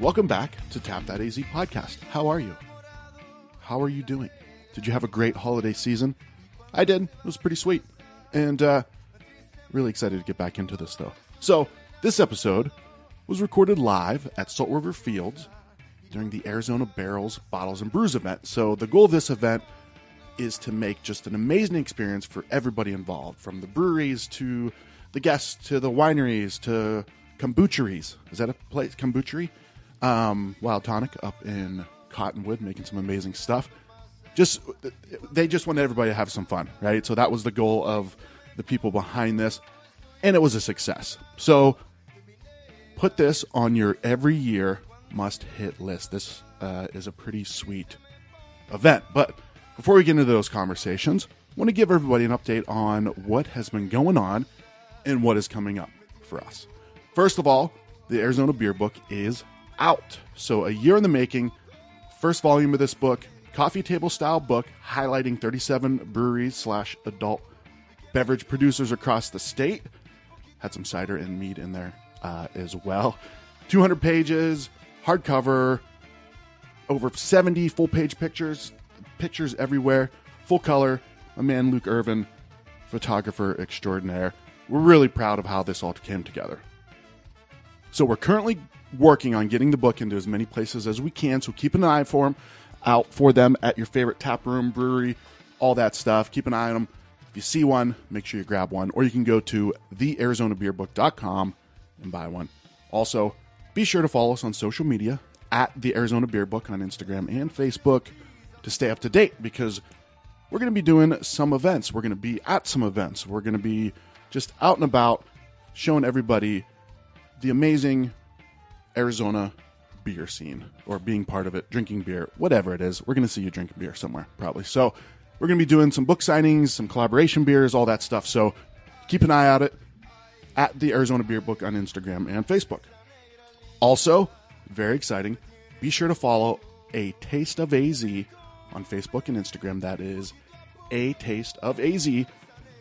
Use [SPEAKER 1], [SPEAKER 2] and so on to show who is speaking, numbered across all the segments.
[SPEAKER 1] Welcome back to Tap That AZ podcast. How are you? How are you doing? Did you have a great holiday season? I did. It was pretty sweet. And uh, really excited to get back into this, though. So, this episode was recorded live at Salt River Fields during the Arizona Barrels, Bottles, and Brews event. So, the goal of this event is to make just an amazing experience for everybody involved, from the breweries to the guests to the wineries to kombucheries. Is that a place? Kombuchery? Um, Wild Tonic up in Cottonwood, making some amazing stuff. Just they just wanted everybody to have some fun, right? So that was the goal of the people behind this, and it was a success. So put this on your every year must hit list. This uh, is a pretty sweet event. But before we get into those conversations, I want to give everybody an update on what has been going on and what is coming up for us. First of all, the Arizona Beer Book is out. So, a year in the making, first volume of this book, coffee table style book highlighting 37 breweries slash adult beverage producers across the state. Had some cider and mead in there uh, as well. 200 pages, hardcover, over 70 full page pictures, pictures everywhere, full color. My man Luke Irvin, photographer extraordinaire. We're really proud of how this all came together. So we're currently working on getting the book into as many places as we can. So keep an eye for them, out for them at your favorite tap room, brewery, all that stuff. Keep an eye on them. If you see one, make sure you grab one, or you can go to thearizonabeerbook.com and buy one. Also, be sure to follow us on social media at the Arizona Beer Book on Instagram and Facebook to stay up to date because we're going to be doing some events. We're going to be at some events. We're going to be just out and about showing everybody the amazing Arizona beer scene or being part of it, drinking beer, whatever it is. We're going to see you drinking beer somewhere, probably. So, we're going to be doing some book signings, some collaboration beers, all that stuff. So, keep an eye out it at the Arizona Beer Book on Instagram and Facebook. Also, very exciting, be sure to follow A Taste of AZ on Facebook and Instagram. That is A Taste of AZ.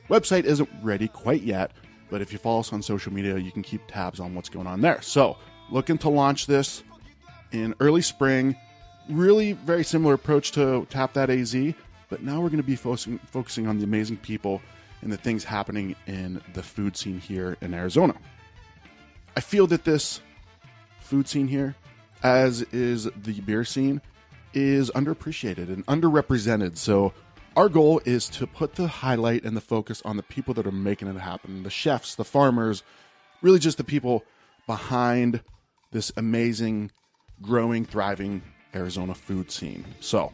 [SPEAKER 1] Website isn't ready quite yet, but if you follow us on social media, you can keep tabs on what's going on there. So, looking to launch this in early spring. Really, very similar approach to Tap That AZ, but now we're going to be focusing, focusing on the amazing people and the things happening in the food scene here in Arizona. I feel that this food scene here, as is the beer scene, is underappreciated and underrepresented. So, our goal is to put the highlight and the focus on the people that are making it happen the chefs, the farmers, really just the people behind this amazing, growing, thriving Arizona food scene. So,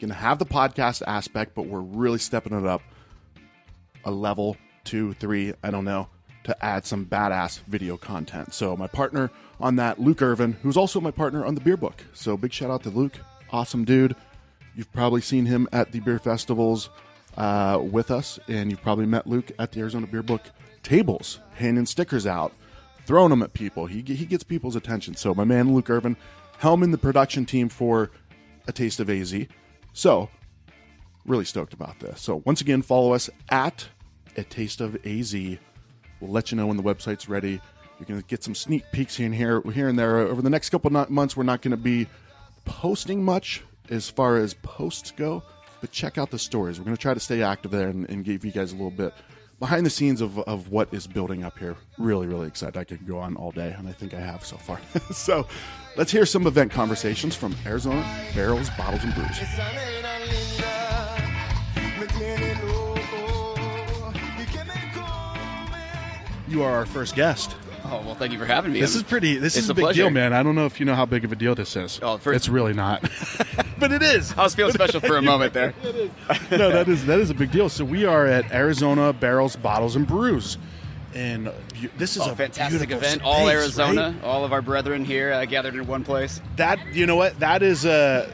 [SPEAKER 1] going to have the podcast aspect, but we're really stepping it up a level two, three, I don't know, to add some badass video content. So, my partner on that, Luke Irvin, who's also my partner on the beer book. So, big shout out to Luke. Awesome dude. You've probably seen him at the beer festivals uh, with us, and you've probably met Luke at the Arizona Beer Book tables, handing stickers out, throwing them at people. He, he gets people's attention. So, my man, Luke Irvin, helming the production team for A Taste of AZ. So, really stoked about this. So once again, follow us at a taste of AZ. We'll let you know when the website's ready. You're gonna get some sneak peeks here and here, here and there. Over the next couple not- months, we're not gonna be posting much as far as posts go, but check out the stories. We're gonna try to stay active there and, and give you guys a little bit behind the scenes of, of what is building up here. Really, really excited. I could go on all day, and I think I have so far. so let's hear some event conversations from Arizona Barrels, Bottles, and Brews.
[SPEAKER 2] You are our first guest.
[SPEAKER 3] Oh well, thank you for having me.
[SPEAKER 2] This
[SPEAKER 3] I'm-
[SPEAKER 2] is pretty. This
[SPEAKER 3] it's
[SPEAKER 2] is a big
[SPEAKER 3] pleasure.
[SPEAKER 2] deal, man. I don't know if you know how big of a deal this is.
[SPEAKER 3] Oh, first-
[SPEAKER 2] it's really not, but it is.
[SPEAKER 3] I was feeling special for a moment there.
[SPEAKER 2] no, that is that is a big deal. So we are at Arizona Barrels, Bottles, and Brews, and bu- this is
[SPEAKER 3] Oh,
[SPEAKER 2] a
[SPEAKER 3] fantastic
[SPEAKER 2] beautiful
[SPEAKER 3] event, all
[SPEAKER 2] space,
[SPEAKER 3] Arizona,
[SPEAKER 2] right?
[SPEAKER 3] all of our brethren here uh, gathered in one place.
[SPEAKER 2] That uh, you know what that is a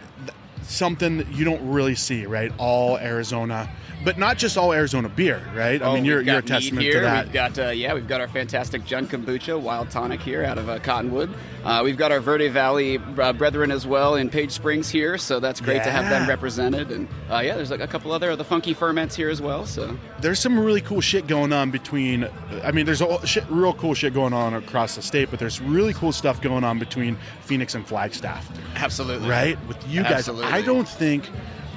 [SPEAKER 2] something that you don't really see, right? All Arizona.
[SPEAKER 1] but not just all Arizona beer, right? I
[SPEAKER 3] Oh,
[SPEAKER 1] mean, you're
[SPEAKER 3] we've
[SPEAKER 1] you're a
[SPEAKER 3] got mead
[SPEAKER 1] testament
[SPEAKER 3] here.
[SPEAKER 1] to that.
[SPEAKER 3] We've got, uh, yeah, we've got our fantastic Jun Kombucha Wild Tonic here out of uh, Cottonwood. Uh, we've got our Verde Valley uh, brethren as well in Page Springs here, so that's great to have
[SPEAKER 1] Yeah.
[SPEAKER 3] them represented. And uh, yeah, there's like a couple other of the funky ferments here as well. So
[SPEAKER 1] there's some really cool shit going on between. I mean, there's all shit, real cool shit going on across the state, but there's really cool stuff going on between Phoenix and Flagstaff,
[SPEAKER 3] absolutely
[SPEAKER 1] right? With you guys,
[SPEAKER 3] Absolutely.
[SPEAKER 1] I don't think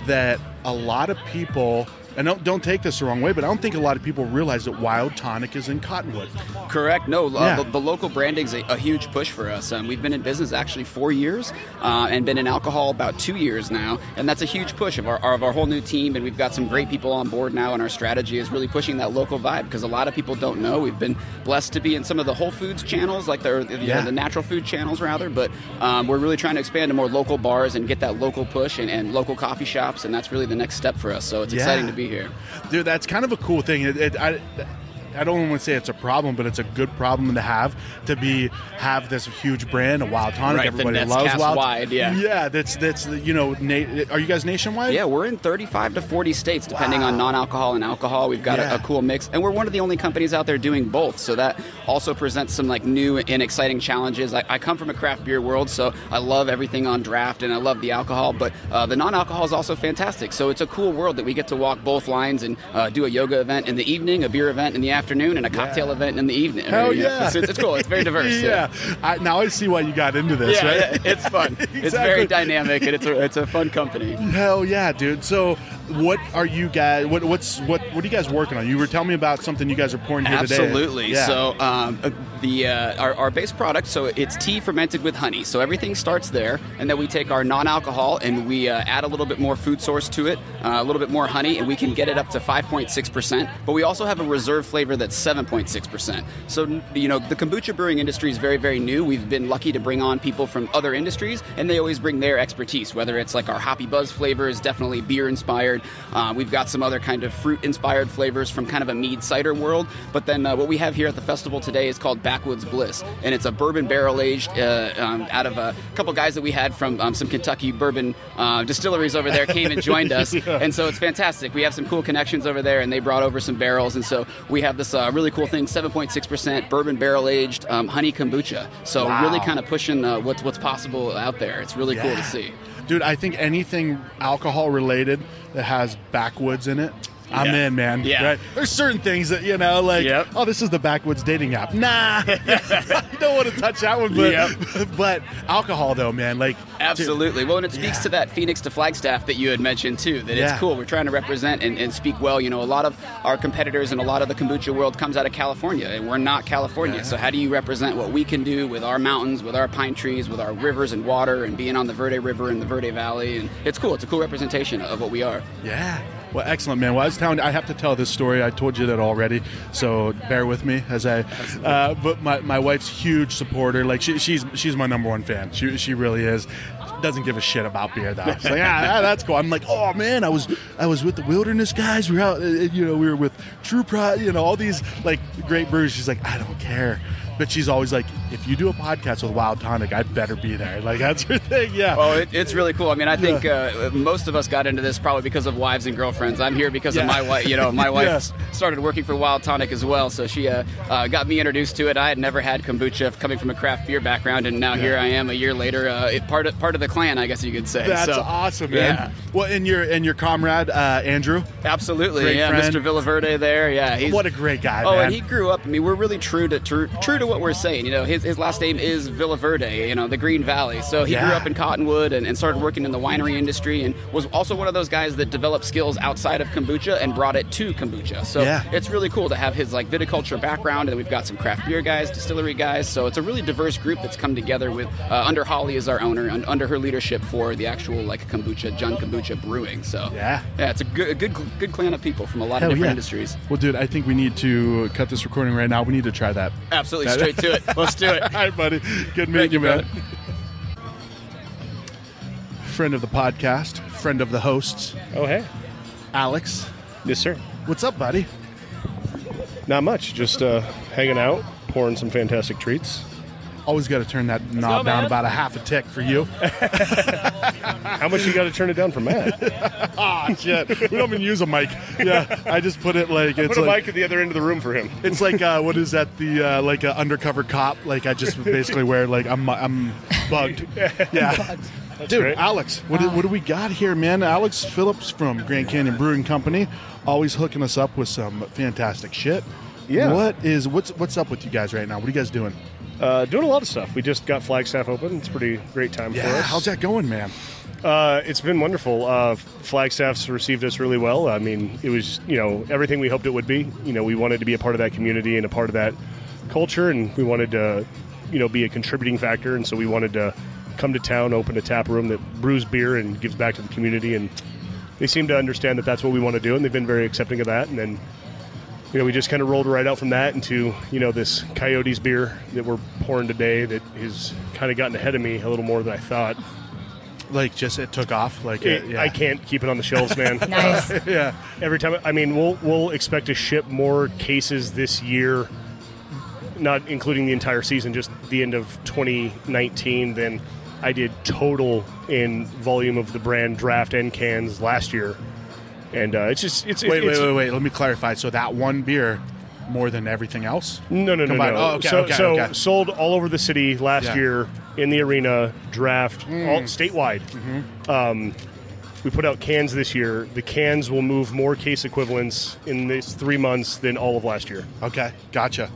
[SPEAKER 1] that a lot of people. And don't, don't take this the wrong way, but I don't think a lot of people realize that Wild Tonic is in Cottonwood.
[SPEAKER 3] Correct. No, lo-
[SPEAKER 1] Yeah.
[SPEAKER 3] the, the local branding's a, a huge push for us. Um, we've been in business actually four years, uh, and been in alcohol about two years now, and that's a huge push of our of our whole new team. And we've got some great people on board now, and our strategy is really pushing that local vibe because a lot of people don't know. We've been blessed to be in some of the Whole Foods channels, like the or the,
[SPEAKER 1] Yeah.
[SPEAKER 3] the natural food channels rather, but um, we're really trying to expand to more local bars and get that local push and, and local coffee shops, and that's really the next step for us. So it's
[SPEAKER 1] Yeah.
[SPEAKER 3] exciting to be here.
[SPEAKER 1] Dude, that's kind of a cool thing. It, it, I, I don't want to say it's a problem, but it's a good problem to have to be have this huge brand, a Wild Tonic.
[SPEAKER 3] Right, the
[SPEAKER 1] Everybody
[SPEAKER 3] net's
[SPEAKER 1] loves
[SPEAKER 3] cast
[SPEAKER 1] Wild.
[SPEAKER 3] wide, yeah.
[SPEAKER 1] yeah. That's that's you know. Na- are you guys nationwide?
[SPEAKER 3] Yeah, we're in 35 to 40 states, depending
[SPEAKER 1] Wow.
[SPEAKER 3] on non-alcohol and alcohol. We've got
[SPEAKER 1] Yeah.
[SPEAKER 3] a, a cool mix, and we're one of the only companies out there doing both. So that also presents some like new and exciting challenges. I, I come from a craft beer world, so I love everything on draft, and I love the alcohol. But uh, the non-alcohol is also fantastic. So it's a cool world that we get to walk both lines and uh, do a yoga event in the evening, a beer event in the afternoon, and a cocktail event in the evening.
[SPEAKER 1] Hell
[SPEAKER 3] You know,
[SPEAKER 1] yeah!
[SPEAKER 3] so it's, it's cool. It's very diverse.
[SPEAKER 1] yeah. I, now I see why you got into this,
[SPEAKER 3] Yeah,
[SPEAKER 1] right?
[SPEAKER 3] yeah, it's fun. It's
[SPEAKER 1] Exactly.
[SPEAKER 3] very dynamic, and it's a, it's a fun company.
[SPEAKER 1] Hell yeah, dude! So, what are you guys? What what's what? What are you guys working on? You were telling me about something you guys are pouring here today.
[SPEAKER 3] Absolutely.
[SPEAKER 1] Yeah.
[SPEAKER 3] So um, uh, the uh, our, our base product, so it's tea fermented with honey. So everything starts there, and then we take our non-alcohol and we uh, add a little bit more food source to it, uh, a little bit more honey, and we can get it up to 5.6 percent. But we also have a reserve flavor that's 7.6 percent. So you know the kombucha brewing industry is very very new. We've been lucky to bring on people from other industries, and they always bring their expertise. Whether it's like our hoppy buzz flavor is definitely beer inspired. Uh, we've got some other kind of fruit inspired flavors from kind of a mead cider world. But then uh, what we have here at the festival today is called Backwoods Bliss, and it's a bourbon barrel aged uh, um, out of a couple guys that we had from um, some Kentucky bourbon uh, distilleries over there came and joined us, and so it's fantastic. We have some cool connections over there, and they brought over some barrels, and so we have this uh, really cool thing: seven point six percent bourbon barrel aged um, honey kombucha. So
[SPEAKER 1] Wow.
[SPEAKER 3] really kind of pushing uh, what's what's possible out there. It's really cool to
[SPEAKER 1] Yeah.
[SPEAKER 3] see.
[SPEAKER 1] Dude, I think anything alcohol related that has backwoods in it. I'm
[SPEAKER 3] Yeah.
[SPEAKER 1] in, man.
[SPEAKER 3] Yeah.
[SPEAKER 1] Right? There's certain things that, you know, like,
[SPEAKER 3] Yep.
[SPEAKER 1] oh, this is the backwoods dating app. Nah. you don't want to touch that one, but,
[SPEAKER 3] Yep.
[SPEAKER 1] but alcohol, though, man. Like,
[SPEAKER 3] Absolutely. Well, and it speaks
[SPEAKER 1] Yeah.
[SPEAKER 3] to that Phoenix to Flagstaff that you had mentioned too. That
[SPEAKER 1] Yeah.
[SPEAKER 3] it's cool. We're trying to represent and, and speak well. You know, a lot of our competitors and a lot of the kombucha world comes out of California, and we're not California. So how do you represent what we can do with our mountains, with our pine trees, with our rivers and water, and being on the Verde River and the Verde Valley? And it's cool. It's a cool representation of what we are.
[SPEAKER 1] Yeah. Well, excellent, man. Well, I was telling I have to tell this story. I told you that already, so bear with me as I. Uh, but my, my wife's huge supporter. Like she, she's she's my number one fan. She she really is. Doesn't give a shit about beer though. She's like, ah, ah, that's cool. I'm like, oh man, I was I was with the Wilderness guys. We were out, uh, you know, we were with True Pride. You know, all these like great brews. She's like, I don't care. But she's always like, if you do a podcast with Wild Tonic, I better be there. Like that's her thing. Yeah.
[SPEAKER 3] Oh, it, it's really cool. I mean, I think uh, most of us got into this probably because of wives and girlfriends. I'm here because
[SPEAKER 1] Yeah.
[SPEAKER 3] of my wife. You know, my wife
[SPEAKER 1] Yeah.
[SPEAKER 3] s- started working for Wild Tonic as well, so she uh, uh, got me introduced to it. I had never had kombucha, coming from a craft beer background, and now here I am a year later, uh, it, part of part of the clan, I guess you could say.
[SPEAKER 1] That's
[SPEAKER 3] so,
[SPEAKER 1] awesome, man.
[SPEAKER 3] Yeah.
[SPEAKER 1] Well, and your and your comrade uh, Andrew,
[SPEAKER 3] Absolutely,
[SPEAKER 1] Great
[SPEAKER 3] yeah,
[SPEAKER 1] friend.
[SPEAKER 3] Mr. Villaverde there, yeah. He's,
[SPEAKER 1] what a great guy,
[SPEAKER 3] Oh,
[SPEAKER 1] man.
[SPEAKER 3] and he grew up. I mean, we're really true to true, true to what we're saying. You know, his, his last name is Villaverde. You know, the Green Valley. So he grew
[SPEAKER 1] Yeah.
[SPEAKER 3] up in Cottonwood and, and started working in the winery industry, and was also one of those guys that developed skills outside of kombucha and brought it to kombucha. So
[SPEAKER 1] Yeah.
[SPEAKER 3] it's really cool to have his like viticulture background, and we've got some craft beer guys, distillery guys. So it's a really diverse group that's come together with uh, under Holly as our owner and under her leadership for the actual like kombucha, Jun Kombucha Brewing. So
[SPEAKER 1] Yeah.
[SPEAKER 3] yeah, it's a good a good good clan of people from a lot
[SPEAKER 1] Hell
[SPEAKER 3] of different
[SPEAKER 1] yeah.
[SPEAKER 3] industries.
[SPEAKER 1] Well, dude, I think we need to cut this recording right now. We need to try that.
[SPEAKER 3] Absolutely, straight to it. Let's do it.
[SPEAKER 1] All right, buddy. Good meeting
[SPEAKER 3] Thank
[SPEAKER 1] you,
[SPEAKER 3] you,
[SPEAKER 1] man.
[SPEAKER 3] brother.
[SPEAKER 1] friend of the podcast, friend of the hosts,
[SPEAKER 4] Oh, hey.
[SPEAKER 1] Alex.
[SPEAKER 4] Yes, sir.
[SPEAKER 1] What's up, buddy?
[SPEAKER 4] Not much. Just uh, hanging out, pouring some fantastic treats.
[SPEAKER 1] Always got to turn that knob
[SPEAKER 4] go,
[SPEAKER 1] down
[SPEAKER 4] man.
[SPEAKER 1] about a half a tick for you.
[SPEAKER 5] How much you got to turn it down for Matt?
[SPEAKER 1] ah, shit. We don't even use a mic. Yeah, I just put it like it's
[SPEAKER 5] Put a
[SPEAKER 1] like,
[SPEAKER 5] mic at the other end of the room for him.
[SPEAKER 1] It's like uh, what is that? The uh, like uh, undercover cop. Like I just basically wear like I'm I'm bugged. Yeah, dude,
[SPEAKER 5] great.
[SPEAKER 1] Alex, what do, what do we got here, man? Alex Phillips from Grand Canyon Brewing Company, always hooking us up with some fantastic shit.
[SPEAKER 5] Yeah.
[SPEAKER 1] What is what's what's up with you guys right now? What are you guys doing?
[SPEAKER 5] Uh, doing a lot of stuff. We just got Flagstaff open. It's a pretty great time for us.
[SPEAKER 1] how's that going, man?
[SPEAKER 5] Uh, it's been wonderful. Uh, Flagstaff's received us really well. I mean, it was you know everything we hoped it would be. You know, we wanted to be a part of that community and a part of that culture, and we wanted to you know be a contributing factor. And so we wanted to come to town, open a tap room that brews beer and gives back to the community. And they seem to understand that that's what we want to do, and they've been very accepting of that. And then you know, we just kind of rolled right out from that into you know this Coyotes beer that we're pouring today that has kind of gotten ahead of me a little more than I thought.
[SPEAKER 1] Like just it took off. Like
[SPEAKER 5] It-
[SPEAKER 1] uh, yeah.
[SPEAKER 5] I can't keep it on the shelves, man.
[SPEAKER 4] Nice.
[SPEAKER 1] Yeah,
[SPEAKER 5] Every time, I mean, we'll we'll expect to ship more cases this year, not including the entire season, just the end of 2019 than I did total in volume of the brand draft and cans last year. And uh, it's just it's
[SPEAKER 1] wait,
[SPEAKER 5] it's,
[SPEAKER 1] wait, wait, wait. Let me clarify. So that one beer, more than everything else.
[SPEAKER 5] No, no, no,
[SPEAKER 1] Combined.
[SPEAKER 5] no.
[SPEAKER 1] Oh, okay,
[SPEAKER 5] so,
[SPEAKER 1] okay,
[SPEAKER 5] so
[SPEAKER 1] okay.
[SPEAKER 5] sold all over the city last
[SPEAKER 1] Yeah. Mm.
[SPEAKER 5] year in the arena draft, all statewide. Um,
[SPEAKER 1] Mm-hmm.
[SPEAKER 5] we put out cans this year. The cans will move more case equivalents in these three months than all of last year.
[SPEAKER 1] Okay, gotcha.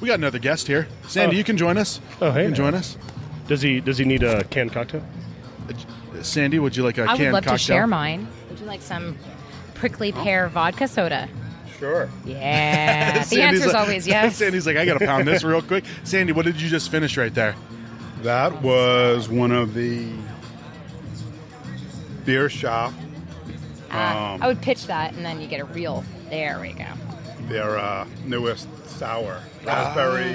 [SPEAKER 1] We got another guest here. Sandy,
[SPEAKER 5] Oh.
[SPEAKER 1] you can join us.
[SPEAKER 5] Oh, hey
[SPEAKER 1] You can
[SPEAKER 5] now.
[SPEAKER 1] join us. Uh,
[SPEAKER 5] Does he? Does he need a canned cocktail?
[SPEAKER 1] Sandy, would you like a
[SPEAKER 4] I
[SPEAKER 1] canned
[SPEAKER 4] would love
[SPEAKER 1] cocktail?
[SPEAKER 4] to share mine. Would you like some prickly pear vodka soda?
[SPEAKER 5] Sure.
[SPEAKER 4] Yeah. the
[SPEAKER 1] Sandy's
[SPEAKER 4] answer's
[SPEAKER 1] like-
[SPEAKER 4] always yes.
[SPEAKER 1] Sandy's like, I gotta pound this real quick. Sandy, what did you just finish right there?
[SPEAKER 6] That was one of the beer shop.
[SPEAKER 1] Um,
[SPEAKER 4] Uh, I would pitch that, and then you get a real. There we go.
[SPEAKER 6] Their uh, newest sour, raspberry.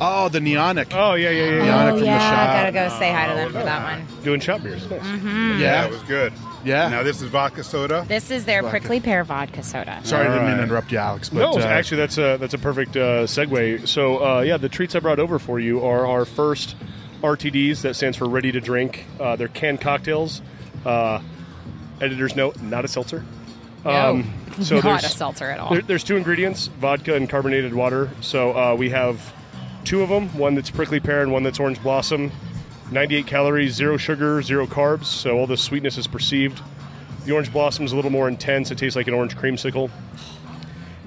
[SPEAKER 1] Oh, the neonic.
[SPEAKER 5] Oh yeah, yeah, yeah.
[SPEAKER 1] Yannick
[SPEAKER 4] oh
[SPEAKER 1] from the
[SPEAKER 4] yeah,
[SPEAKER 1] shop.
[SPEAKER 4] gotta go say hi to them for that one.
[SPEAKER 5] yeah. Doing shop beers. Nice.
[SPEAKER 6] yeah,
[SPEAKER 1] yeah.
[SPEAKER 6] it was good.
[SPEAKER 1] Yeah.
[SPEAKER 6] Now this is vodka soda.
[SPEAKER 4] Mm-hmm. This is their prickly pear vodka soda.
[SPEAKER 1] Uh, Sorry, I didn't mean to
[SPEAKER 6] Alright.
[SPEAKER 1] interrupt you, Alex. But,
[SPEAKER 5] No,
[SPEAKER 1] uh,
[SPEAKER 5] actually, that's a that's a perfect uh, segue. So, uh, yeah, the treats I brought over for you are our first RTDs. That stands for ready to drink. Uh, they're canned cocktails. Uh, editor's note: not a seltzer.
[SPEAKER 4] No,
[SPEAKER 5] Um, so
[SPEAKER 4] not
[SPEAKER 5] there's-
[SPEAKER 4] a seltzer at all.
[SPEAKER 5] There, there's two ingredients: vodka and carbonated water. So uh, we have two of them: one that's prickly pear and one that's orange blossom. 98 calories, zero sugar, zero carbs. So all the sweetness is perceived. The orange blossom is a little more intense. It tastes like an orange creamsicle.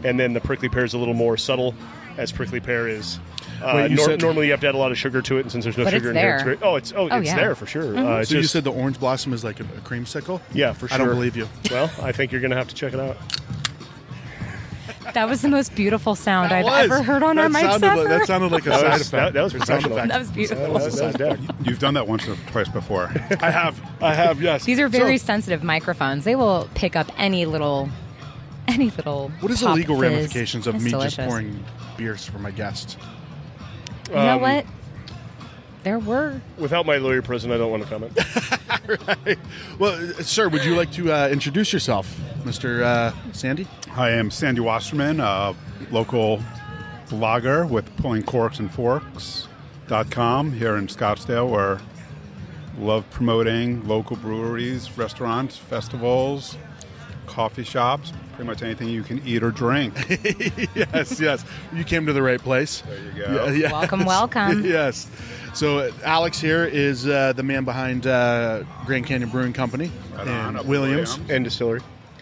[SPEAKER 5] And then the prickly pear is a little more subtle, as prickly pear is. Uh,
[SPEAKER 1] Wait, you
[SPEAKER 5] nor-
[SPEAKER 1] said-
[SPEAKER 5] normally you have to add a lot of sugar to it, and since there's no
[SPEAKER 4] But
[SPEAKER 5] sugar in
[SPEAKER 4] it's
[SPEAKER 5] here,
[SPEAKER 4] there.
[SPEAKER 5] it's very, oh, it's oh, it's
[SPEAKER 4] yeah. Mm-hmm.
[SPEAKER 5] there for sure. Uh, it's
[SPEAKER 1] so you
[SPEAKER 5] just-
[SPEAKER 1] said the orange blossom is like a, a creamsicle?
[SPEAKER 5] yeah, for sure.
[SPEAKER 1] I don't believe you.
[SPEAKER 5] Well, I think you're gonna have to check it out.
[SPEAKER 4] that was the most beautiful sound I've
[SPEAKER 1] Was.
[SPEAKER 4] ever heard on
[SPEAKER 1] that
[SPEAKER 4] our mics
[SPEAKER 1] sounded
[SPEAKER 4] ever.
[SPEAKER 1] like, That sounded like a
[SPEAKER 5] That
[SPEAKER 1] side
[SPEAKER 5] was-
[SPEAKER 1] effect.
[SPEAKER 5] that- that was
[SPEAKER 1] Or sound
[SPEAKER 5] professional.
[SPEAKER 1] effect.
[SPEAKER 4] That was beautiful.
[SPEAKER 5] That was- that was dope.
[SPEAKER 6] You've done that once or twice before.
[SPEAKER 1] I have. I have, yes.
[SPEAKER 4] These are
[SPEAKER 1] So,
[SPEAKER 4] very sensitive microphones. They will pick up any little, any little.
[SPEAKER 1] what is the
[SPEAKER 4] pop
[SPEAKER 1] legal
[SPEAKER 4] fizz.
[SPEAKER 1] ramifications of
[SPEAKER 4] It's
[SPEAKER 1] me
[SPEAKER 4] delicious.
[SPEAKER 1] just pouring um, beers for my guests?
[SPEAKER 4] You know what? There were.
[SPEAKER 5] Without my lawyer present, I don't want to comment.
[SPEAKER 1] Well, uh, sir, would you like to uh, introduce yourself, Mr. Uh, Sandy?
[SPEAKER 6] I am Sandy Wasserman, a local blogger with Pulling Corks and Forks.com here in Scottsdale, where I love promoting local breweries, restaurants, festivals, coffee shops, pretty much anything you can eat or drink.
[SPEAKER 1] yes, yes. You came to the right place. There
[SPEAKER 6] you go.
[SPEAKER 4] Welcome, welcome.
[SPEAKER 1] yes. So uh, Alex here is uh, the man behind uh, Grand Canyon Brewing Company
[SPEAKER 6] Right on,
[SPEAKER 1] and
[SPEAKER 6] up in
[SPEAKER 1] Williams
[SPEAKER 5] and distillery.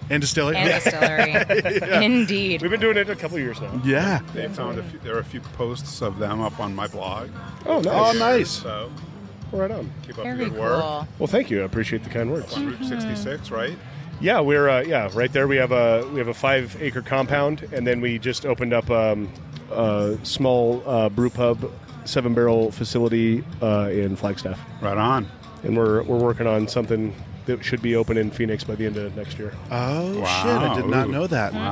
[SPEAKER 1] and Distillery.
[SPEAKER 4] And distillery. Indeed.
[SPEAKER 5] We've been doing it a couple years now.
[SPEAKER 1] yeah.
[SPEAKER 6] They found a few, there are a few posts of them up on my blog.
[SPEAKER 5] Oh,
[SPEAKER 1] Oh,
[SPEAKER 5] nice.
[SPEAKER 1] nice.
[SPEAKER 6] So
[SPEAKER 5] Right on.
[SPEAKER 6] keep up the
[SPEAKER 4] Very
[SPEAKER 6] good work.
[SPEAKER 4] cool.
[SPEAKER 5] Well, thank you. I appreciate the kind words.
[SPEAKER 6] On Route 66, right?
[SPEAKER 5] Yeah, we're uh, yeah right there. We have a we have a five acre compound, and then we just opened up um, a small uh, brew pub, seven barrel facility uh, in Flagstaff,
[SPEAKER 6] Right on.
[SPEAKER 5] and we're we're working on something that should be open in Phoenix by the end of next year.
[SPEAKER 1] Oh
[SPEAKER 6] Wow.
[SPEAKER 1] shit! I did not
[SPEAKER 6] Ooh.
[SPEAKER 1] know that.
[SPEAKER 4] Mm-hmm.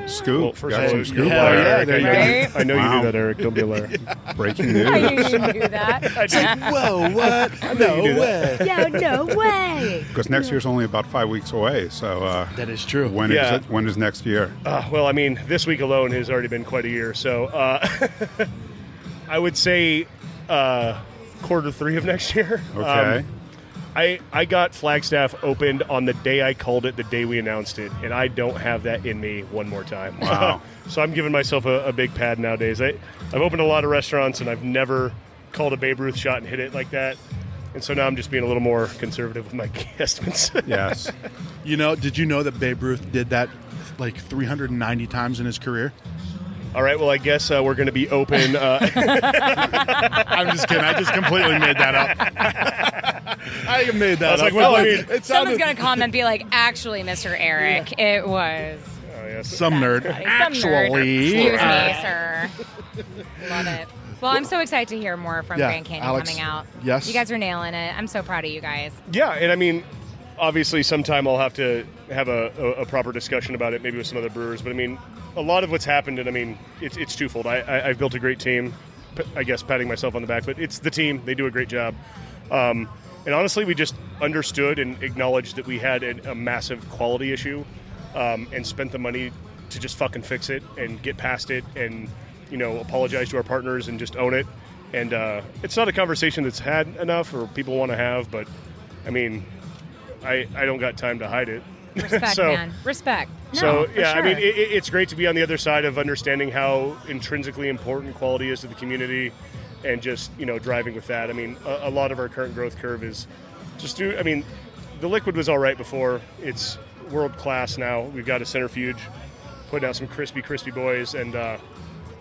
[SPEAKER 6] Wow. Scoop.
[SPEAKER 5] Well, first
[SPEAKER 6] Got
[SPEAKER 5] of all,
[SPEAKER 6] some scoop
[SPEAKER 1] yeah,
[SPEAKER 6] there.
[SPEAKER 1] yeah,
[SPEAKER 5] Eric,
[SPEAKER 1] there
[SPEAKER 5] I
[SPEAKER 1] you
[SPEAKER 5] know
[SPEAKER 4] go.
[SPEAKER 5] you- I know you
[SPEAKER 6] Wow.
[SPEAKER 5] do that, Eric. Don't be a liar.
[SPEAKER 6] Breaking
[SPEAKER 4] I
[SPEAKER 6] news.
[SPEAKER 4] knew you knew that.
[SPEAKER 1] Whoa! What? no
[SPEAKER 5] you do
[SPEAKER 1] way.
[SPEAKER 4] yeah, no way.
[SPEAKER 6] Because next year's only about five weeks away, so uh,
[SPEAKER 1] That is true.
[SPEAKER 6] when is
[SPEAKER 5] Yeah.
[SPEAKER 6] it? When is next year?
[SPEAKER 5] Uh, well, I mean, this week alone has already been quite a year. So uh, I would say uh, quarter three of next year.
[SPEAKER 6] Okay.
[SPEAKER 5] Um, I, I got Flagstaff opened on the day I called it, the day we announced it, and I don't have that in me one more time.
[SPEAKER 6] Wow.
[SPEAKER 5] so I'm giving myself a, a big pad nowadays. I, I've opened a lot of restaurants, and I've never called a Babe Ruth shot and hit it like that. And so now I'm just being a little more conservative with my estimates.
[SPEAKER 6] yes.
[SPEAKER 1] You know, did you know that Babe Ruth did that like 390 times in his career?
[SPEAKER 5] All right, well, I guess uh, we're going to be open. Uh,
[SPEAKER 1] I'm just kidding. I just completely made that up. I made that
[SPEAKER 5] I was
[SPEAKER 1] up.
[SPEAKER 5] like, well, I mean,
[SPEAKER 1] it
[SPEAKER 4] Someone's
[SPEAKER 1] sounded
[SPEAKER 4] gonna comment, be like, "Actually, Mr. Eric, it was."
[SPEAKER 5] Oh, yes.
[SPEAKER 1] some nerd.
[SPEAKER 4] Some nerd.
[SPEAKER 1] Actually,
[SPEAKER 4] excuse
[SPEAKER 1] uh,
[SPEAKER 4] me, sir. Love it. Well, I'm so excited to hear more from
[SPEAKER 1] Yeah,
[SPEAKER 4] Grand Canyon
[SPEAKER 1] Alex,
[SPEAKER 4] coming out.
[SPEAKER 1] yes.
[SPEAKER 4] you guys are nailing it. I'm so proud of you guys.
[SPEAKER 5] Yeah, and I mean, obviously, sometime I'll have to have a, a, a proper discussion about it, maybe with some other brewers. But I mean, a lot of what's happened, and I mean, it's, it's twofold. I, I, I've built a great team. P- I guess patting myself on the back, but it's the team. They do a great job. Um, and honestly, we just understood and acknowledged that we had an, a massive quality issue, um, and spent the money to just fucking fix it and get past it, and you know, apologize to our partners and just own it. And uh, it's not a conversation that's had enough or people want to have, but I mean, I I don't got time to hide it.
[SPEAKER 4] Respect,
[SPEAKER 5] so,
[SPEAKER 4] man. Respect. No,
[SPEAKER 5] so
[SPEAKER 4] for
[SPEAKER 5] yeah, I
[SPEAKER 4] sure.
[SPEAKER 5] mean, it, it- it's great to be on the other side of understanding how intrinsically important quality is to the community, and just you know driving with that. I mean, a, a lot of our current growth curve is just do. I mean, the liquid was all right before. It's world class now. We've got a centrifuge, putting out some crispy, crispy boys, and uh,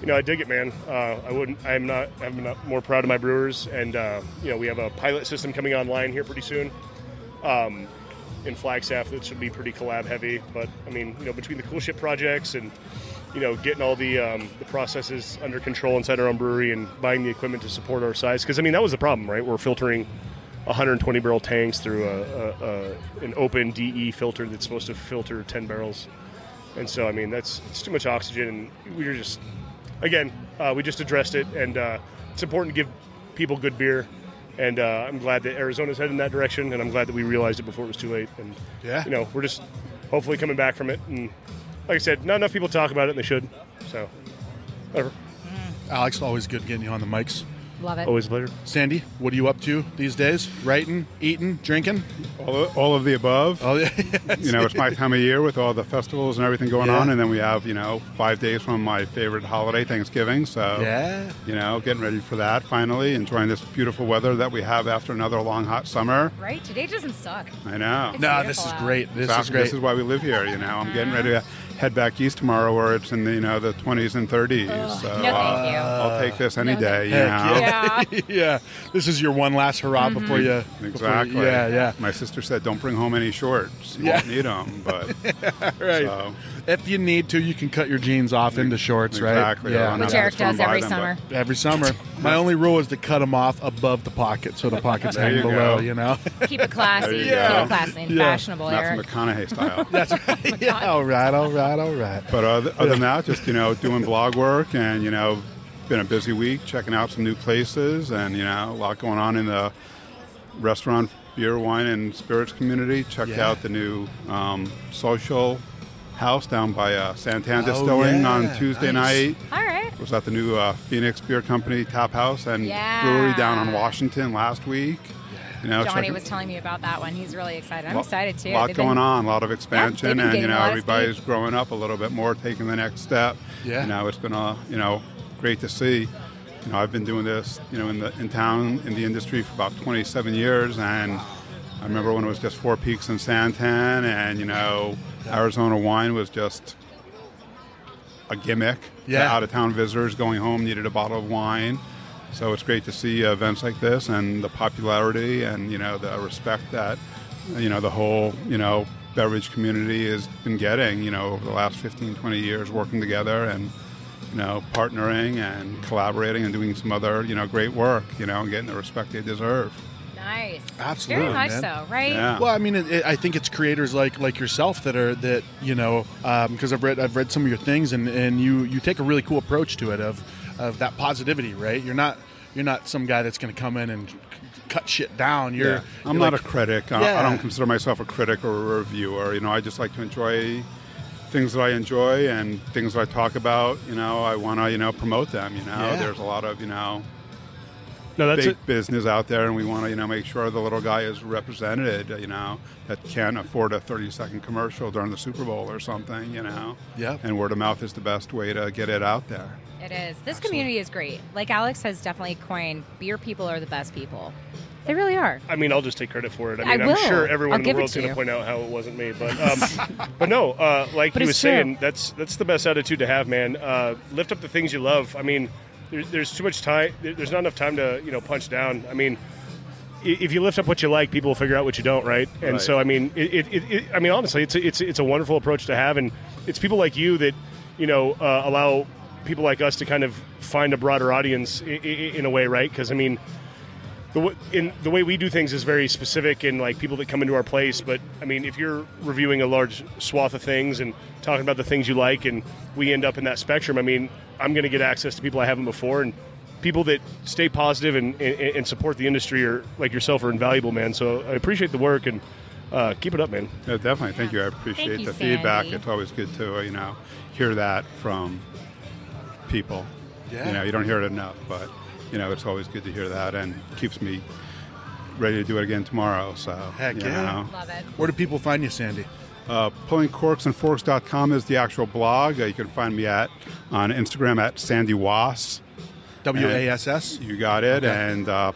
[SPEAKER 5] you know I dig it, man. Uh, I wouldn't. I'm not. I'm not more proud of my brewers, and uh, you know we have a pilot system coming online here pretty soon Um, in Flagstaff that should be pretty collab heavy. But I mean, you know, between the cool ship projects and you know getting all the um, the processes under control inside our own brewery and buying the equipment to support our size, because I mean that was the problem, right? We're filtering 120 barrel tanks through a, a, a an open DE filter that's supposed to filter 10 barrels, and so I mean that's it's too much oxygen, and we were just again uh, we just addressed it, and uh, it's important to give people good beer. And uh, I'm glad that Arizona's headed in that direction, and I'm glad that we realized it before it was too late. And
[SPEAKER 1] Yeah.
[SPEAKER 5] you know, we're just hopefully coming back from it. And like I said, not enough people talk about it, and they should. So, whatever.
[SPEAKER 1] Alex, always good getting you on the mics.
[SPEAKER 4] Mm. love it.
[SPEAKER 5] Always a pleasure.
[SPEAKER 1] Sandy, what are you up to these days? Writing, eating, drinking?
[SPEAKER 6] All, all of the above.
[SPEAKER 1] Oh, yeah.
[SPEAKER 6] you know, it's my time of year with all the festivals and everything going
[SPEAKER 1] Yeah.
[SPEAKER 6] on, and then we have you know five days from my favorite holiday, Thanksgiving. So
[SPEAKER 1] Yeah.
[SPEAKER 6] you know, getting ready for that finally, enjoying this beautiful weather that we have after another long hot summer.
[SPEAKER 4] Right? Today doesn't suck.
[SPEAKER 6] I know.
[SPEAKER 4] It's
[SPEAKER 1] No, this is
[SPEAKER 4] Beautiful.
[SPEAKER 1] great. This
[SPEAKER 6] So
[SPEAKER 1] is great.
[SPEAKER 6] This is why we live here. You know, I'm getting ready to head back east tomorrow, where it's in the you know the 20s and 30s. so
[SPEAKER 4] no, thank
[SPEAKER 6] I'll,
[SPEAKER 4] you.
[SPEAKER 6] I'll take this any
[SPEAKER 4] No,
[SPEAKER 6] day. You know.
[SPEAKER 1] Heck
[SPEAKER 4] Yeah. Mm-hmm.
[SPEAKER 1] yeah. This is your one last hurrah before you. before you-
[SPEAKER 6] Exactly.
[SPEAKER 1] yeah, yeah.
[SPEAKER 6] My sister said, "Don't bring home any shorts. You
[SPEAKER 1] Yeah.
[SPEAKER 6] won't need them." But
[SPEAKER 1] Right.
[SPEAKER 6] So-
[SPEAKER 1] If you need to, you can cut your jeans off into shorts, right?
[SPEAKER 6] Exactly.
[SPEAKER 1] Yeah.
[SPEAKER 6] I don't
[SPEAKER 4] Which
[SPEAKER 6] know
[SPEAKER 4] Eric
[SPEAKER 6] if it's
[SPEAKER 4] does
[SPEAKER 6] gone by
[SPEAKER 4] every
[SPEAKER 6] then,
[SPEAKER 4] summer.
[SPEAKER 1] Every summer. My only rule is to cut them off above the pocket so the pockets
[SPEAKER 6] There
[SPEAKER 1] hang
[SPEAKER 6] you
[SPEAKER 1] below,
[SPEAKER 6] go.
[SPEAKER 1] you know?
[SPEAKER 4] Keep it classy.
[SPEAKER 6] There you
[SPEAKER 4] Keep
[SPEAKER 6] go.
[SPEAKER 4] it classy and
[SPEAKER 1] Yeah.
[SPEAKER 4] fashionable,
[SPEAKER 6] but Matthew
[SPEAKER 4] Eric.
[SPEAKER 6] McConaughey style.
[SPEAKER 1] That's right. Yeah, all right, all right, all right.
[SPEAKER 6] But other, other than that, just you know, doing blog work and you know, been a busy week, checking out some new places, and you know, a lot going on in the restaurant, beer, wine, and spirits community. Checked
[SPEAKER 1] Yeah.
[SPEAKER 6] out the new um, social house down by uh, Santan
[SPEAKER 1] Oh,
[SPEAKER 6] Distilling
[SPEAKER 1] yeah.
[SPEAKER 6] on Tuesday
[SPEAKER 1] Nice.
[SPEAKER 6] night.
[SPEAKER 4] All right.
[SPEAKER 6] Was at the new uh, Phoenix Beer Company Tap House and
[SPEAKER 4] Yeah.
[SPEAKER 6] brewery down on Washington last week. You know,
[SPEAKER 4] Johnny
[SPEAKER 6] checking-
[SPEAKER 4] was telling me about that one. He's really excited. I'm
[SPEAKER 6] Lo-
[SPEAKER 4] excited too.
[SPEAKER 6] A lot
[SPEAKER 4] They've
[SPEAKER 6] going
[SPEAKER 4] been-
[SPEAKER 6] on, a lot of expansion,
[SPEAKER 4] been
[SPEAKER 6] and you
[SPEAKER 4] gaining a
[SPEAKER 6] know
[SPEAKER 4] lot of
[SPEAKER 6] everybody's
[SPEAKER 4] speed.
[SPEAKER 6] growing up a little bit more, taking the next step.
[SPEAKER 1] Yeah.
[SPEAKER 6] you know it's been a you know great to see. You know I've been doing this you know in the in town in the industry for about 27 years, and I remember when it was just Four Peaks and Santan, and you know Arizona wine was just a gimmick.
[SPEAKER 1] Yeah.
[SPEAKER 6] out of town visitors going home needed a bottle of wine. So it's great to see events like this and the popularity and you know the respect that you know the whole you know beverage community has been getting you know over the last 15 20 years working together and you know partnering and collaborating and doing some other you know great work you know and getting the respect they deserve
[SPEAKER 4] Nice.
[SPEAKER 1] Absolutely,
[SPEAKER 4] Very much
[SPEAKER 1] man.
[SPEAKER 4] so, right?
[SPEAKER 6] Yeah.
[SPEAKER 1] Well, I mean, it, it, I think it's creators like like yourself that are that you know because I've read I've read some of your things and and you you take a really cool approach to it of of that positivity, right? You're not you're not some guy that's going to come in and c- cut shit down. You're
[SPEAKER 6] Yeah. I'm
[SPEAKER 1] you're
[SPEAKER 6] not a
[SPEAKER 1] like,
[SPEAKER 6] critic. I-
[SPEAKER 1] Yeah.
[SPEAKER 6] I don't consider myself a critic or a reviewer. You know, I just like to enjoy things that I enjoy and things that I talk about. You know, I want to you know promote them. You know,
[SPEAKER 1] Yeah.
[SPEAKER 6] there's a lot of you know
[SPEAKER 5] No, that's
[SPEAKER 6] big
[SPEAKER 5] it.
[SPEAKER 6] business out there, and we want to you know make sure the little guy is represented. You know that can't afford a thirty second commercial during the Super Bowl or something. You know.
[SPEAKER 1] Yeah.
[SPEAKER 6] And word of mouth is the best way to get it out there.
[SPEAKER 4] It is. This community is great. Like Alex has definitely coined, beer people are the best people. They really are.
[SPEAKER 5] I mean, I'll just take credit for it. I
[SPEAKER 4] I
[SPEAKER 5] mean, am
[SPEAKER 4] will.
[SPEAKER 5] sure everyone
[SPEAKER 4] I'll
[SPEAKER 5] in the
[SPEAKER 4] give it
[SPEAKER 5] world's
[SPEAKER 4] to
[SPEAKER 5] going to
[SPEAKER 4] you.
[SPEAKER 5] point out how it wasn't me, but um, but no, uh, like he
[SPEAKER 4] But it's
[SPEAKER 5] was
[SPEAKER 4] true.
[SPEAKER 5] saying, that's that's the best attitude to have, man. Uh, lift up the things you love. I mean, there's, there's too much time. there- There's not enough time to you know punch down. I mean, i- if you lift up what you like, people will figure out what you don't, right? And
[SPEAKER 6] Right.
[SPEAKER 5] so, I mean, it, it, it, it, I mean, honestly, it's a, it's a- it's a wonderful approach to have, and it's people like you that you know uh, allow people like us to kind of find a broader audience in, in a way, right? Because I mean, the w- in the way we do things is very specific and like people that come into our place. But I mean, if you're reviewing a large swath of things and talking about the things you like, and we end up in that spectrum, I mean, I'm going to get access to people I haven't before, and people that stay positive and, and, and support the industry are like yourself are invaluable, man. So I appreciate the work and uh, keep it up, man.
[SPEAKER 6] Yeah, definitely. Thank you. I appreciate
[SPEAKER 4] you,
[SPEAKER 6] the feedback.
[SPEAKER 4] Sandy.
[SPEAKER 6] It's always good to uh, you know hear that from people.
[SPEAKER 1] Yeah.
[SPEAKER 6] You know, you don't hear it enough, but you know it's always good to hear that, and keeps me ready to do it again tomorrow. So
[SPEAKER 1] Heck
[SPEAKER 6] you
[SPEAKER 1] yeah.
[SPEAKER 6] know.
[SPEAKER 4] Love it.
[SPEAKER 1] Where do people find you, Sandy?
[SPEAKER 6] Uh, pullingcorksandforks.com is the actual blog. Uh, you can find me at on Instagram at Sandy Wass.
[SPEAKER 1] W A S S.
[SPEAKER 6] You got it. And uh,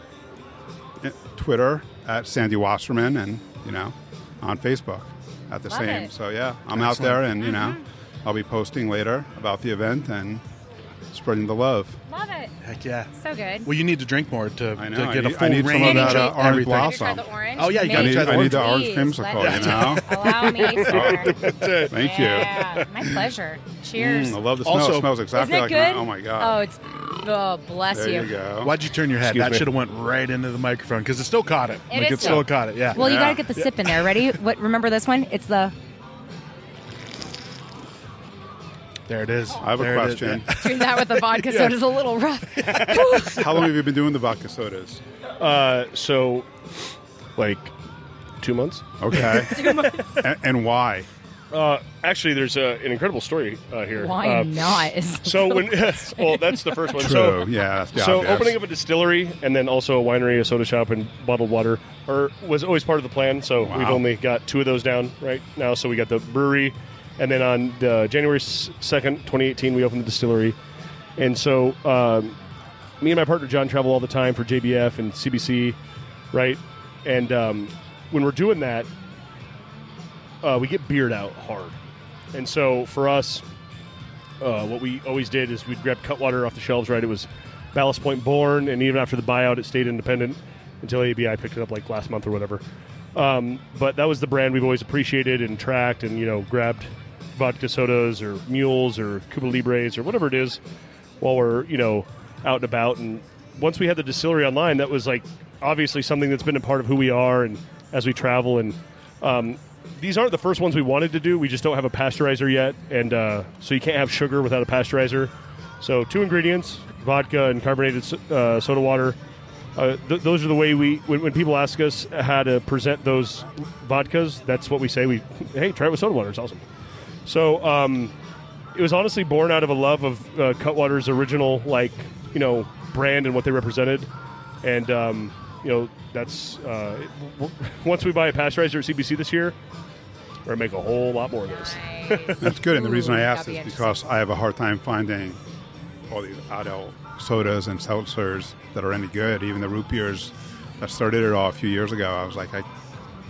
[SPEAKER 6] i- Twitter at Sandy Wasserman, and you know, on Facebook at the
[SPEAKER 4] Love
[SPEAKER 6] same.
[SPEAKER 4] it. Mm-hmm.
[SPEAKER 6] So yeah, I'm out there, and you know, I'll be posting later about the event and spreading the love.
[SPEAKER 4] Love it.
[SPEAKER 1] Heck yeah.
[SPEAKER 4] So good.
[SPEAKER 1] Well, you need to drink more to,
[SPEAKER 6] I
[SPEAKER 1] to
[SPEAKER 6] know, I
[SPEAKER 1] get
[SPEAKER 6] need-
[SPEAKER 1] a
[SPEAKER 6] I
[SPEAKER 1] full
[SPEAKER 6] need some
[SPEAKER 1] range
[SPEAKER 6] of that, uh,
[SPEAKER 1] of everything.
[SPEAKER 4] Have
[SPEAKER 6] orange
[SPEAKER 4] you tried the
[SPEAKER 6] blossom.
[SPEAKER 4] orange?
[SPEAKER 1] Oh, yeah, you gotta
[SPEAKER 4] Maybe.
[SPEAKER 1] try the I
[SPEAKER 6] need the orange
[SPEAKER 4] Please,
[SPEAKER 6] creamsicle,
[SPEAKER 4] let
[SPEAKER 6] you know?
[SPEAKER 4] me- Allow me, sir.
[SPEAKER 6] Thank you.
[SPEAKER 4] yeah, my pleasure. Cheers.
[SPEAKER 6] Mm, I love the smell.
[SPEAKER 1] Also-
[SPEAKER 6] it smells
[SPEAKER 4] Isn't
[SPEAKER 6] exactly
[SPEAKER 4] it
[SPEAKER 6] like
[SPEAKER 4] good?
[SPEAKER 6] my, oh my
[SPEAKER 4] Oh,
[SPEAKER 6] god.
[SPEAKER 4] it's oh bless
[SPEAKER 6] there you go.
[SPEAKER 1] Why'd you turn your head?
[SPEAKER 5] Excuse
[SPEAKER 1] that
[SPEAKER 5] me.
[SPEAKER 1] should have went right into the microphone because it still caught it.
[SPEAKER 4] It
[SPEAKER 1] like
[SPEAKER 4] is
[SPEAKER 1] it
[SPEAKER 4] still-
[SPEAKER 1] still caught it. Yeah.
[SPEAKER 4] Well, you
[SPEAKER 6] Yeah. Oh,
[SPEAKER 4] gotta get the sip in there. Ready? What? Remember this one? It's the
[SPEAKER 1] there it is.
[SPEAKER 6] I have a
[SPEAKER 1] There it is.
[SPEAKER 6] question.
[SPEAKER 4] doing that with the vodka
[SPEAKER 1] Yeah.
[SPEAKER 4] soda's a little rough.
[SPEAKER 6] How long have you been doing the vodka sodas?
[SPEAKER 5] Uh, so, like two months.
[SPEAKER 6] Okay. and, and why?
[SPEAKER 5] Uh, actually, there's uh an incredible story uh, here.
[SPEAKER 4] Why
[SPEAKER 5] Uh,
[SPEAKER 4] not? Is
[SPEAKER 5] So when well, that's the first one.
[SPEAKER 6] True.
[SPEAKER 5] So
[SPEAKER 6] yeah. That's the
[SPEAKER 5] so
[SPEAKER 6] obvious.
[SPEAKER 5] opening up a distillery and then also a winery, a soda shop, and bottled water are, was always part of the plan. So
[SPEAKER 6] Wow.
[SPEAKER 5] we've only got two of those down right now. So we got the brewery, and then on the January second, twenty eighteen, we opened the distillery. And so um, me and my partner John travel all the time for JBF and CBC, right? And um, when we're doing that, uh, we get beard out hard. And so for us, uh, what we always did is we'd grab Cutwater off the shelves, right? It was Ballast Point born, and even after the buyout, it stayed independent until ABI picked it up like last month or whatever. Um, but that was the brand we've always appreciated and tracked and, you know, grabbed vodka sodas or mules or Cuba Libres or whatever it is while we're, you know, out and about. And once we had the distillery online, that was like obviously something that's been a part of who we are and as we travel. And um, these aren't the first ones we wanted to do. We just don't have a pasteurizer yet, and uh, so you can't have sugar without a pasteurizer. So two ingredients: vodka and carbonated so- uh, soda water. Uh, th- those are the way we. When, when people ask us how to present those vodkas, that's what we say. We hey, try it with soda water. It's awesome. So um, it was honestly born out of a love of uh, Cutwater's original, like you know, brand and what they represented, and um, you know, that's uh, w- once we buy a pasteurizer at CBC this year, we're gonna make a whole lot more of those.
[SPEAKER 6] That's good. And the reason I
[SPEAKER 4] Ooh,
[SPEAKER 6] asked
[SPEAKER 4] that'd
[SPEAKER 6] is
[SPEAKER 4] be
[SPEAKER 6] because I have a hard time finding all these adult sodas and seltzers that are any good. Even the root beers that started it all a few years ago, I was like, I,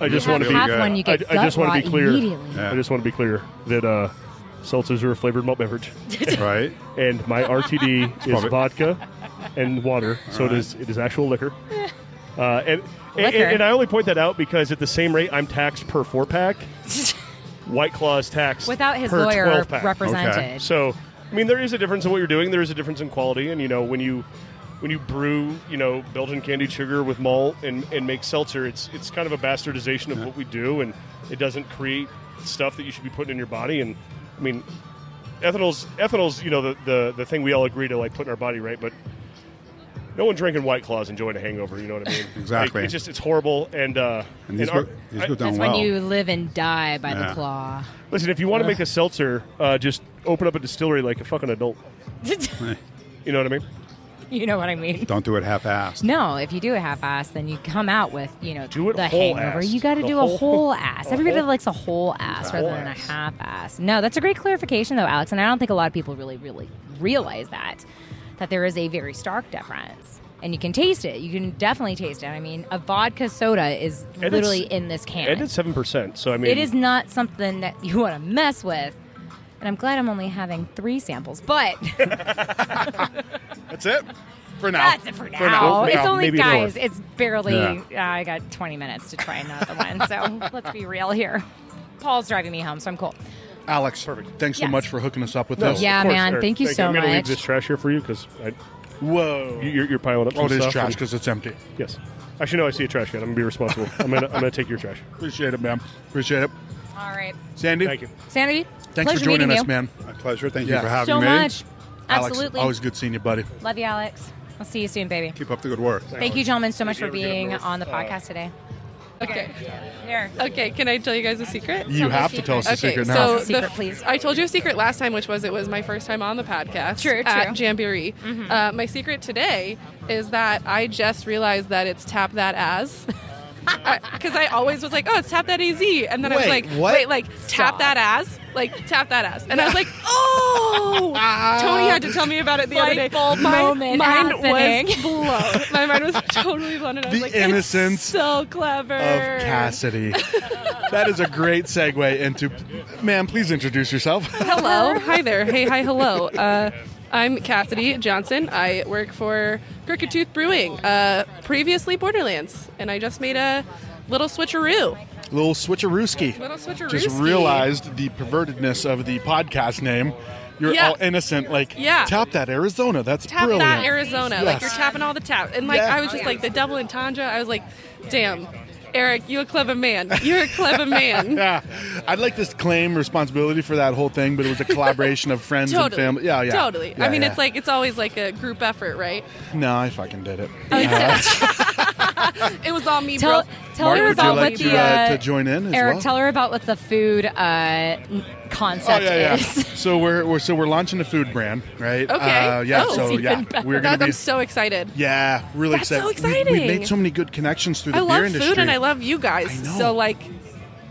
[SPEAKER 5] I just
[SPEAKER 6] have
[SPEAKER 5] want to be.
[SPEAKER 6] half
[SPEAKER 4] have
[SPEAKER 6] good.
[SPEAKER 4] one, you
[SPEAKER 5] I,
[SPEAKER 4] get
[SPEAKER 5] I just
[SPEAKER 4] want to
[SPEAKER 5] be clear.
[SPEAKER 4] Immediately.
[SPEAKER 6] Yeah.
[SPEAKER 5] I just want to be clear that uh, seltzers are a flavored malt beverage,
[SPEAKER 6] right?
[SPEAKER 5] and my RTD is
[SPEAKER 6] probably-
[SPEAKER 5] vodka and water, so it
[SPEAKER 6] right.
[SPEAKER 5] is it is actual liquor. Uh, and, and,
[SPEAKER 4] Liquor.
[SPEAKER 5] and I only point that out because at the same rate I'm taxed per four pack, White Claw is taxed
[SPEAKER 4] Without his
[SPEAKER 5] per
[SPEAKER 4] lawyer
[SPEAKER 5] 12 pack.
[SPEAKER 4] represented.
[SPEAKER 6] Okay.
[SPEAKER 5] So, I mean, there is a difference in what you're doing. There is a difference in quality, and you know when you when you brew, you know, Belgian candied sugar with malt and and make seltzer, it's it's kind of a bastardization of what we do, and it doesn't create stuff that you should be putting in your body. And I mean, ethanol's ethanol's you know the the, the thing we all agree to like put in our body, right? But no one drinking White Claws enjoying a hangover. You know what I mean?
[SPEAKER 6] Exactly.
[SPEAKER 5] Like, it's just it's horrible, and uh,
[SPEAKER 6] And these,
[SPEAKER 5] and our-
[SPEAKER 6] go, these
[SPEAKER 5] I-
[SPEAKER 6] go down
[SPEAKER 4] That's
[SPEAKER 6] well.
[SPEAKER 4] when you live and die by
[SPEAKER 6] Yeah.
[SPEAKER 4] the claw.
[SPEAKER 5] Listen, if you want to make a seltzer, uh, just open up a distillery like a fucking adult. you know what I mean?
[SPEAKER 4] you know what I mean?
[SPEAKER 6] Don't do it half-assed.
[SPEAKER 4] No, if you do a half ass, then you come out with you know
[SPEAKER 5] Do it
[SPEAKER 4] the
[SPEAKER 5] whole
[SPEAKER 4] hangover.
[SPEAKER 5] assed.
[SPEAKER 4] You got to
[SPEAKER 5] The
[SPEAKER 4] do
[SPEAKER 5] whole-
[SPEAKER 4] a whole ass.
[SPEAKER 5] a
[SPEAKER 4] Everybody
[SPEAKER 5] whole-
[SPEAKER 4] likes a whole ass rather
[SPEAKER 5] whole
[SPEAKER 4] than a
[SPEAKER 5] ass.
[SPEAKER 4] half ass. No, that's a great clarification though, Alex, and I don't think a lot of people really really realize that that there is a very stark difference. And you can taste it. You can definitely taste it. I mean, a vodka soda is
[SPEAKER 5] it's-
[SPEAKER 4] literally in this can.
[SPEAKER 5] And it's seven percent. So I mean,
[SPEAKER 4] It is not something that you want to mess with. And I'm glad I'm only having three samples, but
[SPEAKER 1] That's it for now.
[SPEAKER 4] that's it for now. it's
[SPEAKER 5] now.
[SPEAKER 4] only
[SPEAKER 5] Maybe
[SPEAKER 4] guys.
[SPEAKER 5] lower.
[SPEAKER 4] It's barely.
[SPEAKER 6] Yeah.
[SPEAKER 4] Uh, I got 20 minutes to try another one, so let's be real here. Paul's driving me home, so I'm cool.
[SPEAKER 1] Alex, perfect. Thanks so
[SPEAKER 4] Yes.
[SPEAKER 1] much for hooking us up with
[SPEAKER 5] No,
[SPEAKER 1] this.
[SPEAKER 4] Yeah,
[SPEAKER 5] of course,
[SPEAKER 4] man,
[SPEAKER 5] Eric,
[SPEAKER 4] thank you so
[SPEAKER 5] I'm gonna leave
[SPEAKER 4] much.
[SPEAKER 5] this trash here for you because
[SPEAKER 1] Whoa.
[SPEAKER 5] you're, you're piling up.
[SPEAKER 1] oh, it
[SPEAKER 5] some
[SPEAKER 1] is
[SPEAKER 5] stuff
[SPEAKER 1] trash
[SPEAKER 5] and-
[SPEAKER 1] because it's empty.
[SPEAKER 5] Yes. Actually, no. I see a trash can. I'm gonna be responsible. I'm gonna I'm gonna take your trash.
[SPEAKER 1] Appreciate it, ma'am. Appreciate it.
[SPEAKER 4] All right,
[SPEAKER 1] Sandy,
[SPEAKER 5] Thank you.
[SPEAKER 4] Sandy.
[SPEAKER 1] thanks
[SPEAKER 4] pleasure
[SPEAKER 1] for joining
[SPEAKER 4] meeting
[SPEAKER 1] us,
[SPEAKER 4] you.
[SPEAKER 1] man.
[SPEAKER 6] My pleasure. Thank
[SPEAKER 1] Yeah.
[SPEAKER 6] you for having
[SPEAKER 4] So
[SPEAKER 6] me.
[SPEAKER 4] much.
[SPEAKER 1] Alex,
[SPEAKER 4] Absolutely.
[SPEAKER 1] always good seeing you, buddy.
[SPEAKER 4] Love you, Alex. I'll see you soon, baby.
[SPEAKER 6] Keep up the good work.
[SPEAKER 4] Thank you, gentlemen, so much for
[SPEAKER 5] Did you ever get up
[SPEAKER 4] being
[SPEAKER 5] north,
[SPEAKER 4] on the
[SPEAKER 5] uh,
[SPEAKER 4] podcast today.
[SPEAKER 7] Okay.
[SPEAKER 4] Here.
[SPEAKER 7] Okay. Can I tell you guys a secret?
[SPEAKER 1] You have to tell us the
[SPEAKER 7] Okay,
[SPEAKER 1] secret now.
[SPEAKER 7] so
[SPEAKER 4] Secret,
[SPEAKER 7] the,
[SPEAKER 4] please.
[SPEAKER 7] I told you a secret last time, which was it was my first time on the podcast
[SPEAKER 4] True, true.
[SPEAKER 7] at
[SPEAKER 4] Mm-hmm.
[SPEAKER 7] Jamboree. Uh, my secret today is that I just realized that it's tap that as. Because I always was like, oh, it's tap that az, and then I was
[SPEAKER 8] Wait,
[SPEAKER 7] like,
[SPEAKER 8] what?
[SPEAKER 7] wait, like tap that as, like tap that as, and I was like, oh, Tony had to tell me about it the other
[SPEAKER 4] Light
[SPEAKER 7] day.
[SPEAKER 4] bulb
[SPEAKER 7] my
[SPEAKER 4] moment
[SPEAKER 7] mind was
[SPEAKER 4] happening.
[SPEAKER 7] blown. My mind was totally blown, and I was
[SPEAKER 1] The
[SPEAKER 7] like,
[SPEAKER 1] innocence
[SPEAKER 7] it's so clever
[SPEAKER 1] Of Cassidy. that is a great segue into. Ma'am, please introduce yourself.
[SPEAKER 7] hello. hi there. Hey, hi, hello. Uh, I'm Cassidy Johnson. I work for Crooked Tooth Brewing, uh, previously Borderlands, and I just made a little switcheroo.
[SPEAKER 1] Little switcherooski.
[SPEAKER 7] Little switcherooski.
[SPEAKER 1] Just realized the pervertedness of the podcast name. You're
[SPEAKER 7] Yeah.
[SPEAKER 1] all innocent. Like,
[SPEAKER 7] Yeah.
[SPEAKER 1] tap that Arizona. That's
[SPEAKER 7] Tap
[SPEAKER 1] brilliant.
[SPEAKER 7] that Arizona. Like you're tapping all the tap. And like
[SPEAKER 1] Yeah.
[SPEAKER 7] I was just like the double entendre. I was like, damn, Eric, you a clever man. You're a clever man.
[SPEAKER 1] Yeah, I'd like to claim responsibility for that whole thing, but it was a collaboration of friends and
[SPEAKER 7] Totally.
[SPEAKER 1] family. Yeah, yeah,
[SPEAKER 7] Totally.
[SPEAKER 1] Yeah,
[SPEAKER 7] I mean,
[SPEAKER 1] yeah.
[SPEAKER 7] it's like it's always like a group effort, right?
[SPEAKER 1] no, I fucking did it.
[SPEAKER 7] Oh, It was all me,
[SPEAKER 4] Tell,
[SPEAKER 7] bro.
[SPEAKER 4] tell
[SPEAKER 1] Mark,
[SPEAKER 4] her
[SPEAKER 1] would you
[SPEAKER 4] about
[SPEAKER 1] like
[SPEAKER 4] what
[SPEAKER 1] to,
[SPEAKER 4] the
[SPEAKER 1] uh,
[SPEAKER 4] uh,
[SPEAKER 1] to join in as
[SPEAKER 4] Eric,
[SPEAKER 1] well?
[SPEAKER 4] tell her about what the food uh, n-
[SPEAKER 1] Oh
[SPEAKER 4] concept
[SPEAKER 1] yeah, yeah.
[SPEAKER 4] is.
[SPEAKER 1] so we're, we're so we're launching a food brand, right?
[SPEAKER 7] Okay.
[SPEAKER 1] Uh, yeah.
[SPEAKER 7] Oh.
[SPEAKER 1] so
[SPEAKER 7] It's
[SPEAKER 1] yeah,
[SPEAKER 4] even better.
[SPEAKER 1] we're gonna
[SPEAKER 7] That,
[SPEAKER 1] be.
[SPEAKER 7] I'm so excited.
[SPEAKER 1] yeah, really
[SPEAKER 7] That's so
[SPEAKER 1] excited. We- We've
[SPEAKER 7] exciting.
[SPEAKER 1] made so many good connections through the
[SPEAKER 7] I
[SPEAKER 1] beer
[SPEAKER 7] love
[SPEAKER 1] industry.
[SPEAKER 7] food and I love you guys.
[SPEAKER 1] I know.
[SPEAKER 7] So like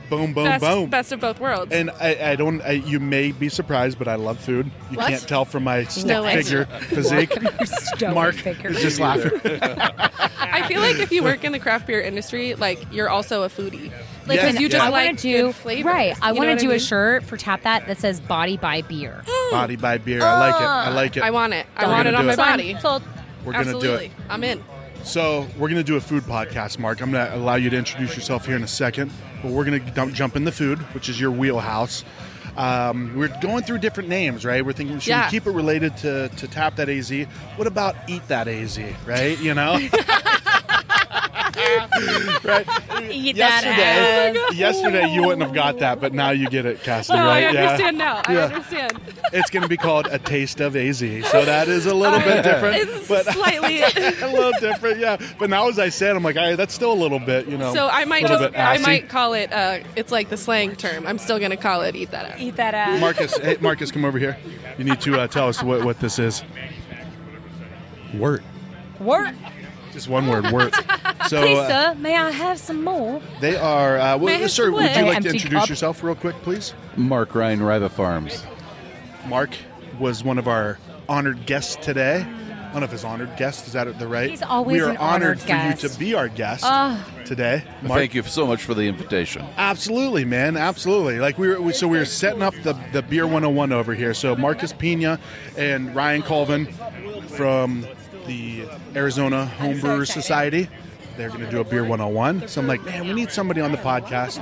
[SPEAKER 1] boom, boom,
[SPEAKER 7] best
[SPEAKER 1] boom.
[SPEAKER 7] best of both worlds.
[SPEAKER 1] And I, I don't. I, you may be surprised, but I love food. You
[SPEAKER 7] What?
[SPEAKER 1] can't tell from my stick
[SPEAKER 7] way.
[SPEAKER 1] figure physique.
[SPEAKER 4] Stoic
[SPEAKER 1] Mark
[SPEAKER 4] figure.
[SPEAKER 1] is just laughing.
[SPEAKER 7] I feel like if you work in the craft beer industry, like you're also a foodie. Like
[SPEAKER 1] Yeah.
[SPEAKER 7] because you just
[SPEAKER 1] I
[SPEAKER 4] wanna
[SPEAKER 7] like
[SPEAKER 4] do
[SPEAKER 7] good flavors.
[SPEAKER 4] right. I
[SPEAKER 7] You know
[SPEAKER 4] want to
[SPEAKER 7] what
[SPEAKER 4] do
[SPEAKER 7] mean?
[SPEAKER 4] a
[SPEAKER 7] Mm.
[SPEAKER 4] shirt for Tap That that says "Body by Beer."
[SPEAKER 1] Body by beer. I like it. I like it.
[SPEAKER 7] I want it. I
[SPEAKER 1] We're
[SPEAKER 7] want
[SPEAKER 1] gonna
[SPEAKER 7] it on
[SPEAKER 1] do
[SPEAKER 7] my
[SPEAKER 1] it.
[SPEAKER 7] body.
[SPEAKER 4] So,
[SPEAKER 1] We're gonna
[SPEAKER 7] Absolutely.
[SPEAKER 1] do it.
[SPEAKER 7] I'm in.
[SPEAKER 1] So we're gonna do a food podcast, Mark. I'm gonna allow you to introduce yourself here in a second, but we're gonna dump, jump in the food, which is your wheelhouse. Um, we're going through different names, right? We're thinking should
[SPEAKER 7] Yeah.
[SPEAKER 1] we keep it related to, to tap that AZ? What about eat that AZ? Right? You know, right?
[SPEAKER 4] eat
[SPEAKER 7] Oh
[SPEAKER 4] that
[SPEAKER 1] yesterday, yesterday you wouldn't have got that, but now you get it, Cassidy.
[SPEAKER 7] No,
[SPEAKER 1] right?
[SPEAKER 7] I
[SPEAKER 1] Yeah.
[SPEAKER 7] understand now. I
[SPEAKER 1] Yeah.
[SPEAKER 7] understand.
[SPEAKER 1] It's gonna be called a taste of AZ, so that is a little bit different.
[SPEAKER 7] It's
[SPEAKER 1] but
[SPEAKER 7] slightly.
[SPEAKER 1] a little different, yeah. But now, as I said, I'm like, I, that's still a little bit, you know.
[SPEAKER 7] so I might
[SPEAKER 1] little
[SPEAKER 7] just.
[SPEAKER 1] bit
[SPEAKER 7] I
[SPEAKER 1] assy.
[SPEAKER 7] might call it. Uh, it's like the slang term. I'm still gonna call it eat that. Out.
[SPEAKER 4] Eat that ass.
[SPEAKER 1] Marcus, hey, Marcus, come over here. You need to uh, tell us what, what this is. Wort.
[SPEAKER 4] Work,
[SPEAKER 1] Just one word, wort. So
[SPEAKER 4] please,
[SPEAKER 1] uh,
[SPEAKER 4] sir. May I have some more?
[SPEAKER 1] they are. Uh,
[SPEAKER 7] May I
[SPEAKER 1] well,
[SPEAKER 7] have
[SPEAKER 1] sir,
[SPEAKER 7] some
[SPEAKER 1] would you
[SPEAKER 7] wort?
[SPEAKER 1] like to
[SPEAKER 4] Empty
[SPEAKER 1] introduce
[SPEAKER 4] cup.
[SPEAKER 1] yourself real quick, please?
[SPEAKER 8] Mark Ryan Riva Farms.
[SPEAKER 1] Mark was one of our honored guests today. One of his honored guests. Is that the right?
[SPEAKER 4] He's
[SPEAKER 1] We
[SPEAKER 4] always
[SPEAKER 1] are
[SPEAKER 4] an
[SPEAKER 1] honored
[SPEAKER 4] honored
[SPEAKER 1] for
[SPEAKER 4] guest.
[SPEAKER 1] you to be our guest
[SPEAKER 4] Ah.
[SPEAKER 1] today.
[SPEAKER 8] Thank you so much for the invitation.
[SPEAKER 1] Absolutely, man. Absolutely. Like we were, we- so we were setting up the the beer 101 over here. So Marcus Pena and Ryan Colvin from the Arizona Homebrewers Society. They're going to do a beer 101. So I'm like, man, we need somebody on the podcast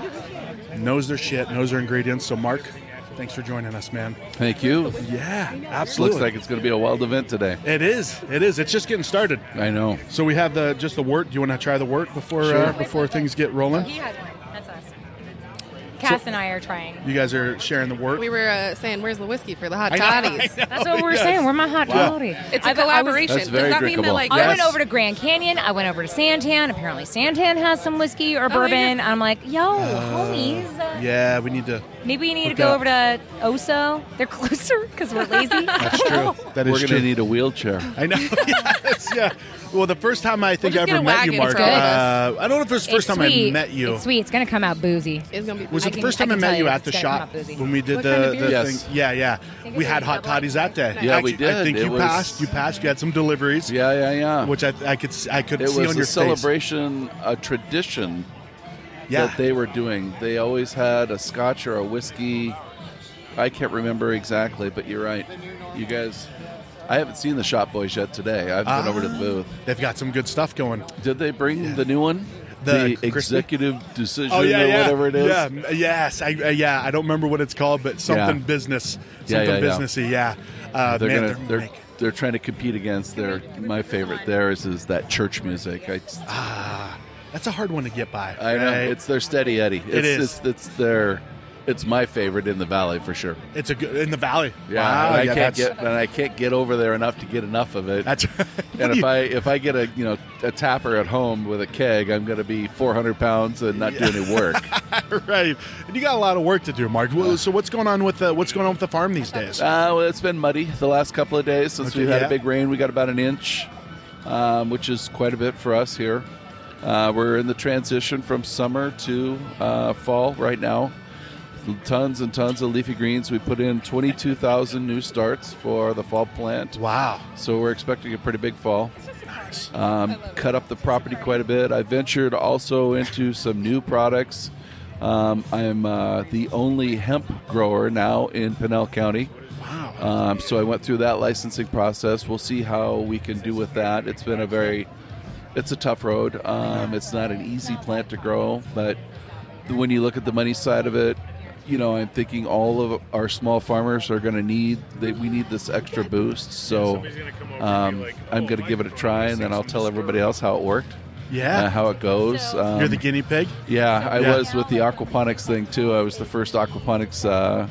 [SPEAKER 1] knows their shit, knows their ingredients. So Mark, thanks for joining us, man.
[SPEAKER 8] Thank you.
[SPEAKER 1] Yeah,
[SPEAKER 8] Looks
[SPEAKER 1] absolutely.
[SPEAKER 8] like it's going to be a wild event today.
[SPEAKER 1] it is. It is. It's just getting started.
[SPEAKER 8] I know.
[SPEAKER 1] So we have the just the wort. Do you want to try the wort before uh, before things get rolling?
[SPEAKER 4] He has one. That's us. Cass and I are trying.
[SPEAKER 1] You guys are sharing the wort.
[SPEAKER 7] We were uh, saying, where's the whiskey for the hot
[SPEAKER 1] I know, I
[SPEAKER 7] toddies?
[SPEAKER 1] know.
[SPEAKER 4] That's what we're
[SPEAKER 1] Yes.
[SPEAKER 4] saying. We're my hot toddy.
[SPEAKER 7] It's
[SPEAKER 4] I-
[SPEAKER 7] a
[SPEAKER 4] I was-
[SPEAKER 7] collaboration.
[SPEAKER 8] That's
[SPEAKER 7] Does
[SPEAKER 8] very
[SPEAKER 7] that mean that
[SPEAKER 8] drinkable.
[SPEAKER 7] like?
[SPEAKER 4] I
[SPEAKER 8] Yes.
[SPEAKER 4] went over to Grand Canyon. I went over to Santan. Apparently, Santan has some whiskey or
[SPEAKER 7] Oh, yeah.
[SPEAKER 4] bourbon. I'm like, yo, homies, uh,
[SPEAKER 1] Yeah, we need to.
[SPEAKER 4] Maybe you need
[SPEAKER 1] Hook
[SPEAKER 4] to go
[SPEAKER 1] up.
[SPEAKER 4] over to Oso. They're closer because we're lazy.
[SPEAKER 1] That's
[SPEAKER 4] Oh.
[SPEAKER 1] true. That
[SPEAKER 8] We're
[SPEAKER 1] is
[SPEAKER 8] going
[SPEAKER 1] true.
[SPEAKER 8] to need a wheelchair.
[SPEAKER 1] I know. yes, yeah. Well, the first time I think
[SPEAKER 7] We'll
[SPEAKER 1] I
[SPEAKER 7] just
[SPEAKER 1] ever
[SPEAKER 7] get a
[SPEAKER 1] met you,
[SPEAKER 7] wagon
[SPEAKER 1] Mark.
[SPEAKER 7] for
[SPEAKER 4] all of
[SPEAKER 1] Uh, I don't know if it's the first
[SPEAKER 4] It's
[SPEAKER 1] time
[SPEAKER 4] sweet.
[SPEAKER 1] I met you.
[SPEAKER 4] It's sweet. It's gonna come out boozy.
[SPEAKER 7] It's gonna be.
[SPEAKER 1] Was
[SPEAKER 4] I
[SPEAKER 1] it the
[SPEAKER 4] can-
[SPEAKER 1] first
[SPEAKER 4] I
[SPEAKER 1] time I,
[SPEAKER 4] can
[SPEAKER 1] met
[SPEAKER 4] tell
[SPEAKER 1] you
[SPEAKER 4] you
[SPEAKER 1] at
[SPEAKER 4] it's
[SPEAKER 1] the
[SPEAKER 4] gonna
[SPEAKER 1] shop
[SPEAKER 4] come out boozy.
[SPEAKER 1] when we did
[SPEAKER 7] What
[SPEAKER 1] the,
[SPEAKER 7] kind of
[SPEAKER 1] the
[SPEAKER 7] beer?
[SPEAKER 8] Yes.
[SPEAKER 1] thing? Yeah, yeah.
[SPEAKER 4] think
[SPEAKER 1] We
[SPEAKER 4] it's
[SPEAKER 1] had
[SPEAKER 4] like
[SPEAKER 1] hot
[SPEAKER 4] double
[SPEAKER 1] toddies that day.
[SPEAKER 8] Yeah, we
[SPEAKER 1] Actually, I
[SPEAKER 8] did.
[SPEAKER 1] think
[SPEAKER 8] It
[SPEAKER 1] you
[SPEAKER 8] was-
[SPEAKER 1] passed. You passed. You had some deliveries.
[SPEAKER 8] Yeah, yeah, yeah.
[SPEAKER 1] Which I, I could s- I could
[SPEAKER 8] it
[SPEAKER 1] see
[SPEAKER 8] was
[SPEAKER 1] on
[SPEAKER 8] a
[SPEAKER 1] your face.
[SPEAKER 8] celebration, a tradition
[SPEAKER 1] Yeah.
[SPEAKER 8] that they were doing. They always had a scotch or a whiskey. I can't remember exactly, but you're right. You guys, I haven't seen the Shop Boys yet today. I've been over to the
[SPEAKER 1] Ah.
[SPEAKER 8] booth.
[SPEAKER 1] They've got some good stuff going.
[SPEAKER 8] Did they bring the new one?
[SPEAKER 1] The crispy?
[SPEAKER 8] executive decision or whatever it is.
[SPEAKER 1] Oh, Yeah, m- yes, I, uh, yeah. I don't remember what it's called, but something business, something
[SPEAKER 8] Yeah, yeah, yeah.
[SPEAKER 1] businessy. Yeah, uh,
[SPEAKER 8] They're
[SPEAKER 1] man,
[SPEAKER 8] gonna
[SPEAKER 1] they're,
[SPEAKER 8] they're
[SPEAKER 1] making-
[SPEAKER 8] they're trying to compete against their my favorite theirs is that church music. I
[SPEAKER 1] that's a hard one to get by.
[SPEAKER 8] I know
[SPEAKER 1] Ah, right?
[SPEAKER 8] it's their steady Eddie. It's,
[SPEAKER 1] is.
[SPEAKER 8] It's, it's their it's my favorite in the valley for sure.
[SPEAKER 1] It's a good in the valley.
[SPEAKER 8] Yeah,
[SPEAKER 1] Wow,
[SPEAKER 8] and I
[SPEAKER 1] yeah,
[SPEAKER 8] can't
[SPEAKER 1] that's-
[SPEAKER 8] get and I can't get over there enough to get enough of it.
[SPEAKER 1] That's
[SPEAKER 8] and if I if I get a you know a tapper at home with a keg, I'm going to be 400 pounds and not do any work.
[SPEAKER 1] right. And you got a lot of work to do, Mark. Well, so what's going on with the, what's going on with the farm these days?
[SPEAKER 8] Uh, well, it's been muddy the last couple of days since
[SPEAKER 1] Okay,
[SPEAKER 8] we've had
[SPEAKER 1] yeah.
[SPEAKER 8] a big rain. We got about an inch, um, which is quite a bit for us here. Uh, we're in the transition from summer to uh, fall right now. Tons and tons of leafy greens. We put in 22,000 new starts for the fall plant.
[SPEAKER 1] wow.
[SPEAKER 8] So we're expecting a pretty big fall. Um, cut up the property quite a bit. I ventured also into some new products. Um, I'm uh, the only hemp grower now in Pinell County. Wow. Um, so I went through that licensing process. We'll see how we can do with that. It's been a very, it's a tough road. Um, it's not an easy plant to grow, but when you look at the money side of it, you know, I'm thinking all of our small farmers are going to need that. We need this extra boost, so um, I'm going to give it a try, and then I'll tell everybody else how it worked, uh,
[SPEAKER 1] Yeah.
[SPEAKER 8] how it goes. Um,
[SPEAKER 1] You're the guinea pig.
[SPEAKER 8] yeah, I
[SPEAKER 1] Yeah.
[SPEAKER 8] was with the aquaponics thing too. I was the first aquaponics uh,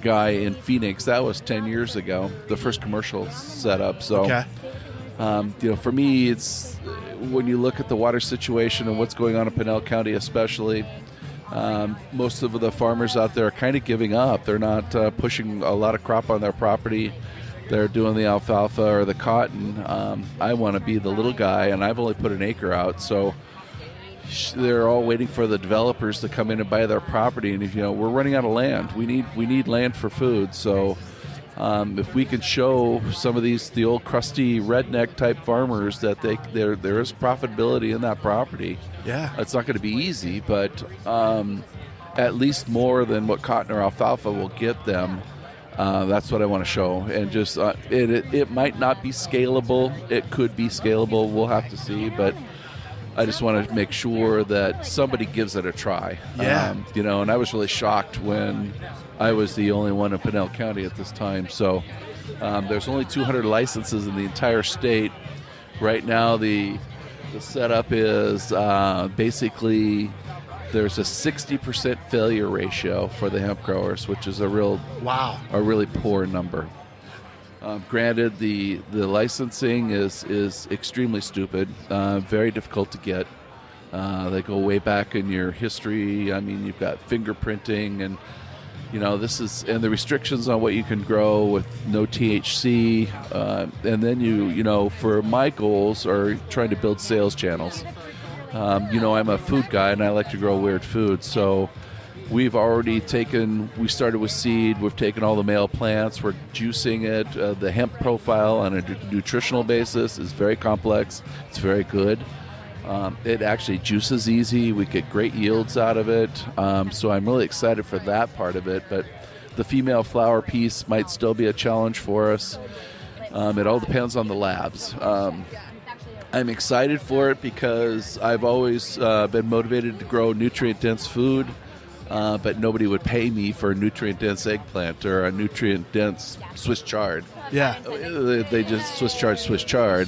[SPEAKER 8] guy in Phoenix. That was ten years ago, the first commercial setup. So
[SPEAKER 1] Okay.
[SPEAKER 8] um, you know, for me, it's when you look at the water situation and what's going on in Pinell County, especially. Um, most of the farmers out there are kind of giving up. They're not uh, pushing a lot of crop on their property. They're doing the alfalfa or the cotton. Um, I want to be the little guy, and I've only put an acre out, so sh- they're all waiting for the developers to come in and buy their property. And if you know, we're running out of land. We need we need land for food. So um, if we can show some of these the old crusty redneck type farmers that they there there is profitability in that property,
[SPEAKER 1] Yeah.
[SPEAKER 8] it's not going to be easy, but um, at least more than what cotton or alfalfa will get them. Uh, that's what I want to show, and just uh, it, it it might not be scalable. It could be scalable. We'll have to see, but I just want to make sure that somebody gives it a try.
[SPEAKER 1] Yeah.
[SPEAKER 8] Um, you know, and I was really shocked when I was the only one in Pinell County at this time. So um, there's only 200 licenses in the entire state. Right now, the the setup is uh, basically there's a 60% failure ratio for the hemp growers, which is a real
[SPEAKER 1] Wow.
[SPEAKER 8] a really poor number. Um, granted, the the licensing is is extremely stupid, uh, very difficult to get. Uh, they go way back in your history. I mean, you've got fingerprinting, and you know this is and the restrictions on what you can grow with no THC, uh, and then you you know for my goals are trying to build sales channels. Um, you know, I'm a food guy and I like to grow weird food. So we've already taken, we started with seed, we've taken all the male plants, we're juicing it. Uh, the hemp profile on a nu- nutritional basis is very complex, it's very good. Um, it actually juices easy, we get great yields out of it. Um, so I'm really excited for that part of it. But the female flower piece might still be a challenge for us. Um, it all depends on the labs. Um, I'm excited for it because I've always uh, been motivated to grow nutrient dense food, uh, but nobody would pay me for a nutrient dense eggplant or a nutrient dense Swiss chard.
[SPEAKER 1] Yeah.
[SPEAKER 8] Uh, They just Swiss chard, Swiss chard.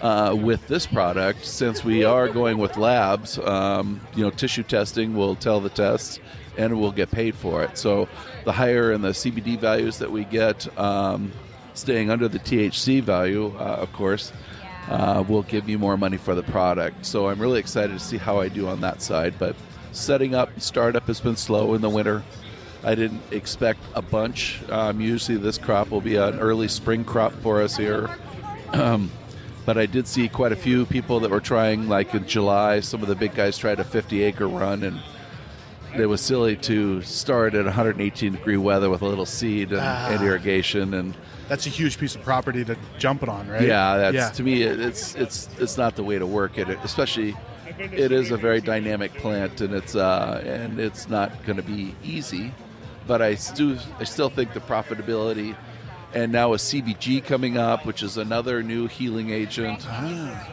[SPEAKER 8] Uh, with this product, since we are going with labs, um, you know, tissue testing will tell the test and we'll get paid for it. So the higher in the CBD values that we get, um, staying under the THC value, uh, of course, uh, will give me more money for the product. So I'm really excited to see how I do on that side. But setting up, startup has been slow in the winter. I didn't expect a bunch. Um, usually, this crop will be an early spring crop for us here. Um, but I did see quite a few people that were trying, like in July, some of the big guys tried a 50 acre run, and it was silly to start at 118 degree weather with a little seed and, and irrigation. And
[SPEAKER 1] That's a huge piece of property to jump it on, right?
[SPEAKER 8] yeah, that's
[SPEAKER 1] yeah.
[SPEAKER 8] to me, it- it's it's it's not the way to work it, especially. It is a very dynamic plant, and it's uh, and it's not going to be easy. But I still I still think the profitability, and now with CBG coming up, which is another new healing agent,
[SPEAKER 1] Ah.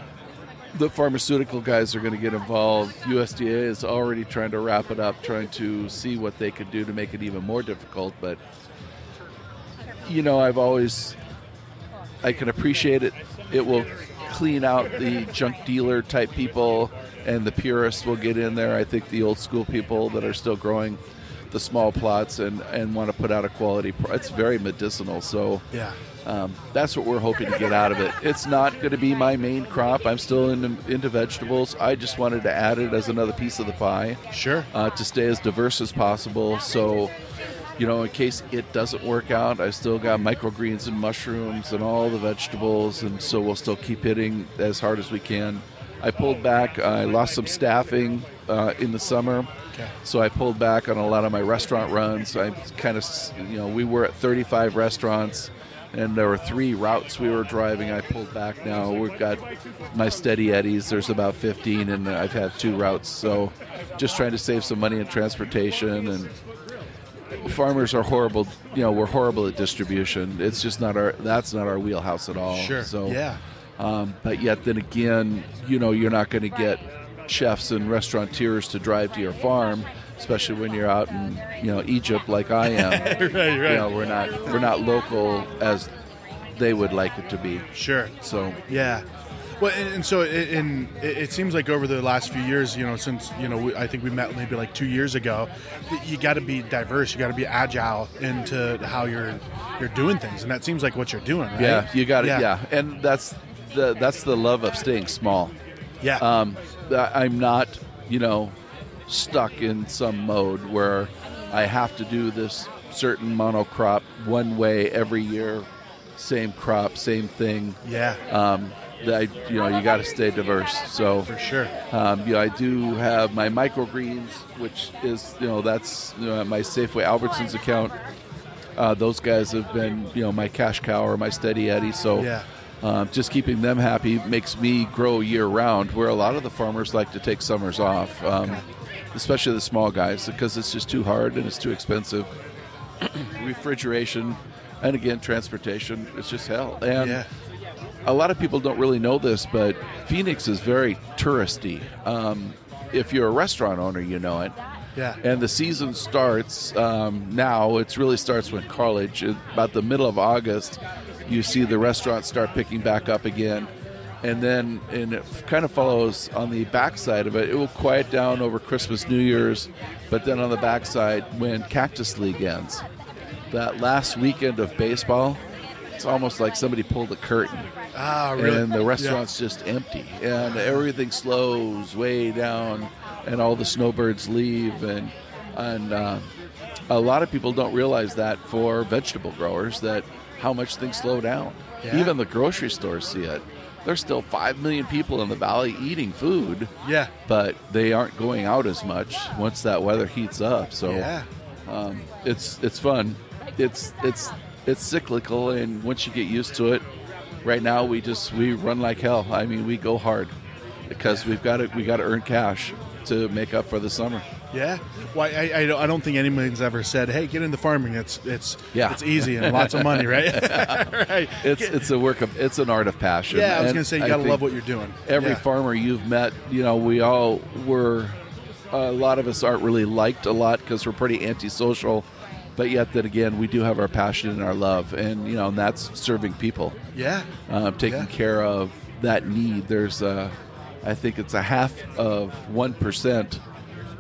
[SPEAKER 8] the pharmaceutical guys are going to get involved. USDA is already trying to wrap it up, trying to see what they could do to make it even more difficult. But you know, I've always I can appreciate it. It will clean out the junk dealer type people, and the purists will get in there. I think the old school people that are still growing the small plots and and want to put out a quality. Pro- it's very medicinal, so
[SPEAKER 1] Yeah.
[SPEAKER 8] um, that's what we're hoping to get out of it. It's not going to be my main crop. I'm still into, into vegetables. I just wanted to add it as another piece of the pie
[SPEAKER 1] Sure.
[SPEAKER 8] uh, to stay as diverse as possible. So, you know, in case it doesn't work out, I still got microgreens and mushrooms and all the vegetables, and so we'll still keep hitting as hard as we can. I pulled back. I lost some staffing uh, in the summer, so I pulled back on a lot of my restaurant runs. I kind of, you know, we were at 35 restaurants. And there were three routes we were driving. I pulled back now. We've got my steady eddies. There's about 15, and I've had two routes. So just trying to save some money in transportation. And farmers are horrible. You know, we're horrible at distribution. It's just not our. That's not our wheelhouse at all.
[SPEAKER 1] Sure.
[SPEAKER 8] So
[SPEAKER 1] Yeah.
[SPEAKER 8] Um, but yet, then again, you know, you're not going to get chefs and restaurateurs to drive to your farm, especially when you're out in you know Egypt like I am.
[SPEAKER 1] Right, right.
[SPEAKER 8] You know, we're not we're not local as they would like it to be.
[SPEAKER 1] Sure.
[SPEAKER 8] So
[SPEAKER 1] Yeah. Well, and, and so it, and it it seems like over the last few years, you know, since you know, we, I think we met maybe like two years ago, that you got to be diverse, you got to be agile into how you're you're doing things, and that seems like what you're doing. Right?
[SPEAKER 8] yeah, you got it. yeah, and that's the that's the love of staying small.
[SPEAKER 1] yeah.
[SPEAKER 8] um, that I'm not, you know, stuck in some mode where I have to do this certain monocrop one way every year, same crop, same thing.
[SPEAKER 1] yeah,
[SPEAKER 8] Um, that I, you know, you got to stay diverse. So
[SPEAKER 1] for sure.
[SPEAKER 8] um, you know, I do have my microgreens, which is you know that's you know, my Safeway Albertsons account. Uh, those guys have been you know my cash cow or my steady Eddie. So
[SPEAKER 1] Yeah.
[SPEAKER 8] um, just keeping them happy makes me grow year round. Where a lot of the farmers like to take summers off, um, especially the small guys, because it's just too hard and it's too expensive. Refrigeration, and again transportation, it's just hell. And
[SPEAKER 1] Yeah.
[SPEAKER 8] a lot of people don't really know this, but Phoenix is very touristy. Um, if you're a restaurant owner, you know it.
[SPEAKER 1] Yeah.
[SPEAKER 8] And the season starts um, now. It really starts when college, uh, about the middle of August, you see the restaurants start picking back up again. And then, and it kind of follows on the backside of it. It will quiet down over Christmas, New Year's, but then on the backside, when Cactus League ends, that last weekend of baseball, it's almost like somebody pulled a curtain
[SPEAKER 1] Ah, really?
[SPEAKER 8] and the
[SPEAKER 1] Yeah.
[SPEAKER 8] restaurant's just empty and everything slows way down and all the snowbirds leave and and uh, a lot of people don't realize that for vegetable growers that how much things slow down
[SPEAKER 1] Yeah.
[SPEAKER 8] even the grocery stores see it there's still 5 million people in the valley eating food
[SPEAKER 1] Yeah.
[SPEAKER 8] but they aren't going out as much once that weather heats up so
[SPEAKER 1] Yeah.
[SPEAKER 8] um, it's it's fun. It's it's it's cyclical, and once you get used to it, right now we just we run like hell. I mean, we go hard because we've got to we got to earn cash to make up for the summer.
[SPEAKER 1] Yeah. Why? I, I, don't- I don't think anyone's ever said, "Hey, get into farming. It's it's
[SPEAKER 8] Yeah.
[SPEAKER 1] it's easy and lots of money, right?" right.
[SPEAKER 8] It's it's a work of it's an art of passion.
[SPEAKER 1] yeah, I was
[SPEAKER 8] And
[SPEAKER 1] gonna say you
[SPEAKER 8] I
[SPEAKER 1] gotta
[SPEAKER 8] think
[SPEAKER 1] love what you're doing.
[SPEAKER 8] Every
[SPEAKER 1] yeah.
[SPEAKER 8] farmer you've met, you know, we all were. A lot of us aren't really liked a lot because we're pretty antisocial, but yet then again, we do have our passion and our love, and you know, and that's serving people.
[SPEAKER 1] Yeah.
[SPEAKER 8] um, taking
[SPEAKER 1] Yeah.
[SPEAKER 8] care of that need. There's a, I think it's a half of one percent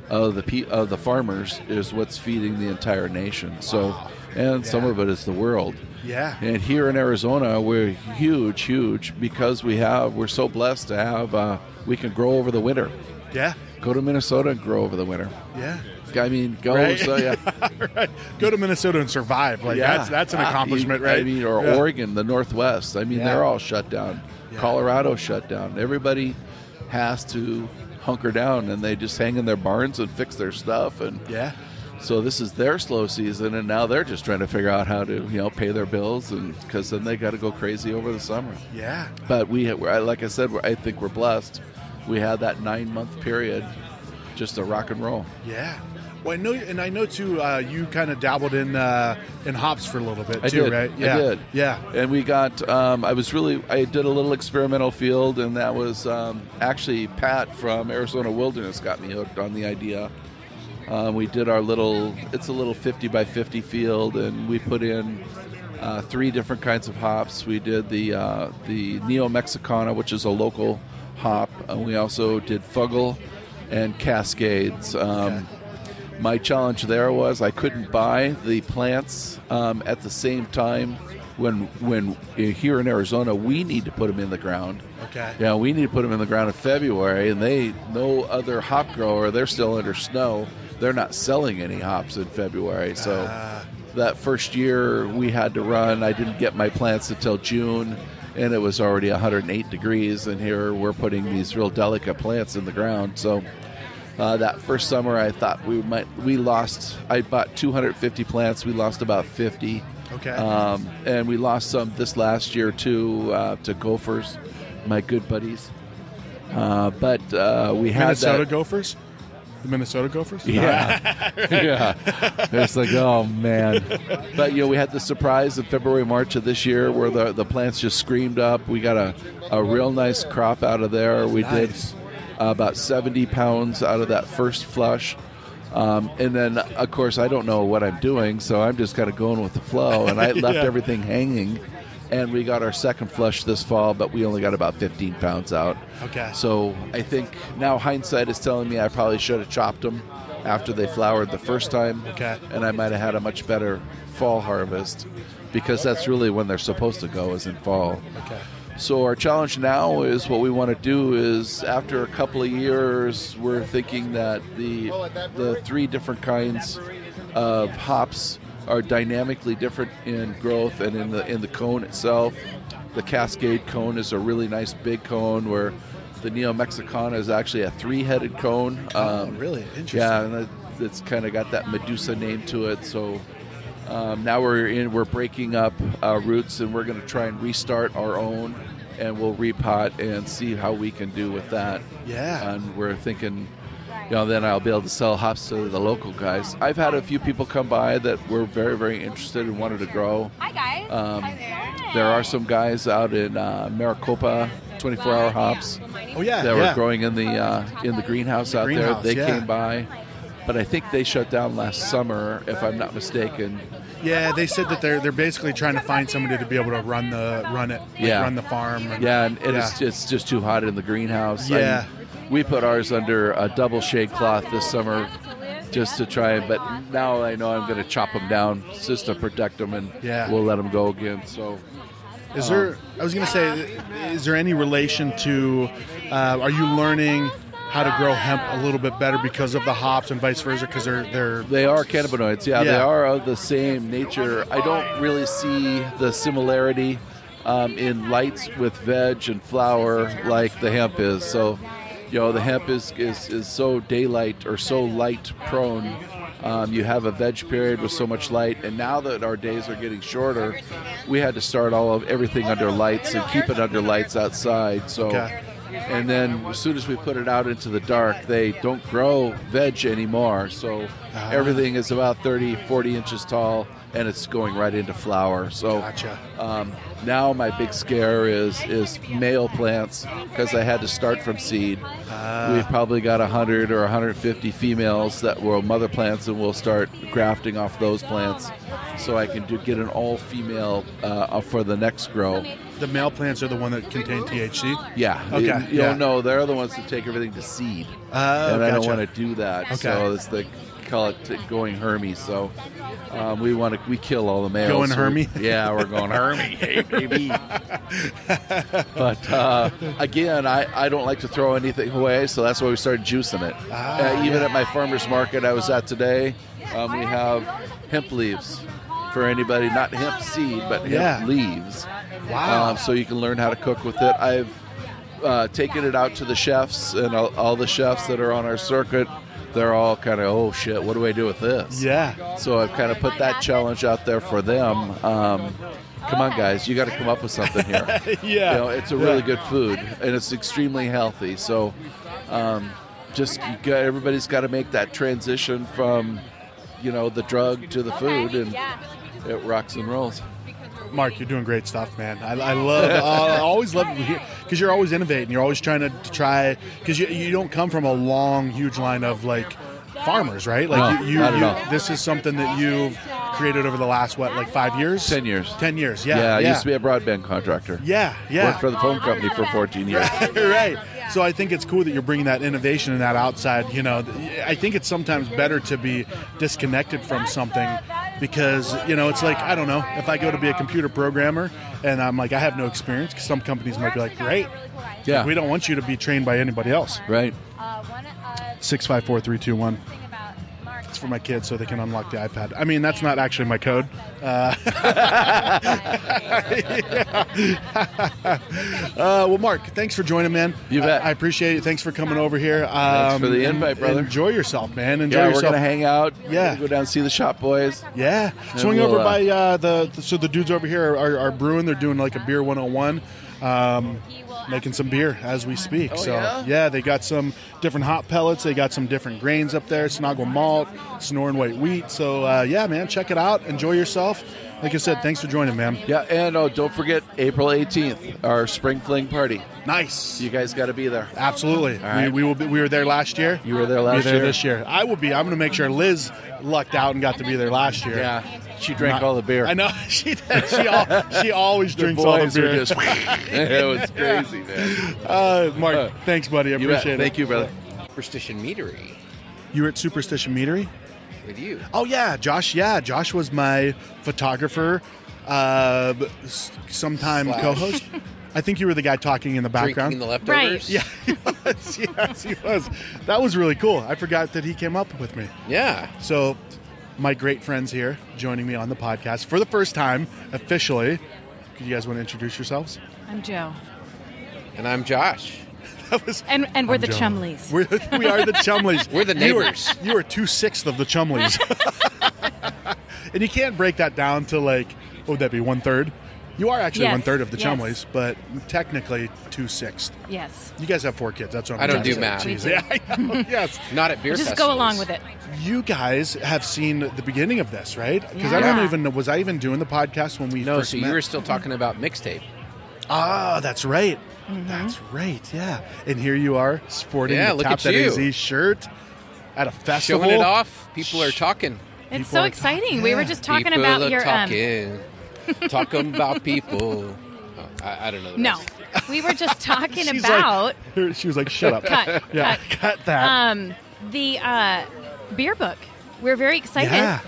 [SPEAKER 8] of the pe- of the farmers is what's feeding the entire nation. So, and some
[SPEAKER 1] Yeah.
[SPEAKER 8] of it is the world.
[SPEAKER 1] Yeah.
[SPEAKER 8] And here in Arizona, we're huge, huge because we have we're so blessed to have uh, we can grow over the winter.
[SPEAKER 1] Yeah,
[SPEAKER 8] Go to Minnesota and grow over the winter.
[SPEAKER 1] yeah.
[SPEAKER 8] I mean, go.
[SPEAKER 1] Right.
[SPEAKER 8] So, yeah.
[SPEAKER 1] right. Go to Minnesota and survive. Like
[SPEAKER 8] Yeah.
[SPEAKER 1] that's that's an
[SPEAKER 8] Ah, you-
[SPEAKER 1] accomplishment, right?
[SPEAKER 8] I mean, or
[SPEAKER 1] Yeah.
[SPEAKER 8] Oregon, the Northwest. I mean,
[SPEAKER 1] Yeah.
[SPEAKER 8] they're all shut down.
[SPEAKER 1] Yeah.
[SPEAKER 8] Colorado shut down. Everybody has to hunker down, and they just hang in their barns and fix their stuff. And
[SPEAKER 1] Yeah.
[SPEAKER 8] so this is their slow season, and now they're just trying to figure out how to you know pay their bills, and because then they got to go crazy over the summer.
[SPEAKER 1] Yeah.
[SPEAKER 8] But we, we're- like I said, we're- I think we're blessed. We had that nine month period just to rock and roll.
[SPEAKER 1] Yeah. Well, I know, and I know too. Uh, you kind of dabbled in uh, in hops for a little bit
[SPEAKER 8] I
[SPEAKER 1] too,
[SPEAKER 8] did.
[SPEAKER 1] right?
[SPEAKER 8] I
[SPEAKER 1] Yeah.
[SPEAKER 8] did.
[SPEAKER 1] Yeah.
[SPEAKER 8] And we got. Um, I was really. I did a little experimental field, and that was um, actually Pat from Arizona Wilderness got me hooked on the idea. Um, we did our little. It's a little fifty by fifty field, and we put in. Uh, three different kinds of hops. We did the uh, the Neo Mexicana, which is a local hop. And we also did Fuggle and Cascades. Um, my challenge there was I couldn't buy the plants um, at the same time when when uh, here in Arizona we need to put them in the ground.
[SPEAKER 1] Okay.
[SPEAKER 8] Yeah, we need to put them in the ground in February, and they no other hop grower. They're still under snow. They're not selling any hops in February. So
[SPEAKER 1] Ah.
[SPEAKER 8] that first year we had to run. I didn't get my plants until June, and it was already 108 degrees. And here we're putting these real delicate plants in the ground. So uh, that first summer, I thought we might we lost. I bought 250 plants. We lost about 50.
[SPEAKER 1] Okay.
[SPEAKER 8] Um, and we lost some this last year too uh, to Gophers, my good buddies. Uh, but uh, we had
[SPEAKER 1] Minnesota
[SPEAKER 8] that.
[SPEAKER 1] Gophers. The Minnesota Gophers.
[SPEAKER 8] Yeah. yeah. It's like, oh, man. But, you know, we had the surprise in February, March of this year where the, the plants just screamed up. We got a, a real nice crop out of there. We
[SPEAKER 1] Nice.
[SPEAKER 8] did about 70 pounds out of that first flush. Um, and then, of course, I don't know what I'm doing, so I'm just kind of going with the flow. And I left everything hanging. And we got our second flush this fall, but we only got about 15 pounds out.
[SPEAKER 1] Okay.
[SPEAKER 8] So I think now hindsight is telling me I probably should have chopped them after they flowered the first time.
[SPEAKER 1] Okay.
[SPEAKER 8] And I might have had a much better fall harvest because that's really when they're supposed to go is in fall.
[SPEAKER 1] Okay.
[SPEAKER 8] So our challenge now is what we want to do is after a couple of years, we're thinking that the the three different kinds of hops are dynamically different in growth and in the in the cone itself. The Cascade cone is a really nice big cone where the Neo Mexicana is actually a three-headed cone. Um,
[SPEAKER 1] Oh, really? Interesting.
[SPEAKER 8] Yeah, and it- it's kind of got that Medusa name to it. So um, now we're in. We're breaking up uh, roots, and we're going to try and restart our own, and we'll repot and see how we can do with that.
[SPEAKER 1] Yeah.
[SPEAKER 8] And we're thinking, you know, then I'll be able to sell hops to the local guys. I've had a few people come by that were very, very interested and wanted to grow.
[SPEAKER 4] Hi guys.
[SPEAKER 8] Um, There are some guys out in uh, Maricopa, 24-hour hops
[SPEAKER 1] Oh yeah.
[SPEAKER 8] that
[SPEAKER 1] yeah.
[SPEAKER 8] were growing in the uh, in the greenhouse out
[SPEAKER 1] greenhouse,
[SPEAKER 8] there. They
[SPEAKER 1] yeah.
[SPEAKER 8] came by, but I think they shut down last summer, if I'm not mistaken.
[SPEAKER 1] Yeah. They said that they're they're basically trying to find somebody to be able to run the run it. like,
[SPEAKER 8] Yeah.
[SPEAKER 1] Run the farm. and-
[SPEAKER 8] Yeah, and it is-
[SPEAKER 1] Yeah.
[SPEAKER 8] it's just too hot in the greenhouse. I mean,
[SPEAKER 1] Yeah.
[SPEAKER 8] we put ours under a double shade cloth this summer just to try it, but now I know I'm going to chop them down just to protect them and
[SPEAKER 1] Yeah.
[SPEAKER 8] we'll let them go again. So
[SPEAKER 1] Is there? I was gonna say, is there any relation to? Uh, are you learning how to grow hemp a little bit better because of the hops and vice versa? Because they're they're
[SPEAKER 8] they are cannabinoids. Yeah, they
[SPEAKER 1] Yeah.
[SPEAKER 8] are of the same nature. I don't really see the similarity um, in lights with veg and flour like the hemp is. So, you know, the hemp is is, is so daylight or so light prone. Um, you have a veg period with so much light, and now that our days are getting shorter, we had to start all of everything under lights and keep it under lights outside. So.
[SPEAKER 1] Okay.
[SPEAKER 8] And then as soon as we put it out into the dark, they don't grow veg anymore. So
[SPEAKER 1] Ah.
[SPEAKER 8] everything is about 30, 40 inches tall and it's going right into flower. So
[SPEAKER 1] Gotcha.
[SPEAKER 8] um, now my big scare is is male plants because I had to start from seed.
[SPEAKER 1] Ah.
[SPEAKER 8] We've probably got 100 or 150 females that were mother plants and we'll start grafting off those plants so I can do, get an all female uh, for the next grow.
[SPEAKER 1] the male plants are the one that contain THC.
[SPEAKER 8] Yeah.
[SPEAKER 1] Okay,
[SPEAKER 8] You, you
[SPEAKER 1] yeah.
[SPEAKER 8] don't know. They're the ones that take everything to seed.
[SPEAKER 1] Oh,
[SPEAKER 8] and I don't
[SPEAKER 1] gotcha.
[SPEAKER 8] want to do that.
[SPEAKER 1] Okay.
[SPEAKER 8] So it's like, call it t- going Hermy. So um, we want to we kill all the males.
[SPEAKER 1] Going
[SPEAKER 8] So we-
[SPEAKER 1] Hermy?
[SPEAKER 8] yeah, we're going Hermy. Hey, baby. but uh, again, I, I don't like to throw anything away, so that's why we started juicing it.
[SPEAKER 1] Ah,
[SPEAKER 8] uh, even at my farmer's market I was at today, um, we have hemp leaves for anybody, not hemp seed, but hemp
[SPEAKER 1] Yeah.
[SPEAKER 8] leaves. Wow. Um, so you can learn how to cook with it. I've uh, taken it out to the chefs, and all, all the chefs that are on our circuit, they're all kind of, oh shit, what do I do with this?
[SPEAKER 1] Yeah.
[SPEAKER 8] So I've kind of put that challenge out there for them. Um, come on, guys, you got to come up with something here.
[SPEAKER 1] Yeah.
[SPEAKER 8] You know, it's a really good food, and it's extremely healthy. So, um, just you got, everybody's got to make that transition from, you know, the drug to the food, and it rocks and rolls.
[SPEAKER 1] Mark, you're doing great stuff, man. I, I love, I always love because you're always innovating. You're always trying to try because you, you don't come from a long, huge line of like farmers, right? Like
[SPEAKER 8] No,
[SPEAKER 1] you, you,
[SPEAKER 8] not at
[SPEAKER 1] you-
[SPEAKER 8] all.
[SPEAKER 1] this is something that you've created over the last what, like five years,
[SPEAKER 8] Ten years.
[SPEAKER 1] ten years. Yeah,
[SPEAKER 8] Yeah,
[SPEAKER 1] yeah,
[SPEAKER 8] I used to be a broadband contractor.
[SPEAKER 1] yeah, yeah.
[SPEAKER 8] Worked for the phone company for 14 years.
[SPEAKER 1] right. So I think it's cool that you're bringing that innovation and that outside. You know, th- I think it's sometimes better to be disconnected from something because you know it's like I don't know if I go to be a computer programmer and I'm like I have no experience. 'cause some companies might be like, great,
[SPEAKER 8] Yeah.
[SPEAKER 1] we don't want you to be trained by anybody else. Uh,
[SPEAKER 8] Right.
[SPEAKER 1] Six five four three two one. It's for my kids so they can unlock the iPad. I mean, that's not actually my code. Uh, Uh, well, Mark, thanks for joining, man.
[SPEAKER 8] You bet.
[SPEAKER 1] I, I appreciate it. Thanks for coming over here. Um,
[SPEAKER 8] for the
[SPEAKER 1] and-
[SPEAKER 8] invite, brother.
[SPEAKER 1] Enjoy yourself, man. Enjoy
[SPEAKER 8] yeah, we're
[SPEAKER 1] yourself.
[SPEAKER 8] gonna hang out.
[SPEAKER 1] Yeah.
[SPEAKER 8] go down and see the shop boys.
[SPEAKER 1] Yeah,
[SPEAKER 8] And
[SPEAKER 1] swing
[SPEAKER 8] we'll,
[SPEAKER 1] over
[SPEAKER 8] uh,
[SPEAKER 1] by uh, the, the- so the dudes over here are, are brewing. They're doing like a beer 101, um, making some beer as we speak. so
[SPEAKER 8] Oh, yeah?
[SPEAKER 1] they got some different hot pellets. They got some different grains up there: Snagwa malt, Sonoran white wheat. So uh, yeah, man, check it out. Enjoy yourself. Like I said, thanks for joining, man.
[SPEAKER 8] Yeah, and oh, don't forget April 18th, our spring fling party.
[SPEAKER 1] Nice.
[SPEAKER 8] You guys got to be there.
[SPEAKER 1] Absolutely.
[SPEAKER 8] right.
[SPEAKER 1] We, we will be, we were there last year.
[SPEAKER 8] You were there
[SPEAKER 1] We'll be
[SPEAKER 8] last
[SPEAKER 1] there
[SPEAKER 8] year.
[SPEAKER 1] this year. I will be. I'm going to make sure Liz lucked out and got to be there last year.
[SPEAKER 8] Yeah, she drank all the beer.
[SPEAKER 1] I know she did. She all, she always
[SPEAKER 8] The
[SPEAKER 1] drinks all the
[SPEAKER 8] boys were
[SPEAKER 1] beer.
[SPEAKER 8] just- it was crazy, man.
[SPEAKER 1] uh, Mark, thanks, buddy. I
[SPEAKER 8] You bet.
[SPEAKER 1] appreciate it.
[SPEAKER 8] Thank you, brother.
[SPEAKER 9] Superstition Meadery
[SPEAKER 1] You were at Superstition Meadery.
[SPEAKER 9] with you.
[SPEAKER 1] Oh yeah, Josh. Yeah, Josh was my photographer, uh, b- s- sometime
[SPEAKER 9] Slash.
[SPEAKER 1] co-host. I think you were the guy talking in the
[SPEAKER 9] Drinking
[SPEAKER 1] background.
[SPEAKER 9] the leftovers.
[SPEAKER 1] yeah, he was. yes, he was. That was really cool. I forgot that he came up with me.
[SPEAKER 9] Yeah.
[SPEAKER 1] So, my great friends here joining me on the podcast for the first time officially. Could you guys want to introduce yourselves?
[SPEAKER 10] I'm Joe,
[SPEAKER 9] And I'm Josh.
[SPEAKER 1] That was.
[SPEAKER 10] and and we're the
[SPEAKER 1] Joe.
[SPEAKER 10] Chumleys.
[SPEAKER 1] We're, we are the Chumleys.
[SPEAKER 9] We're the
[SPEAKER 1] You are-
[SPEAKER 9] neighbors.
[SPEAKER 1] You are two sixths of the Chumleys. and you can't break that down to like, oh, that'd be one third. You are actually
[SPEAKER 10] Yes,
[SPEAKER 1] one third of the
[SPEAKER 10] yes.
[SPEAKER 1] Chumleys, but technically two sixths.
[SPEAKER 10] yes,
[SPEAKER 1] You guys have four kids. That's what I'm
[SPEAKER 9] I don't
[SPEAKER 1] trying to
[SPEAKER 9] do
[SPEAKER 1] say.
[SPEAKER 9] math.
[SPEAKER 1] Jeez, Yeah, I know. yes.
[SPEAKER 9] Not at beer
[SPEAKER 10] just go
[SPEAKER 9] festivals.
[SPEAKER 10] along with it.
[SPEAKER 1] You guys have seen the beginning of this, right? Because I
[SPEAKER 10] Yeah.
[SPEAKER 1] don't even know. Was I even doing the podcast when we
[SPEAKER 9] No,
[SPEAKER 1] first
[SPEAKER 9] Oh, so
[SPEAKER 1] met?
[SPEAKER 9] you were still talking about mixtape.
[SPEAKER 1] Ah, that's right.
[SPEAKER 10] Mm-hmm.
[SPEAKER 1] That's right. Yeah. And here you are sporting
[SPEAKER 9] Yeah,
[SPEAKER 1] the
[SPEAKER 9] look
[SPEAKER 1] Tap
[SPEAKER 9] at
[SPEAKER 1] That
[SPEAKER 9] you.
[SPEAKER 1] AZ shirt at a festival.
[SPEAKER 9] Showing it off. People are talking.
[SPEAKER 10] It's
[SPEAKER 1] People
[SPEAKER 10] so
[SPEAKER 1] are
[SPEAKER 10] exciting.
[SPEAKER 1] talking-
[SPEAKER 10] We were
[SPEAKER 1] yeah.
[SPEAKER 10] just talking
[SPEAKER 9] people
[SPEAKER 10] about
[SPEAKER 9] are
[SPEAKER 10] your um.
[SPEAKER 9] talking. talking about people. Oh, I, I don't know. The
[SPEAKER 10] No,
[SPEAKER 9] rest.
[SPEAKER 10] we were just talking
[SPEAKER 1] She's
[SPEAKER 10] about
[SPEAKER 1] like- she was like, "Shut up,
[SPEAKER 10] Cut,
[SPEAKER 1] yeah, cut,
[SPEAKER 10] cut.
[SPEAKER 1] that."
[SPEAKER 10] um the uh, beer book. We're very excited,
[SPEAKER 1] Yeah.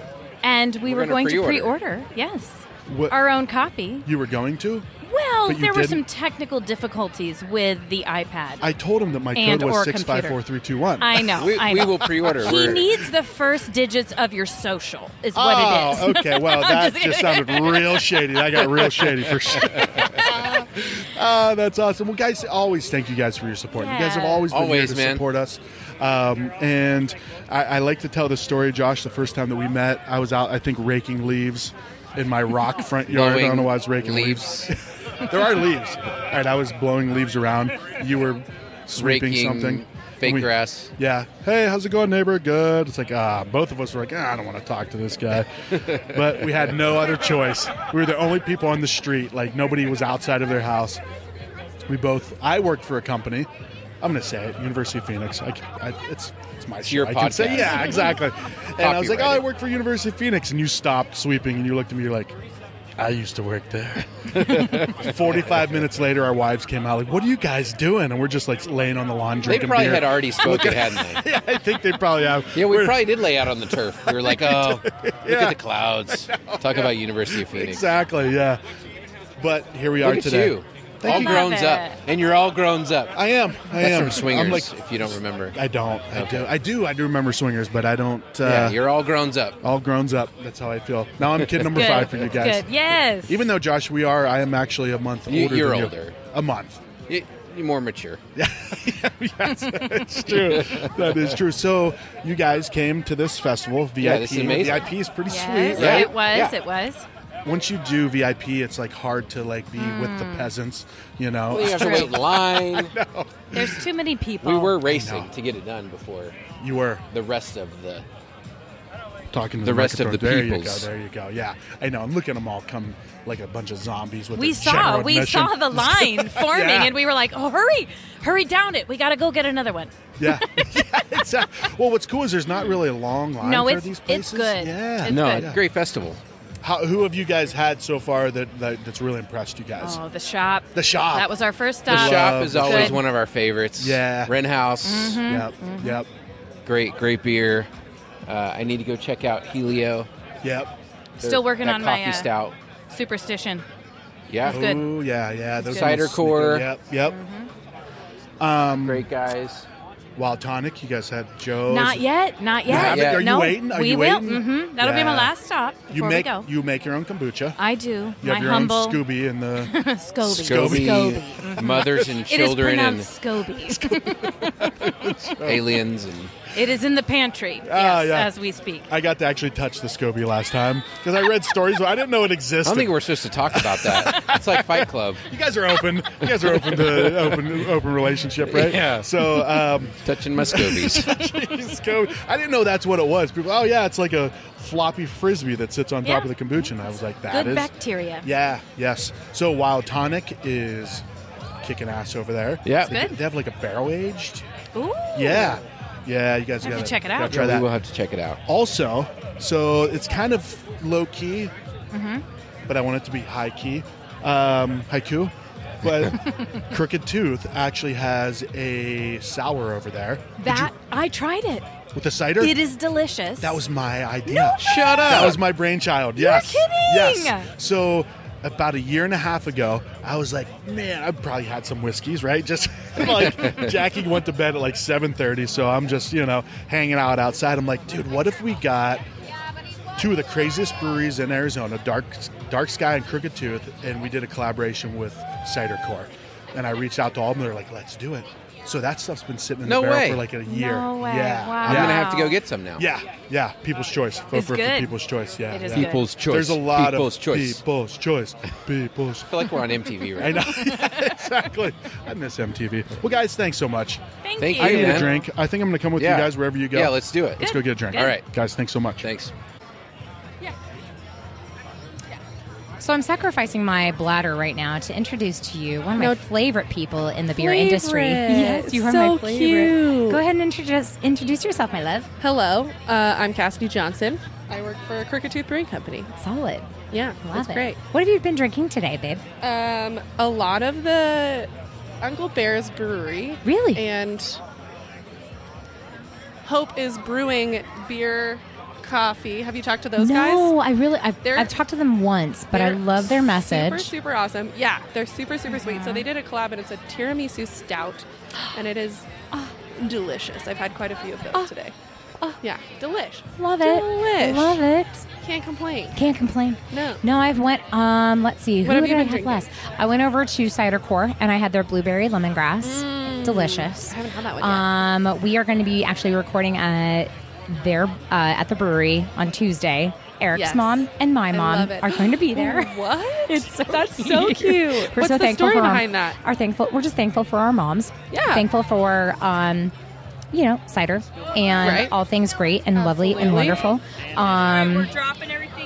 [SPEAKER 10] and we
[SPEAKER 9] We're
[SPEAKER 10] were,
[SPEAKER 9] gonna
[SPEAKER 10] going to
[SPEAKER 9] pre-order.
[SPEAKER 10] pre-order. Yes,
[SPEAKER 1] What-
[SPEAKER 10] our own copy.
[SPEAKER 1] you were going to?
[SPEAKER 10] Well,
[SPEAKER 1] But you
[SPEAKER 10] there were
[SPEAKER 1] didn't?
[SPEAKER 10] some technical difficulties with the iPad.
[SPEAKER 1] I told him that my
[SPEAKER 10] And
[SPEAKER 1] code was
[SPEAKER 10] or
[SPEAKER 1] six five four three two one.
[SPEAKER 10] I know.
[SPEAKER 9] We,
[SPEAKER 10] I
[SPEAKER 9] we
[SPEAKER 10] know.
[SPEAKER 9] will pre-order.
[SPEAKER 10] He
[SPEAKER 9] We're-
[SPEAKER 10] needs the first digits of your social, is what
[SPEAKER 1] Oh,
[SPEAKER 10] it is.
[SPEAKER 1] okay. Well, that
[SPEAKER 10] I'm
[SPEAKER 1] just,
[SPEAKER 10] just kidding.
[SPEAKER 1] sounded real shady. I got real shady for sure. Ah, that's awesome. Well, guys, always thank you guys for your support. You guys have
[SPEAKER 10] Yeah.
[SPEAKER 1] always been
[SPEAKER 9] Always,
[SPEAKER 1] here to
[SPEAKER 9] man.
[SPEAKER 1] support us. Um, and I, I like to tell the story, Josh. The first time that we met, I was out, I think, raking leaves in my rock front yard. I don't know why I was raking leaves. There are leaves. All right, I was blowing leaves around. You were sweeping
[SPEAKER 9] Raking
[SPEAKER 1] something.
[SPEAKER 9] fake
[SPEAKER 1] We-
[SPEAKER 9] grass.
[SPEAKER 1] Yeah. Hey, how's it going, neighbor? Good. It's like, ah, both of us were like, ah, I don't want to talk to this guy. but we had no other choice. We were the only people on the street. Like, nobody was outside of their house. We both, I worked for a company. I'm going to say it, University of Phoenix. I, c- I- it's, it's my show.
[SPEAKER 9] your
[SPEAKER 1] I can say,
[SPEAKER 9] podcast.
[SPEAKER 1] yeah, exactly. and I was like, oh, I
[SPEAKER 9] Copyrighted.
[SPEAKER 1] work for University of Phoenix. And you stopped sweeping and you looked at me, you're like, I used to work there. 45 minutes later, our wives came out, like, what are you guys doing? And we're just like laying on the lawn
[SPEAKER 9] They
[SPEAKER 1] drinking
[SPEAKER 9] probably
[SPEAKER 1] beer.
[SPEAKER 9] had already spoken, hadn't they?
[SPEAKER 1] yeah, I think they probably have.
[SPEAKER 9] Yeah, we
[SPEAKER 1] We're-
[SPEAKER 9] probably did lay out on the turf. We were like, oh, look at the clouds. Talk about University of Phoenix.
[SPEAKER 1] Exactly, yeah. But here we
[SPEAKER 9] Look
[SPEAKER 1] are
[SPEAKER 9] at
[SPEAKER 1] today.
[SPEAKER 9] you. all
[SPEAKER 10] you.
[SPEAKER 9] grown
[SPEAKER 10] Love
[SPEAKER 9] up.
[SPEAKER 10] it.
[SPEAKER 9] And you're all grown up.
[SPEAKER 1] I am. I
[SPEAKER 9] That's
[SPEAKER 1] am.
[SPEAKER 9] from Swingers,
[SPEAKER 1] I'm like,
[SPEAKER 9] if you don't remember.
[SPEAKER 1] I uh, don't. I
[SPEAKER 9] Okay.
[SPEAKER 1] do. I do. I do remember Swingers, but I don't. Uh,
[SPEAKER 9] yeah, you're all grown up.
[SPEAKER 1] all grown up. That's how I feel. Now I'm kid number
[SPEAKER 10] Good.
[SPEAKER 1] five for you
[SPEAKER 10] It's
[SPEAKER 1] guys.
[SPEAKER 10] Good. Yes.
[SPEAKER 1] Even though Josh, we are. I am actually a month
[SPEAKER 9] You-
[SPEAKER 1] older.
[SPEAKER 9] you're
[SPEAKER 1] than you.
[SPEAKER 9] older.
[SPEAKER 1] A month.
[SPEAKER 9] You- You're more mature.
[SPEAKER 1] It's true. that is true. So you guys came to this festival VIP.
[SPEAKER 9] Yeah, this is amazing.
[SPEAKER 1] VIP is pretty
[SPEAKER 10] yes,
[SPEAKER 1] sweet. Right?
[SPEAKER 10] it was.
[SPEAKER 9] Yeah.
[SPEAKER 10] It was.
[SPEAKER 1] Once you do VIP, it's like hard to like be with
[SPEAKER 9] Hmm.
[SPEAKER 1] the peasants. You know.
[SPEAKER 9] We have to
[SPEAKER 10] true.
[SPEAKER 9] wait in line.
[SPEAKER 10] There's too many people.
[SPEAKER 9] We were racing to get it done before
[SPEAKER 1] You were
[SPEAKER 9] the rest of the.
[SPEAKER 1] talking to
[SPEAKER 9] The
[SPEAKER 1] the,
[SPEAKER 9] rest of
[SPEAKER 1] microphone.
[SPEAKER 9] the
[SPEAKER 1] There you go.
[SPEAKER 9] peoples.
[SPEAKER 1] There you go. Yeah, I know. I'm looking at them all come like a bunch of zombies with.
[SPEAKER 10] We
[SPEAKER 1] a
[SPEAKER 10] saw.
[SPEAKER 1] general
[SPEAKER 10] We
[SPEAKER 1] admission.
[SPEAKER 10] saw the line forming,
[SPEAKER 1] Yeah.
[SPEAKER 10] and we were like, "Oh, hurry, hurry down it! We got to go get another one."
[SPEAKER 1] Yeah. yeah exactly. Well, what's cool is there's not really a long line
[SPEAKER 10] No,
[SPEAKER 1] for
[SPEAKER 10] it's-
[SPEAKER 1] these
[SPEAKER 10] it's
[SPEAKER 1] places.
[SPEAKER 10] good.
[SPEAKER 1] Yeah.
[SPEAKER 10] It's
[SPEAKER 9] no,
[SPEAKER 10] good.
[SPEAKER 9] a great festival.
[SPEAKER 1] How, who have you guys had so far that, that that's really impressed you guys?
[SPEAKER 10] Oh, the shop.
[SPEAKER 1] The shop.
[SPEAKER 10] That was our first
[SPEAKER 9] The
[SPEAKER 10] stop.
[SPEAKER 9] shop is
[SPEAKER 10] Good.
[SPEAKER 9] always one of our favorites.
[SPEAKER 1] Uh, Yeah. Mm-hmm.
[SPEAKER 9] Ren House,
[SPEAKER 1] Yep.
[SPEAKER 10] Mm-hmm.
[SPEAKER 1] Yep.
[SPEAKER 9] great, great beer. Uh, I need to go check out Helio.
[SPEAKER 1] Yep.
[SPEAKER 9] Their-
[SPEAKER 10] Still working
[SPEAKER 9] that
[SPEAKER 10] on
[SPEAKER 9] coffee
[SPEAKER 10] my uh,
[SPEAKER 9] stout.
[SPEAKER 10] superstition.
[SPEAKER 9] Yeah,
[SPEAKER 10] good. Mm-hmm.
[SPEAKER 1] Ooh, yeah, yeah. Those
[SPEAKER 9] good. Cider
[SPEAKER 1] little sneaker-
[SPEAKER 9] core.
[SPEAKER 1] Yep. Yep. Um,
[SPEAKER 9] great guys.
[SPEAKER 1] Wild tonic. You guys had Joe's.
[SPEAKER 10] Not yet. Not
[SPEAKER 1] You
[SPEAKER 10] yet.
[SPEAKER 1] haven't?
[SPEAKER 9] Yeah.
[SPEAKER 1] Are you
[SPEAKER 10] no,
[SPEAKER 1] waiting? Are
[SPEAKER 10] we
[SPEAKER 1] you
[SPEAKER 10] will.
[SPEAKER 1] waiting?
[SPEAKER 10] hmm That'll be
[SPEAKER 1] Yeah.
[SPEAKER 10] my last stop before
[SPEAKER 1] You make
[SPEAKER 10] we go.
[SPEAKER 1] you make your own kombucha.
[SPEAKER 10] I do.
[SPEAKER 1] You
[SPEAKER 10] my
[SPEAKER 1] have your
[SPEAKER 10] humble
[SPEAKER 1] own Scooby in the.
[SPEAKER 10] Scobie.
[SPEAKER 9] Scobie, Mm-hmm.
[SPEAKER 10] Scobie.
[SPEAKER 9] mothers and
[SPEAKER 10] It is
[SPEAKER 9] children and
[SPEAKER 10] pronounced Scobie.
[SPEAKER 9] aliens and
[SPEAKER 10] it is in the pantry. Yes,
[SPEAKER 1] Ah, yeah.
[SPEAKER 10] as we speak.
[SPEAKER 1] I got to actually touch the Scooby last time because I read stories, but I didn't know it
[SPEAKER 9] I
[SPEAKER 1] existed.
[SPEAKER 9] don't think we're supposed to talk about that. it's like Fight Club.
[SPEAKER 1] you guys are open. You guys are open to open open relationship, right?
[SPEAKER 9] Yeah.
[SPEAKER 1] So um,
[SPEAKER 9] Touching my scobies.
[SPEAKER 1] Scooby. I didn't know that's what it was. People, oh yeah, it's like a floppy frisbee that sits on top
[SPEAKER 10] Yeah.
[SPEAKER 1] of the kombucha. And I was like, that
[SPEAKER 10] Good
[SPEAKER 1] is.
[SPEAKER 10] bacteria.
[SPEAKER 1] Yeah. Yes. So Wild Tonic is kicking ass over there.
[SPEAKER 9] Yeah.
[SPEAKER 1] They,
[SPEAKER 10] Good.
[SPEAKER 1] they have like a barrel aged.
[SPEAKER 10] Ooh.
[SPEAKER 1] Yeah. Yeah. You guys
[SPEAKER 10] Have to
[SPEAKER 1] gotta
[SPEAKER 10] check it out.
[SPEAKER 1] gotta
[SPEAKER 9] we
[SPEAKER 1] Try
[SPEAKER 9] will
[SPEAKER 1] that.
[SPEAKER 9] have to check it out.
[SPEAKER 1] Also, so it's kind of low key,
[SPEAKER 10] Mm-hmm.
[SPEAKER 1] but I want it to be high key. Um, haiku. But Crooked Tooth actually has a sour over there
[SPEAKER 10] That I tried it.
[SPEAKER 1] with a cider.
[SPEAKER 10] It is delicious.
[SPEAKER 1] That was my idea.
[SPEAKER 9] Shut up.
[SPEAKER 1] That was my brainchild. Yes.
[SPEAKER 10] kidding.
[SPEAKER 1] Yes. So about a year and a half ago, I was like, man, I probably had some whiskeys, right? Just like Jackie went to bed at like 7:30, so I'm just, you know, hanging out outside. I'm like, dude, what if we got two of the craziest breweries in Arizona, Dark Dark Sky and Crooked Tooth, and we did a collaboration with Cider Core. And I reached out to all of them. They're like, let's do it. So that stuff's been sitting in
[SPEAKER 9] No
[SPEAKER 1] the barrel
[SPEAKER 9] way.
[SPEAKER 1] for like a year.
[SPEAKER 10] No way.
[SPEAKER 1] Yeah.
[SPEAKER 10] Wow.
[SPEAKER 9] I'm
[SPEAKER 1] Yeah.
[SPEAKER 9] gonna have to go get some now.
[SPEAKER 1] Yeah, yeah. People's choice. Vote
[SPEAKER 10] It's
[SPEAKER 1] for, for
[SPEAKER 10] good.
[SPEAKER 1] People's choice. Yeah,
[SPEAKER 10] It is
[SPEAKER 1] yeah.
[SPEAKER 10] good.
[SPEAKER 9] People's choice.
[SPEAKER 1] There's a lot
[SPEAKER 9] People's
[SPEAKER 1] of
[SPEAKER 9] choice.
[SPEAKER 1] people's choice. People's.
[SPEAKER 9] I feel like we're on MTV
[SPEAKER 1] I
[SPEAKER 9] right
[SPEAKER 1] know
[SPEAKER 9] now.
[SPEAKER 1] exactly. I miss MTV. Well, guys, thanks so much.
[SPEAKER 10] Thank,
[SPEAKER 9] Thank
[SPEAKER 10] you.
[SPEAKER 1] I need
[SPEAKER 9] man.
[SPEAKER 1] a drink. I think I'm going to come with
[SPEAKER 9] Yeah.
[SPEAKER 1] you guys wherever you go.
[SPEAKER 9] Yeah, let's do it.
[SPEAKER 1] Let's go get a drink.
[SPEAKER 10] Good.
[SPEAKER 9] All right.
[SPEAKER 1] guys. Thanks so much.
[SPEAKER 9] Thanks.
[SPEAKER 4] So I'm sacrificing my bladder right now to introduce to you one of my favorite people in the beer industry.
[SPEAKER 7] Favorite.
[SPEAKER 4] Yes, you are
[SPEAKER 7] So
[SPEAKER 4] my favorite.
[SPEAKER 7] cute.
[SPEAKER 4] Go ahead and introduce introduce yourself, my love.
[SPEAKER 7] Hello, uh, I'm Cassidy Johnson. I work for Crooked Tooth Brewing Company.
[SPEAKER 4] Solid.
[SPEAKER 7] Yeah,
[SPEAKER 4] Love
[SPEAKER 7] that's
[SPEAKER 4] it.
[SPEAKER 7] great.
[SPEAKER 4] What have you been drinking today, babe?
[SPEAKER 7] Um, a lot of the Uncle Bear's Brewery
[SPEAKER 4] Really?
[SPEAKER 7] and Hope is Brewing beer, coffee. Have you talked to those guys?
[SPEAKER 4] no, I really I've,
[SPEAKER 7] They're-
[SPEAKER 4] I've talked to them once, but I
[SPEAKER 7] They're
[SPEAKER 4] love their message.
[SPEAKER 7] Super, super awesome. Yeah, they're super,
[SPEAKER 4] Oh
[SPEAKER 7] super sweet. So they did a collab, and it's a tiramisu stout, and it is ah, delicious. I've had quite a few of
[SPEAKER 4] Ah.
[SPEAKER 7] those today. Oh, yeah, delish.
[SPEAKER 4] Love it.
[SPEAKER 7] Delish.
[SPEAKER 4] Love it.
[SPEAKER 7] Can't complain.
[SPEAKER 4] Can't complain.
[SPEAKER 7] No.
[SPEAKER 4] No, I've went. Um, let's see. Who
[SPEAKER 7] What have
[SPEAKER 4] did
[SPEAKER 7] you
[SPEAKER 4] I
[SPEAKER 7] been
[SPEAKER 4] have
[SPEAKER 7] drinking?
[SPEAKER 4] last? I went over to Cider Core and I had their blueberry lemongrass. Delicious.
[SPEAKER 7] Mm. I haven't had that one yet.
[SPEAKER 4] Um, we are going to be actually recording at their uh, at the brewery on Tuesday. Eric's
[SPEAKER 7] Yes.
[SPEAKER 4] mom and my
[SPEAKER 7] I
[SPEAKER 4] mom
[SPEAKER 7] love it.
[SPEAKER 4] are going to be there.
[SPEAKER 7] What?
[SPEAKER 4] It's so
[SPEAKER 7] That's so cute.
[SPEAKER 4] We're
[SPEAKER 7] What's
[SPEAKER 4] so
[SPEAKER 7] the
[SPEAKER 4] thankful
[SPEAKER 7] story
[SPEAKER 4] for our-
[SPEAKER 7] behind that?
[SPEAKER 4] Are thankful. We're just thankful for our moms.
[SPEAKER 7] Yeah.
[SPEAKER 4] Thankful for um, you know, cider and
[SPEAKER 7] Right.
[SPEAKER 4] all things great and lovely and
[SPEAKER 7] Absolutely.
[SPEAKER 4] wonderful. Um,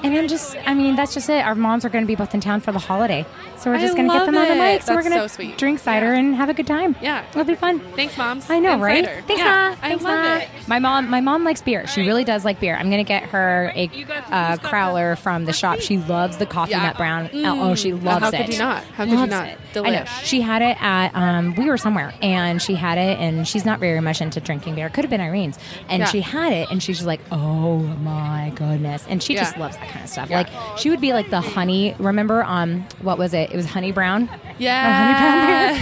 [SPEAKER 4] And I'm just, I mean, that's just it. Our moms are going to be both in town for the holiday. So we're
[SPEAKER 7] I
[SPEAKER 4] just going to get
[SPEAKER 7] love
[SPEAKER 4] them on the
[SPEAKER 7] it.
[SPEAKER 4] mic. So we're
[SPEAKER 7] That's
[SPEAKER 4] going to
[SPEAKER 7] so sweet.
[SPEAKER 4] drink cider
[SPEAKER 7] Yeah.
[SPEAKER 4] and have a good time.
[SPEAKER 7] Yeah.
[SPEAKER 4] It'll be fun.
[SPEAKER 7] Thanks, moms.
[SPEAKER 4] I know,
[SPEAKER 7] And
[SPEAKER 4] right?
[SPEAKER 7] cider.
[SPEAKER 4] Thanks,
[SPEAKER 7] yeah,
[SPEAKER 4] Ma.
[SPEAKER 7] I
[SPEAKER 4] Thanks,
[SPEAKER 7] love
[SPEAKER 4] Ma.
[SPEAKER 7] it.
[SPEAKER 4] My mom, my mom likes beer. She really does like beer. I'm gonna get her a
[SPEAKER 7] you guys
[SPEAKER 4] uh,
[SPEAKER 7] just got
[SPEAKER 4] crowler from the shop. She loves the coffee
[SPEAKER 7] Yeah. Mm.
[SPEAKER 4] nut brown. Oh, she loves
[SPEAKER 7] how
[SPEAKER 4] it.
[SPEAKER 7] could you not? How could you
[SPEAKER 4] Loves
[SPEAKER 7] not?
[SPEAKER 4] it. I know.
[SPEAKER 7] Delish.
[SPEAKER 4] She had it at um, we were somewhere, and she had it, and she's not very much into drinking beer. Could have been Irene's, and
[SPEAKER 7] Yeah.
[SPEAKER 4] she had it, and she's just like, oh my goodness, and she
[SPEAKER 7] Yeah.
[SPEAKER 4] just loves that kind of stuff. Like she would be like the honey. Remember, um, what was it? It was honey brown.
[SPEAKER 7] Yeah.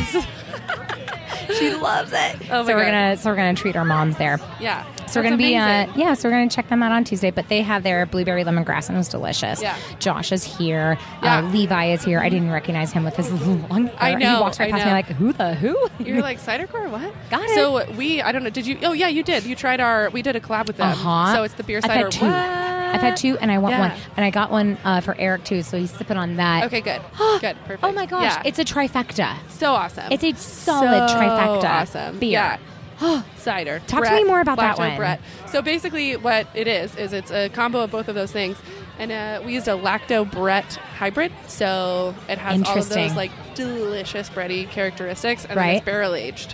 [SPEAKER 4] She loves it.
[SPEAKER 7] Oh my
[SPEAKER 4] so we're
[SPEAKER 7] God.
[SPEAKER 4] gonna so we're gonna treat our moms there.
[SPEAKER 7] Yeah.
[SPEAKER 4] So we're
[SPEAKER 7] That's
[SPEAKER 4] gonna be uh,
[SPEAKER 7] amazing.
[SPEAKER 4] yeah, so we're gonna check them out on Tuesday. But they have their blueberry lemongrass and it was delicious.
[SPEAKER 7] Yeah.
[SPEAKER 4] Josh is here.
[SPEAKER 7] Yeah.
[SPEAKER 4] Uh, Levi is here. I didn't recognize him with his long hair.
[SPEAKER 7] I
[SPEAKER 4] He
[SPEAKER 7] know,
[SPEAKER 4] walks right
[SPEAKER 7] I
[SPEAKER 4] past me
[SPEAKER 7] know.
[SPEAKER 4] like, who the who?
[SPEAKER 7] You're like cider core, what?
[SPEAKER 4] Got
[SPEAKER 7] So we, I don't know. Did you? Oh yeah, you did. You tried our. We did a collab with them.
[SPEAKER 4] uh huh.
[SPEAKER 7] So it's the beer
[SPEAKER 4] I've
[SPEAKER 7] cider.
[SPEAKER 4] had two.
[SPEAKER 7] What?
[SPEAKER 4] I've had two, and I want
[SPEAKER 7] Yeah.
[SPEAKER 4] one. And I got one uh, for Eric too, so he's sipping on that.
[SPEAKER 7] Okay, good. good. Perfect.
[SPEAKER 4] Oh my gosh,
[SPEAKER 7] Yeah.
[SPEAKER 4] it's a trifecta.
[SPEAKER 7] so awesome.
[SPEAKER 4] It's a solid
[SPEAKER 7] so
[SPEAKER 4] trifecta.
[SPEAKER 7] Awesome.
[SPEAKER 4] beer.
[SPEAKER 7] Yeah. cider.
[SPEAKER 4] Talk to me more about that
[SPEAKER 7] Black Dog
[SPEAKER 4] one.
[SPEAKER 7] Brett. So basically, what it is is it's a combo of both of those things, and uh, we used a lacto Brett hybrid. So it has all of those
[SPEAKER 4] Interesting.
[SPEAKER 7] like delicious bready characteristics, and then
[SPEAKER 4] Right. Mm.
[SPEAKER 7] it's barrel aged.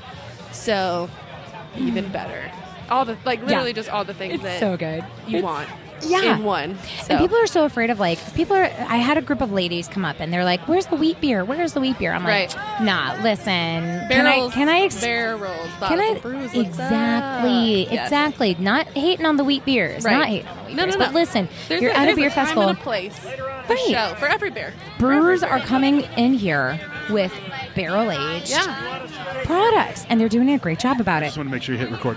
[SPEAKER 7] So even better. All the like literally just all the things that
[SPEAKER 4] so good.
[SPEAKER 7] you
[SPEAKER 4] It's-
[SPEAKER 7] want.
[SPEAKER 4] Yeah.
[SPEAKER 7] in one. So.
[SPEAKER 4] And people are so afraid of like people are. I had a group of ladies come up and they're like, "Where's the wheat beer? Where's the wheat beer?" I'm like, "Nah, listen.
[SPEAKER 7] barrels.
[SPEAKER 4] can I? Can I? Ex-
[SPEAKER 7] barrels?
[SPEAKER 4] can
[SPEAKER 7] bottles
[SPEAKER 4] I?
[SPEAKER 7] and brews, what's
[SPEAKER 4] exactly.
[SPEAKER 7] up? Yes.
[SPEAKER 4] Exactly. Not hating on the wheat beers.
[SPEAKER 7] Right.
[SPEAKER 4] Not hating on the wheat
[SPEAKER 7] No,
[SPEAKER 4] beers.
[SPEAKER 7] no, no.
[SPEAKER 4] But listen,
[SPEAKER 7] There's
[SPEAKER 4] you're
[SPEAKER 7] a,
[SPEAKER 4] at a
[SPEAKER 7] there's
[SPEAKER 4] beer
[SPEAKER 7] time
[SPEAKER 4] festival.
[SPEAKER 7] and a place. For
[SPEAKER 4] Right.
[SPEAKER 7] show for every beer.
[SPEAKER 4] Brewers are coming in here with barrel aged
[SPEAKER 7] Yeah.
[SPEAKER 4] products, and they're doing a great job about it.
[SPEAKER 1] Just want to make sure you hit record.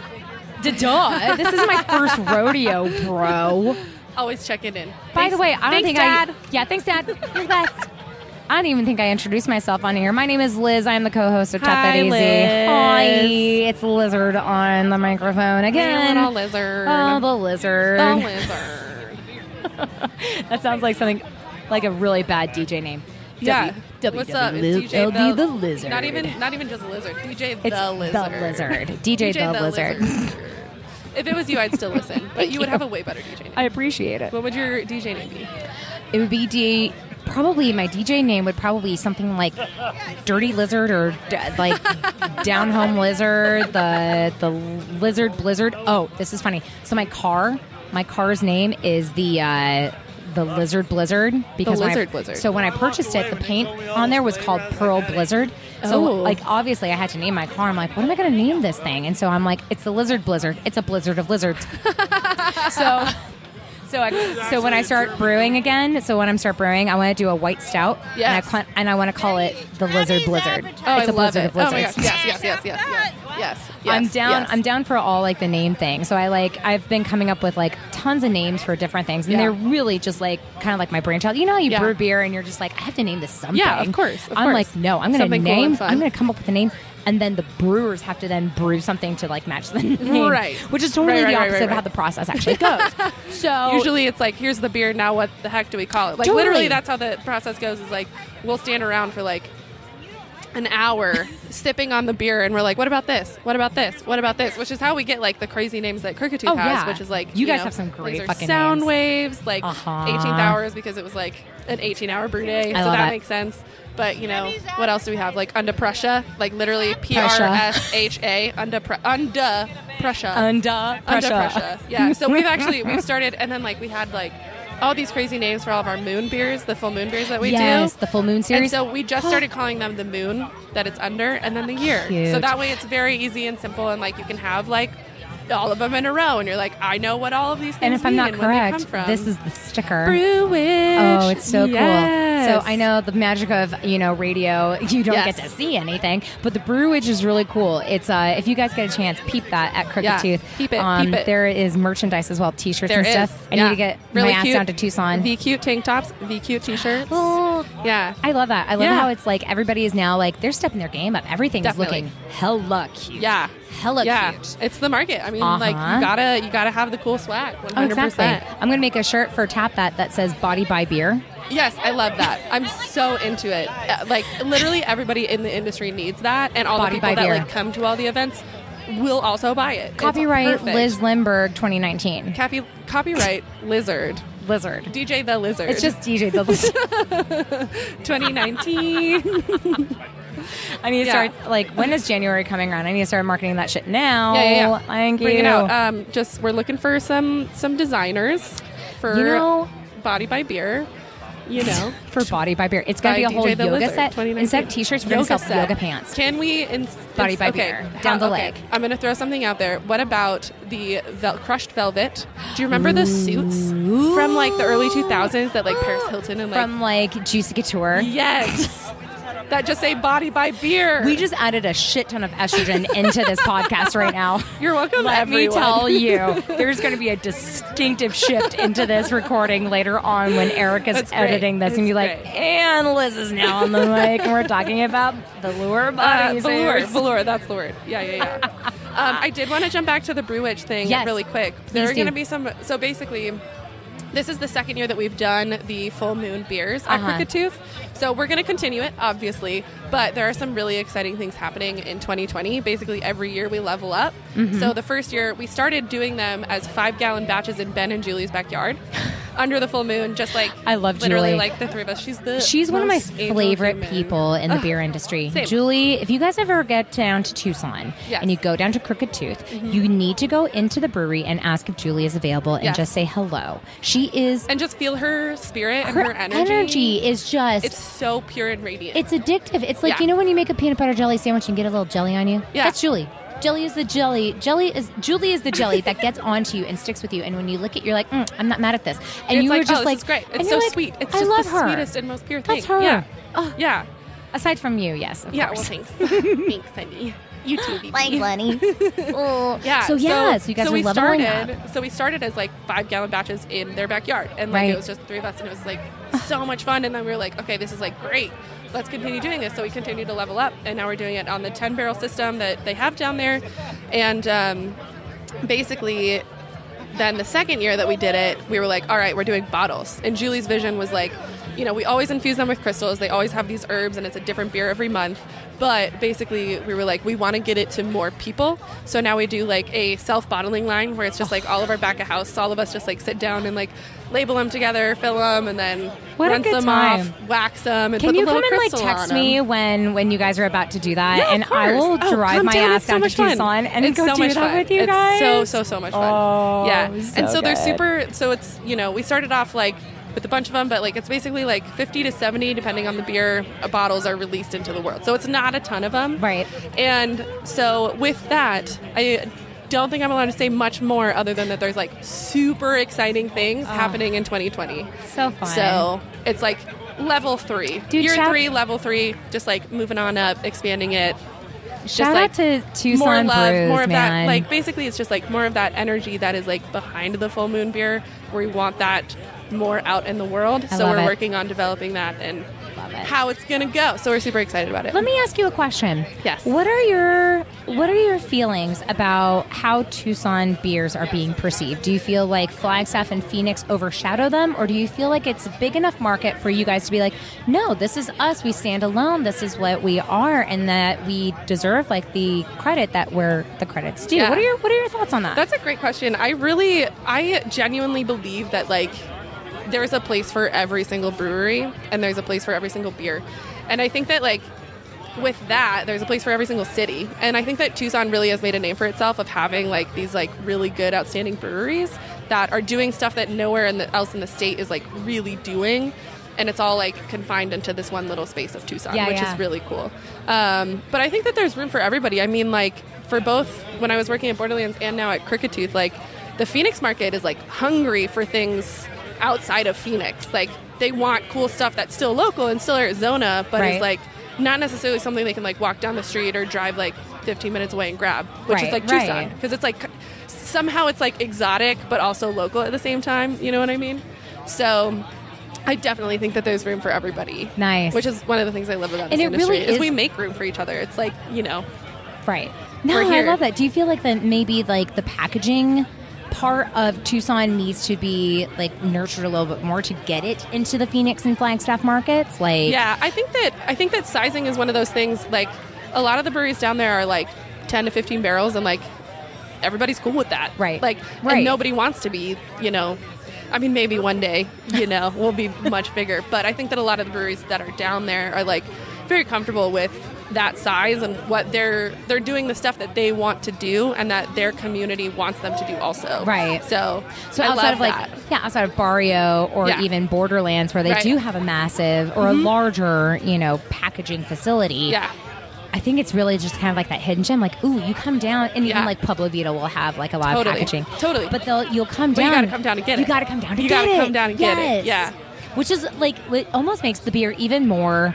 [SPEAKER 4] Duh. this is my first rodeo, bro.
[SPEAKER 7] Always checking in.
[SPEAKER 4] By
[SPEAKER 7] Thanks-
[SPEAKER 4] the way, I don't
[SPEAKER 7] thanks,
[SPEAKER 4] think
[SPEAKER 7] Dad.
[SPEAKER 4] I. Yeah, thanks, Dad. You're the best. I don't even think I introduced myself on here. My name is Liz. I am the co-host of Tough That
[SPEAKER 7] Hi,
[SPEAKER 4] Easy.
[SPEAKER 7] Liz.
[SPEAKER 4] Hi, it's Lizard on the microphone again.
[SPEAKER 7] Little lizard.
[SPEAKER 4] Oh, the lizard.
[SPEAKER 7] The lizard.
[SPEAKER 4] That sounds like something, like a really bad DJ name.
[SPEAKER 7] yeah.
[SPEAKER 4] W-
[SPEAKER 7] What's
[SPEAKER 4] W-
[SPEAKER 7] up?
[SPEAKER 4] Liz-
[SPEAKER 7] It's DJ
[SPEAKER 4] LD the
[SPEAKER 7] the,
[SPEAKER 4] lizard.
[SPEAKER 7] Not even not even just lizard. DJ
[SPEAKER 4] It's
[SPEAKER 7] the lizard.
[SPEAKER 4] lizard. DJ, the, lizard.
[SPEAKER 7] if it was you, I'd still listen, but you would have a way better DJ name.
[SPEAKER 4] I appreciate it.
[SPEAKER 7] what would your DJ name be?
[SPEAKER 4] It would be D. Probably my DJ name would probably be something like Dirty Lizard or d- like Down Home Lizard, the the Lizard Blizzard. Oh, this is funny. So my car, my car's name is the uh, the Lizard Blizzard because when I-
[SPEAKER 7] Lizard Blizzard.
[SPEAKER 4] So when I purchased it, the paint on there was called Pearl Blizzard. So
[SPEAKER 7] Oh.
[SPEAKER 4] like obviously I had to name my car. I'm like, what am I going to name this thing? And so I'm like, it's the Lizard Blizzard. It's a blizzard of lizards. so so
[SPEAKER 7] Oh,
[SPEAKER 4] I, so when I start brewing again, so when I'm start brewing, I want to do a white stout. And I,
[SPEAKER 7] Yes.
[SPEAKER 4] cl- and I want to call it the Lizard Blizzard.
[SPEAKER 7] Oh,
[SPEAKER 4] it's
[SPEAKER 7] I
[SPEAKER 4] a
[SPEAKER 7] love
[SPEAKER 4] blizzard
[SPEAKER 7] it.
[SPEAKER 4] of lizards.
[SPEAKER 7] Oh my gosh. Yes, yes, yes, yes, yes, yes. yes
[SPEAKER 4] I'm down.
[SPEAKER 7] yes.
[SPEAKER 4] I'm down for all like the name thing. So I like I've been coming up with like tons of names for different things, and
[SPEAKER 7] Yeah.
[SPEAKER 4] they're really just like kind of like my brainchild. You know, how you
[SPEAKER 7] Yeah.
[SPEAKER 4] brew beer and you're just like, I have to name this something.
[SPEAKER 7] Yeah, of course, of
[SPEAKER 4] I'm
[SPEAKER 7] course.
[SPEAKER 4] like, no, I'm going to
[SPEAKER 7] Something cool
[SPEAKER 4] name.
[SPEAKER 7] and fun.
[SPEAKER 4] I'm going to come up with a name, and then the brewers have to then brew something to like match the name,
[SPEAKER 7] Right.
[SPEAKER 4] Which is totally
[SPEAKER 7] Right, right,
[SPEAKER 4] the
[SPEAKER 7] right,
[SPEAKER 4] opposite
[SPEAKER 7] right,
[SPEAKER 4] of how
[SPEAKER 7] right.
[SPEAKER 4] the process actually goes. so
[SPEAKER 7] Usually it's like, here's the beer, now what the heck do we call it? Like,
[SPEAKER 4] Totally.
[SPEAKER 7] literally, that's how the process goes is like, we'll stand around for like an hour sipping on the beer, and we're like, what about this? What about this? What about this? Which is how we get like the crazy names that Crooked Tooth
[SPEAKER 4] Oh,
[SPEAKER 7] has,
[SPEAKER 4] yeah.
[SPEAKER 7] which is like,
[SPEAKER 4] You guys have some great
[SPEAKER 7] laser
[SPEAKER 4] fucking
[SPEAKER 7] sound
[SPEAKER 4] names.
[SPEAKER 7] waves, like
[SPEAKER 4] Uh-huh.
[SPEAKER 7] 18th hours because it was like an 18 hour brew day.
[SPEAKER 4] I
[SPEAKER 7] so
[SPEAKER 4] love
[SPEAKER 7] that
[SPEAKER 4] it.
[SPEAKER 7] makes sense. But you know, what else do we have? Like Under Prussia, like literally P R S H A, Under Pr- Under Prussia.
[SPEAKER 4] under
[SPEAKER 7] Under
[SPEAKER 4] pressure.
[SPEAKER 7] pressure. Yeah. So we've actually we've started, and then like we had like all these crazy names for all of our moon beers, the full moon beers that we
[SPEAKER 4] yes,
[SPEAKER 7] do.
[SPEAKER 4] the full moon series.
[SPEAKER 7] And so we just started calling them the moon that it's under, and then the year. So
[SPEAKER 4] Cute.
[SPEAKER 7] that way it's very easy and simple, and like you can have like all of them in a row, and you're like, I know what all of these things
[SPEAKER 4] and if I'm
[SPEAKER 7] mean
[SPEAKER 4] not
[SPEAKER 7] and where they
[SPEAKER 4] correct,
[SPEAKER 7] come from.
[SPEAKER 4] this is the sticker.
[SPEAKER 7] Brewage.
[SPEAKER 4] Oh, it's so cool.
[SPEAKER 7] Yes.
[SPEAKER 4] So I know the magic of you know radio. You don't
[SPEAKER 7] Yes.
[SPEAKER 4] get to see anything, but the brewage is really cool. It's uh, if you guys get a chance, peep that at Crooked
[SPEAKER 7] Yeah.
[SPEAKER 4] Tooth.
[SPEAKER 7] Peep it,
[SPEAKER 4] Um,
[SPEAKER 7] peep it.
[SPEAKER 4] There is merchandise as well, T-shirts
[SPEAKER 7] There
[SPEAKER 4] and
[SPEAKER 7] is.
[SPEAKER 4] stuff. I need to get
[SPEAKER 7] really
[SPEAKER 4] my ass
[SPEAKER 7] cute,
[SPEAKER 4] down to Tucson.
[SPEAKER 7] V cute tank tops, V cute t-shirts.
[SPEAKER 4] Oh,
[SPEAKER 7] Yeah.
[SPEAKER 4] I love that. I love
[SPEAKER 7] Yeah.
[SPEAKER 4] how it's like everybody is now like they're stepping their game up. Everything's
[SPEAKER 7] Definitely.
[SPEAKER 4] looking hella cute.
[SPEAKER 7] Yeah.
[SPEAKER 4] hella
[SPEAKER 7] yeah,
[SPEAKER 4] cute.
[SPEAKER 7] it's the market. I mean,
[SPEAKER 4] Uh-huh.
[SPEAKER 7] like you gotta you gotta have the cool swag. One
[SPEAKER 4] Oh,
[SPEAKER 7] hundred
[SPEAKER 4] exactly.
[SPEAKER 7] percent.
[SPEAKER 4] I'm gonna make a shirt for Tap That that says "Body by Beer."
[SPEAKER 7] Yes, I love that. I'm so into it. Uh, Like literally everybody in the industry needs that, and all
[SPEAKER 4] Body
[SPEAKER 7] the people
[SPEAKER 4] by
[SPEAKER 7] that
[SPEAKER 4] beer.
[SPEAKER 7] like come to all the events will also buy it. It's
[SPEAKER 4] Copyright
[SPEAKER 7] perfect.
[SPEAKER 4] Liz Lindberg 2019.
[SPEAKER 7] Cappy, copyright lizard.
[SPEAKER 4] Lizard.
[SPEAKER 7] DJ the Lizard.
[SPEAKER 4] It's just DJ the Lizard.
[SPEAKER 7] 2019.
[SPEAKER 4] I need to
[SPEAKER 7] Yeah.
[SPEAKER 4] start like when is January coming around? I need to start marketing that shit now.
[SPEAKER 7] Yeah, yeah, yeah.
[SPEAKER 4] Oh, Thank
[SPEAKER 7] Bring
[SPEAKER 4] you.
[SPEAKER 7] it out. Um, just we're looking for some some designers for
[SPEAKER 4] You know-
[SPEAKER 7] Body by Beer. You know,
[SPEAKER 4] for Body by Beer. It's gonna
[SPEAKER 7] By
[SPEAKER 4] be a
[SPEAKER 7] DJ
[SPEAKER 4] whole
[SPEAKER 7] the
[SPEAKER 4] yoga
[SPEAKER 7] Lizard,
[SPEAKER 4] set.
[SPEAKER 7] 2019.
[SPEAKER 4] Instead of t-shirts, we're gonna sell
[SPEAKER 7] set.
[SPEAKER 4] yoga pants.
[SPEAKER 7] Can we in,
[SPEAKER 4] Body by
[SPEAKER 7] okay,
[SPEAKER 4] Beer, down the
[SPEAKER 7] okay.
[SPEAKER 4] leg.
[SPEAKER 7] I'm gonna throw something out there. What about the vel- crushed velvet? Do you remember the suits from like the early 2000s that like Paris Hilton and like
[SPEAKER 4] From like Juicy Couture.
[SPEAKER 7] yes, that just say Body by Beer.
[SPEAKER 4] We just added a shit ton of estrogen into this podcast right now.
[SPEAKER 7] You're welcome.
[SPEAKER 4] Let me
[SPEAKER 7] everyone.
[SPEAKER 4] tell you, there's going to be a distinctive shift into this recording later on when Erica's
[SPEAKER 7] That's great.
[SPEAKER 4] editing this and be
[SPEAKER 7] That's
[SPEAKER 4] like,
[SPEAKER 7] great.
[SPEAKER 4] and Liz is now on the mic and we're talking about the lure
[SPEAKER 7] Uh,
[SPEAKER 4] bodies.
[SPEAKER 7] velour, velour, that's the word. Yeah, yeah, yeah. um, I did want to jump back to the Brew Witch thing
[SPEAKER 4] Yes.
[SPEAKER 7] really quick. There
[SPEAKER 4] Please
[SPEAKER 7] are going to
[SPEAKER 4] do.
[SPEAKER 7] be some. So basically, this is the second year that we've done the full moon beers
[SPEAKER 4] Uh-huh.
[SPEAKER 7] at Crooked Tooth. So we're going to continue it, obviously. But there are some really exciting things happening in 2020. Basically, every year we level up.
[SPEAKER 4] Mm-hmm.
[SPEAKER 7] So the first year we started doing them as five gallon batches in Ben and Julie's backyard. Under the full moon, just like
[SPEAKER 4] I love
[SPEAKER 7] literally
[SPEAKER 4] Julie.
[SPEAKER 7] like the three of us. She's the
[SPEAKER 4] She's one of my
[SPEAKER 7] most angel
[SPEAKER 4] favorite
[SPEAKER 7] human.
[SPEAKER 4] people in the beer industry.
[SPEAKER 7] same.
[SPEAKER 4] Julie, if you guys ever get down to Tucson
[SPEAKER 7] Yes. Mm-hmm.
[SPEAKER 4] and you go down to Crooked Tooth, you need to go into the brewery and ask if Julie is available and
[SPEAKER 7] Yes.
[SPEAKER 4] just say hello. She is.
[SPEAKER 7] and just feel her spirit and her, energy.
[SPEAKER 4] is just.
[SPEAKER 7] It's so pure and radiant.
[SPEAKER 4] It's addictive. It's like
[SPEAKER 7] Yeah.
[SPEAKER 4] you know when you make a peanut butter jelly sandwich and get a little jelly on you.
[SPEAKER 7] Yeah.
[SPEAKER 4] that's Julie. Jelly is the jelly. Jelly is Julie is the jelly that gets onto you and sticks with you. And when you lick it, you're like, mm, I'm not mad at this. And
[SPEAKER 7] It's
[SPEAKER 4] you
[SPEAKER 7] like,
[SPEAKER 4] were just
[SPEAKER 7] oh,
[SPEAKER 4] like,
[SPEAKER 7] this is great.
[SPEAKER 4] and
[SPEAKER 7] It's so
[SPEAKER 4] you're like,
[SPEAKER 7] sweet. It's
[SPEAKER 4] I
[SPEAKER 7] just
[SPEAKER 4] love
[SPEAKER 7] the
[SPEAKER 4] her.
[SPEAKER 7] sweetest and most pure thing.
[SPEAKER 4] That's her.
[SPEAKER 7] Yeah.
[SPEAKER 4] Oh.
[SPEAKER 7] yeah.
[SPEAKER 4] Aside from you, yes. Of
[SPEAKER 7] Yeah.
[SPEAKER 4] course.
[SPEAKER 7] Well, thanks. thanks, honey. You too, baby.
[SPEAKER 4] Lenny.
[SPEAKER 7] Yeah.
[SPEAKER 4] So, yeah, so you guys are
[SPEAKER 7] we
[SPEAKER 4] leveling
[SPEAKER 7] started. So we started as like five gallon batches in their backyard, and like
[SPEAKER 4] Right.
[SPEAKER 7] it was just three of us, and it was like so much fun. And then we were like, okay, this is like great. Let's continue doing this. So we continue to level up, and now we're doing it on the ten barrel system that they have down there, and um, basically. Then the second year that we did it, we were like, all right, we're doing bottles. And Julie's vision was like, you know, we always infuse them with crystals. They always have these herbs, and it's a different beer every month. But basically, we were like, we want to get it to more people. So now we do like a self bottling line where it's just like all of our back of house, all of us just like sit down and like label them together, fill them, and then
[SPEAKER 4] What a
[SPEAKER 7] rinse
[SPEAKER 4] good
[SPEAKER 7] them
[SPEAKER 4] time.
[SPEAKER 7] off, wax them, and
[SPEAKER 4] Can
[SPEAKER 7] put
[SPEAKER 4] you
[SPEAKER 7] the
[SPEAKER 4] come
[SPEAKER 7] little
[SPEAKER 4] and like
[SPEAKER 7] crystal
[SPEAKER 4] text
[SPEAKER 7] on 'em.
[SPEAKER 4] me when when you guys are about to do that,
[SPEAKER 7] Yeah, of
[SPEAKER 4] and I will
[SPEAKER 7] course. Oh,
[SPEAKER 4] drive
[SPEAKER 7] come
[SPEAKER 4] my
[SPEAKER 7] down.
[SPEAKER 4] ass
[SPEAKER 7] It's so
[SPEAKER 4] down
[SPEAKER 7] much
[SPEAKER 4] to
[SPEAKER 7] fun.
[SPEAKER 4] Tucson and
[SPEAKER 7] It's
[SPEAKER 4] go
[SPEAKER 7] so
[SPEAKER 4] do
[SPEAKER 7] much
[SPEAKER 4] that
[SPEAKER 7] fun.
[SPEAKER 4] with you
[SPEAKER 7] it's
[SPEAKER 4] guys.
[SPEAKER 7] So so so much fun.
[SPEAKER 4] Oh,
[SPEAKER 7] yeah,
[SPEAKER 4] so
[SPEAKER 7] and so they're
[SPEAKER 4] good.
[SPEAKER 7] super. So it's you know we started off like with a bunch of them, but like it's basically like fifty to seventy, depending on the beer uh, bottles are released into the world. So it's not a ton of them,
[SPEAKER 4] Right.
[SPEAKER 7] And so with that, I. Don't think I'm allowed to say much more other than that there's like super exciting things happening in 2020.
[SPEAKER 4] Oh. So fun.
[SPEAKER 7] So it's like level three.
[SPEAKER 4] Dude,
[SPEAKER 7] Year
[SPEAKER 4] shout-
[SPEAKER 7] three, level three, just like moving on up, expanding it,
[SPEAKER 4] shout
[SPEAKER 7] like,
[SPEAKER 4] out to Tucson
[SPEAKER 7] more love,
[SPEAKER 4] Brews,
[SPEAKER 7] more of
[SPEAKER 4] man.
[SPEAKER 7] that. Like basically, it's just like more of that energy that is like behind the full moon beer, where we want that more out in the world. so
[SPEAKER 4] love
[SPEAKER 7] we're
[SPEAKER 4] it.
[SPEAKER 7] working on developing that and
[SPEAKER 4] Love it.
[SPEAKER 7] how it's gonna go. So we're super excited about it.
[SPEAKER 4] Let me ask you a question.
[SPEAKER 7] Yes.
[SPEAKER 4] What are your What are your feelings about how Tucson beers are being perceived? Do you feel like Flagstaff and Phoenix overshadow them, or do you feel like it's a big enough market for you guys to be like, no, this is us. We stand alone. This is what we are, and that we deserve like the credit that we're the credits due.
[SPEAKER 7] Yeah.
[SPEAKER 4] What are your What are your thoughts on that?
[SPEAKER 7] That's a great question. I really, I genuinely believe that like there's a place for every single brewery and there's a place for every single beer. And I think that like with that, there's a place for every single city. And I think that Tucson really has made a name for itself of having like these like really good, outstanding breweries that are doing stuff that nowhere in the, else in the state is like really doing. And it's all like confined into this one little space of Tucson,
[SPEAKER 4] Yeah,
[SPEAKER 7] which
[SPEAKER 4] yeah.
[SPEAKER 7] is really cool. Um, but I think that there's room for everybody. I mean, like for both when I was working at Borderlands and now at Crooked Tooth, like the Phoenix market is like hungry for things outside of Phoenix. Like they want cool stuff that's still local and still Arizona, but
[SPEAKER 4] Right.
[SPEAKER 7] is like not necessarily something they can like walk down the street or drive like 15 minutes away and grab, which
[SPEAKER 4] Right,
[SPEAKER 7] is like
[SPEAKER 4] right.
[SPEAKER 7] Tucson because it's like somehow it's like exotic but also local at the same time. You know what I mean? So. I definitely think that there's room for everybody.
[SPEAKER 4] Nice.
[SPEAKER 7] which is one of the things I love
[SPEAKER 4] And
[SPEAKER 7] about this
[SPEAKER 4] it
[SPEAKER 7] industry
[SPEAKER 4] really
[SPEAKER 7] is,
[SPEAKER 4] is-
[SPEAKER 7] we make room for each other. It's like you know,
[SPEAKER 4] Right. No,
[SPEAKER 7] We're
[SPEAKER 4] I
[SPEAKER 7] here.
[SPEAKER 4] love that. Do you feel like that maybe like the packaging part of Tucson needs to be like nurtured a little bit more to get it into the Phoenix and Flagstaff markets? Like
[SPEAKER 7] yeah. I think that I think that sizing is one of those things. Like a lot of the breweries down there are like ten to fifteen barrels, and like everybody's cool with that,
[SPEAKER 4] Right.
[SPEAKER 7] Like,
[SPEAKER 4] Right.
[SPEAKER 7] and nobody wants to be you know I mean, maybe one day, you know, we'll be much bigger. But I think that a lot of the breweries that are down there are like very comfortable with that size and what they're they're doing the stuff that they want to do and that their community wants them to do also.
[SPEAKER 4] Right.
[SPEAKER 7] So,
[SPEAKER 4] So
[SPEAKER 7] I
[SPEAKER 4] outside
[SPEAKER 7] love
[SPEAKER 4] of like
[SPEAKER 7] that.
[SPEAKER 4] yeah, outside of Barrio or
[SPEAKER 7] Yeah.
[SPEAKER 4] even Borderlands, where they
[SPEAKER 7] Right. Mm-hmm.
[SPEAKER 4] do have a massive or a larger, you know, packaging facility.
[SPEAKER 7] yeah.
[SPEAKER 4] I think it's really just kind of like that hidden gem. Like, ooh, you come down, and even
[SPEAKER 7] Yeah.
[SPEAKER 4] like Pueblo Vita will have like a lot
[SPEAKER 7] Totally.
[SPEAKER 4] of packaging.
[SPEAKER 7] Totally.
[SPEAKER 4] But they'll you'll come
[SPEAKER 7] But you
[SPEAKER 4] down.
[SPEAKER 7] gotta come down and get
[SPEAKER 4] You
[SPEAKER 7] it.
[SPEAKER 4] got to come down to
[SPEAKER 7] You
[SPEAKER 4] get
[SPEAKER 7] gotta
[SPEAKER 4] it.
[SPEAKER 7] come down and get it.
[SPEAKER 4] Yes.
[SPEAKER 7] Yeah.
[SPEAKER 4] Which is like it almost makes the beer even more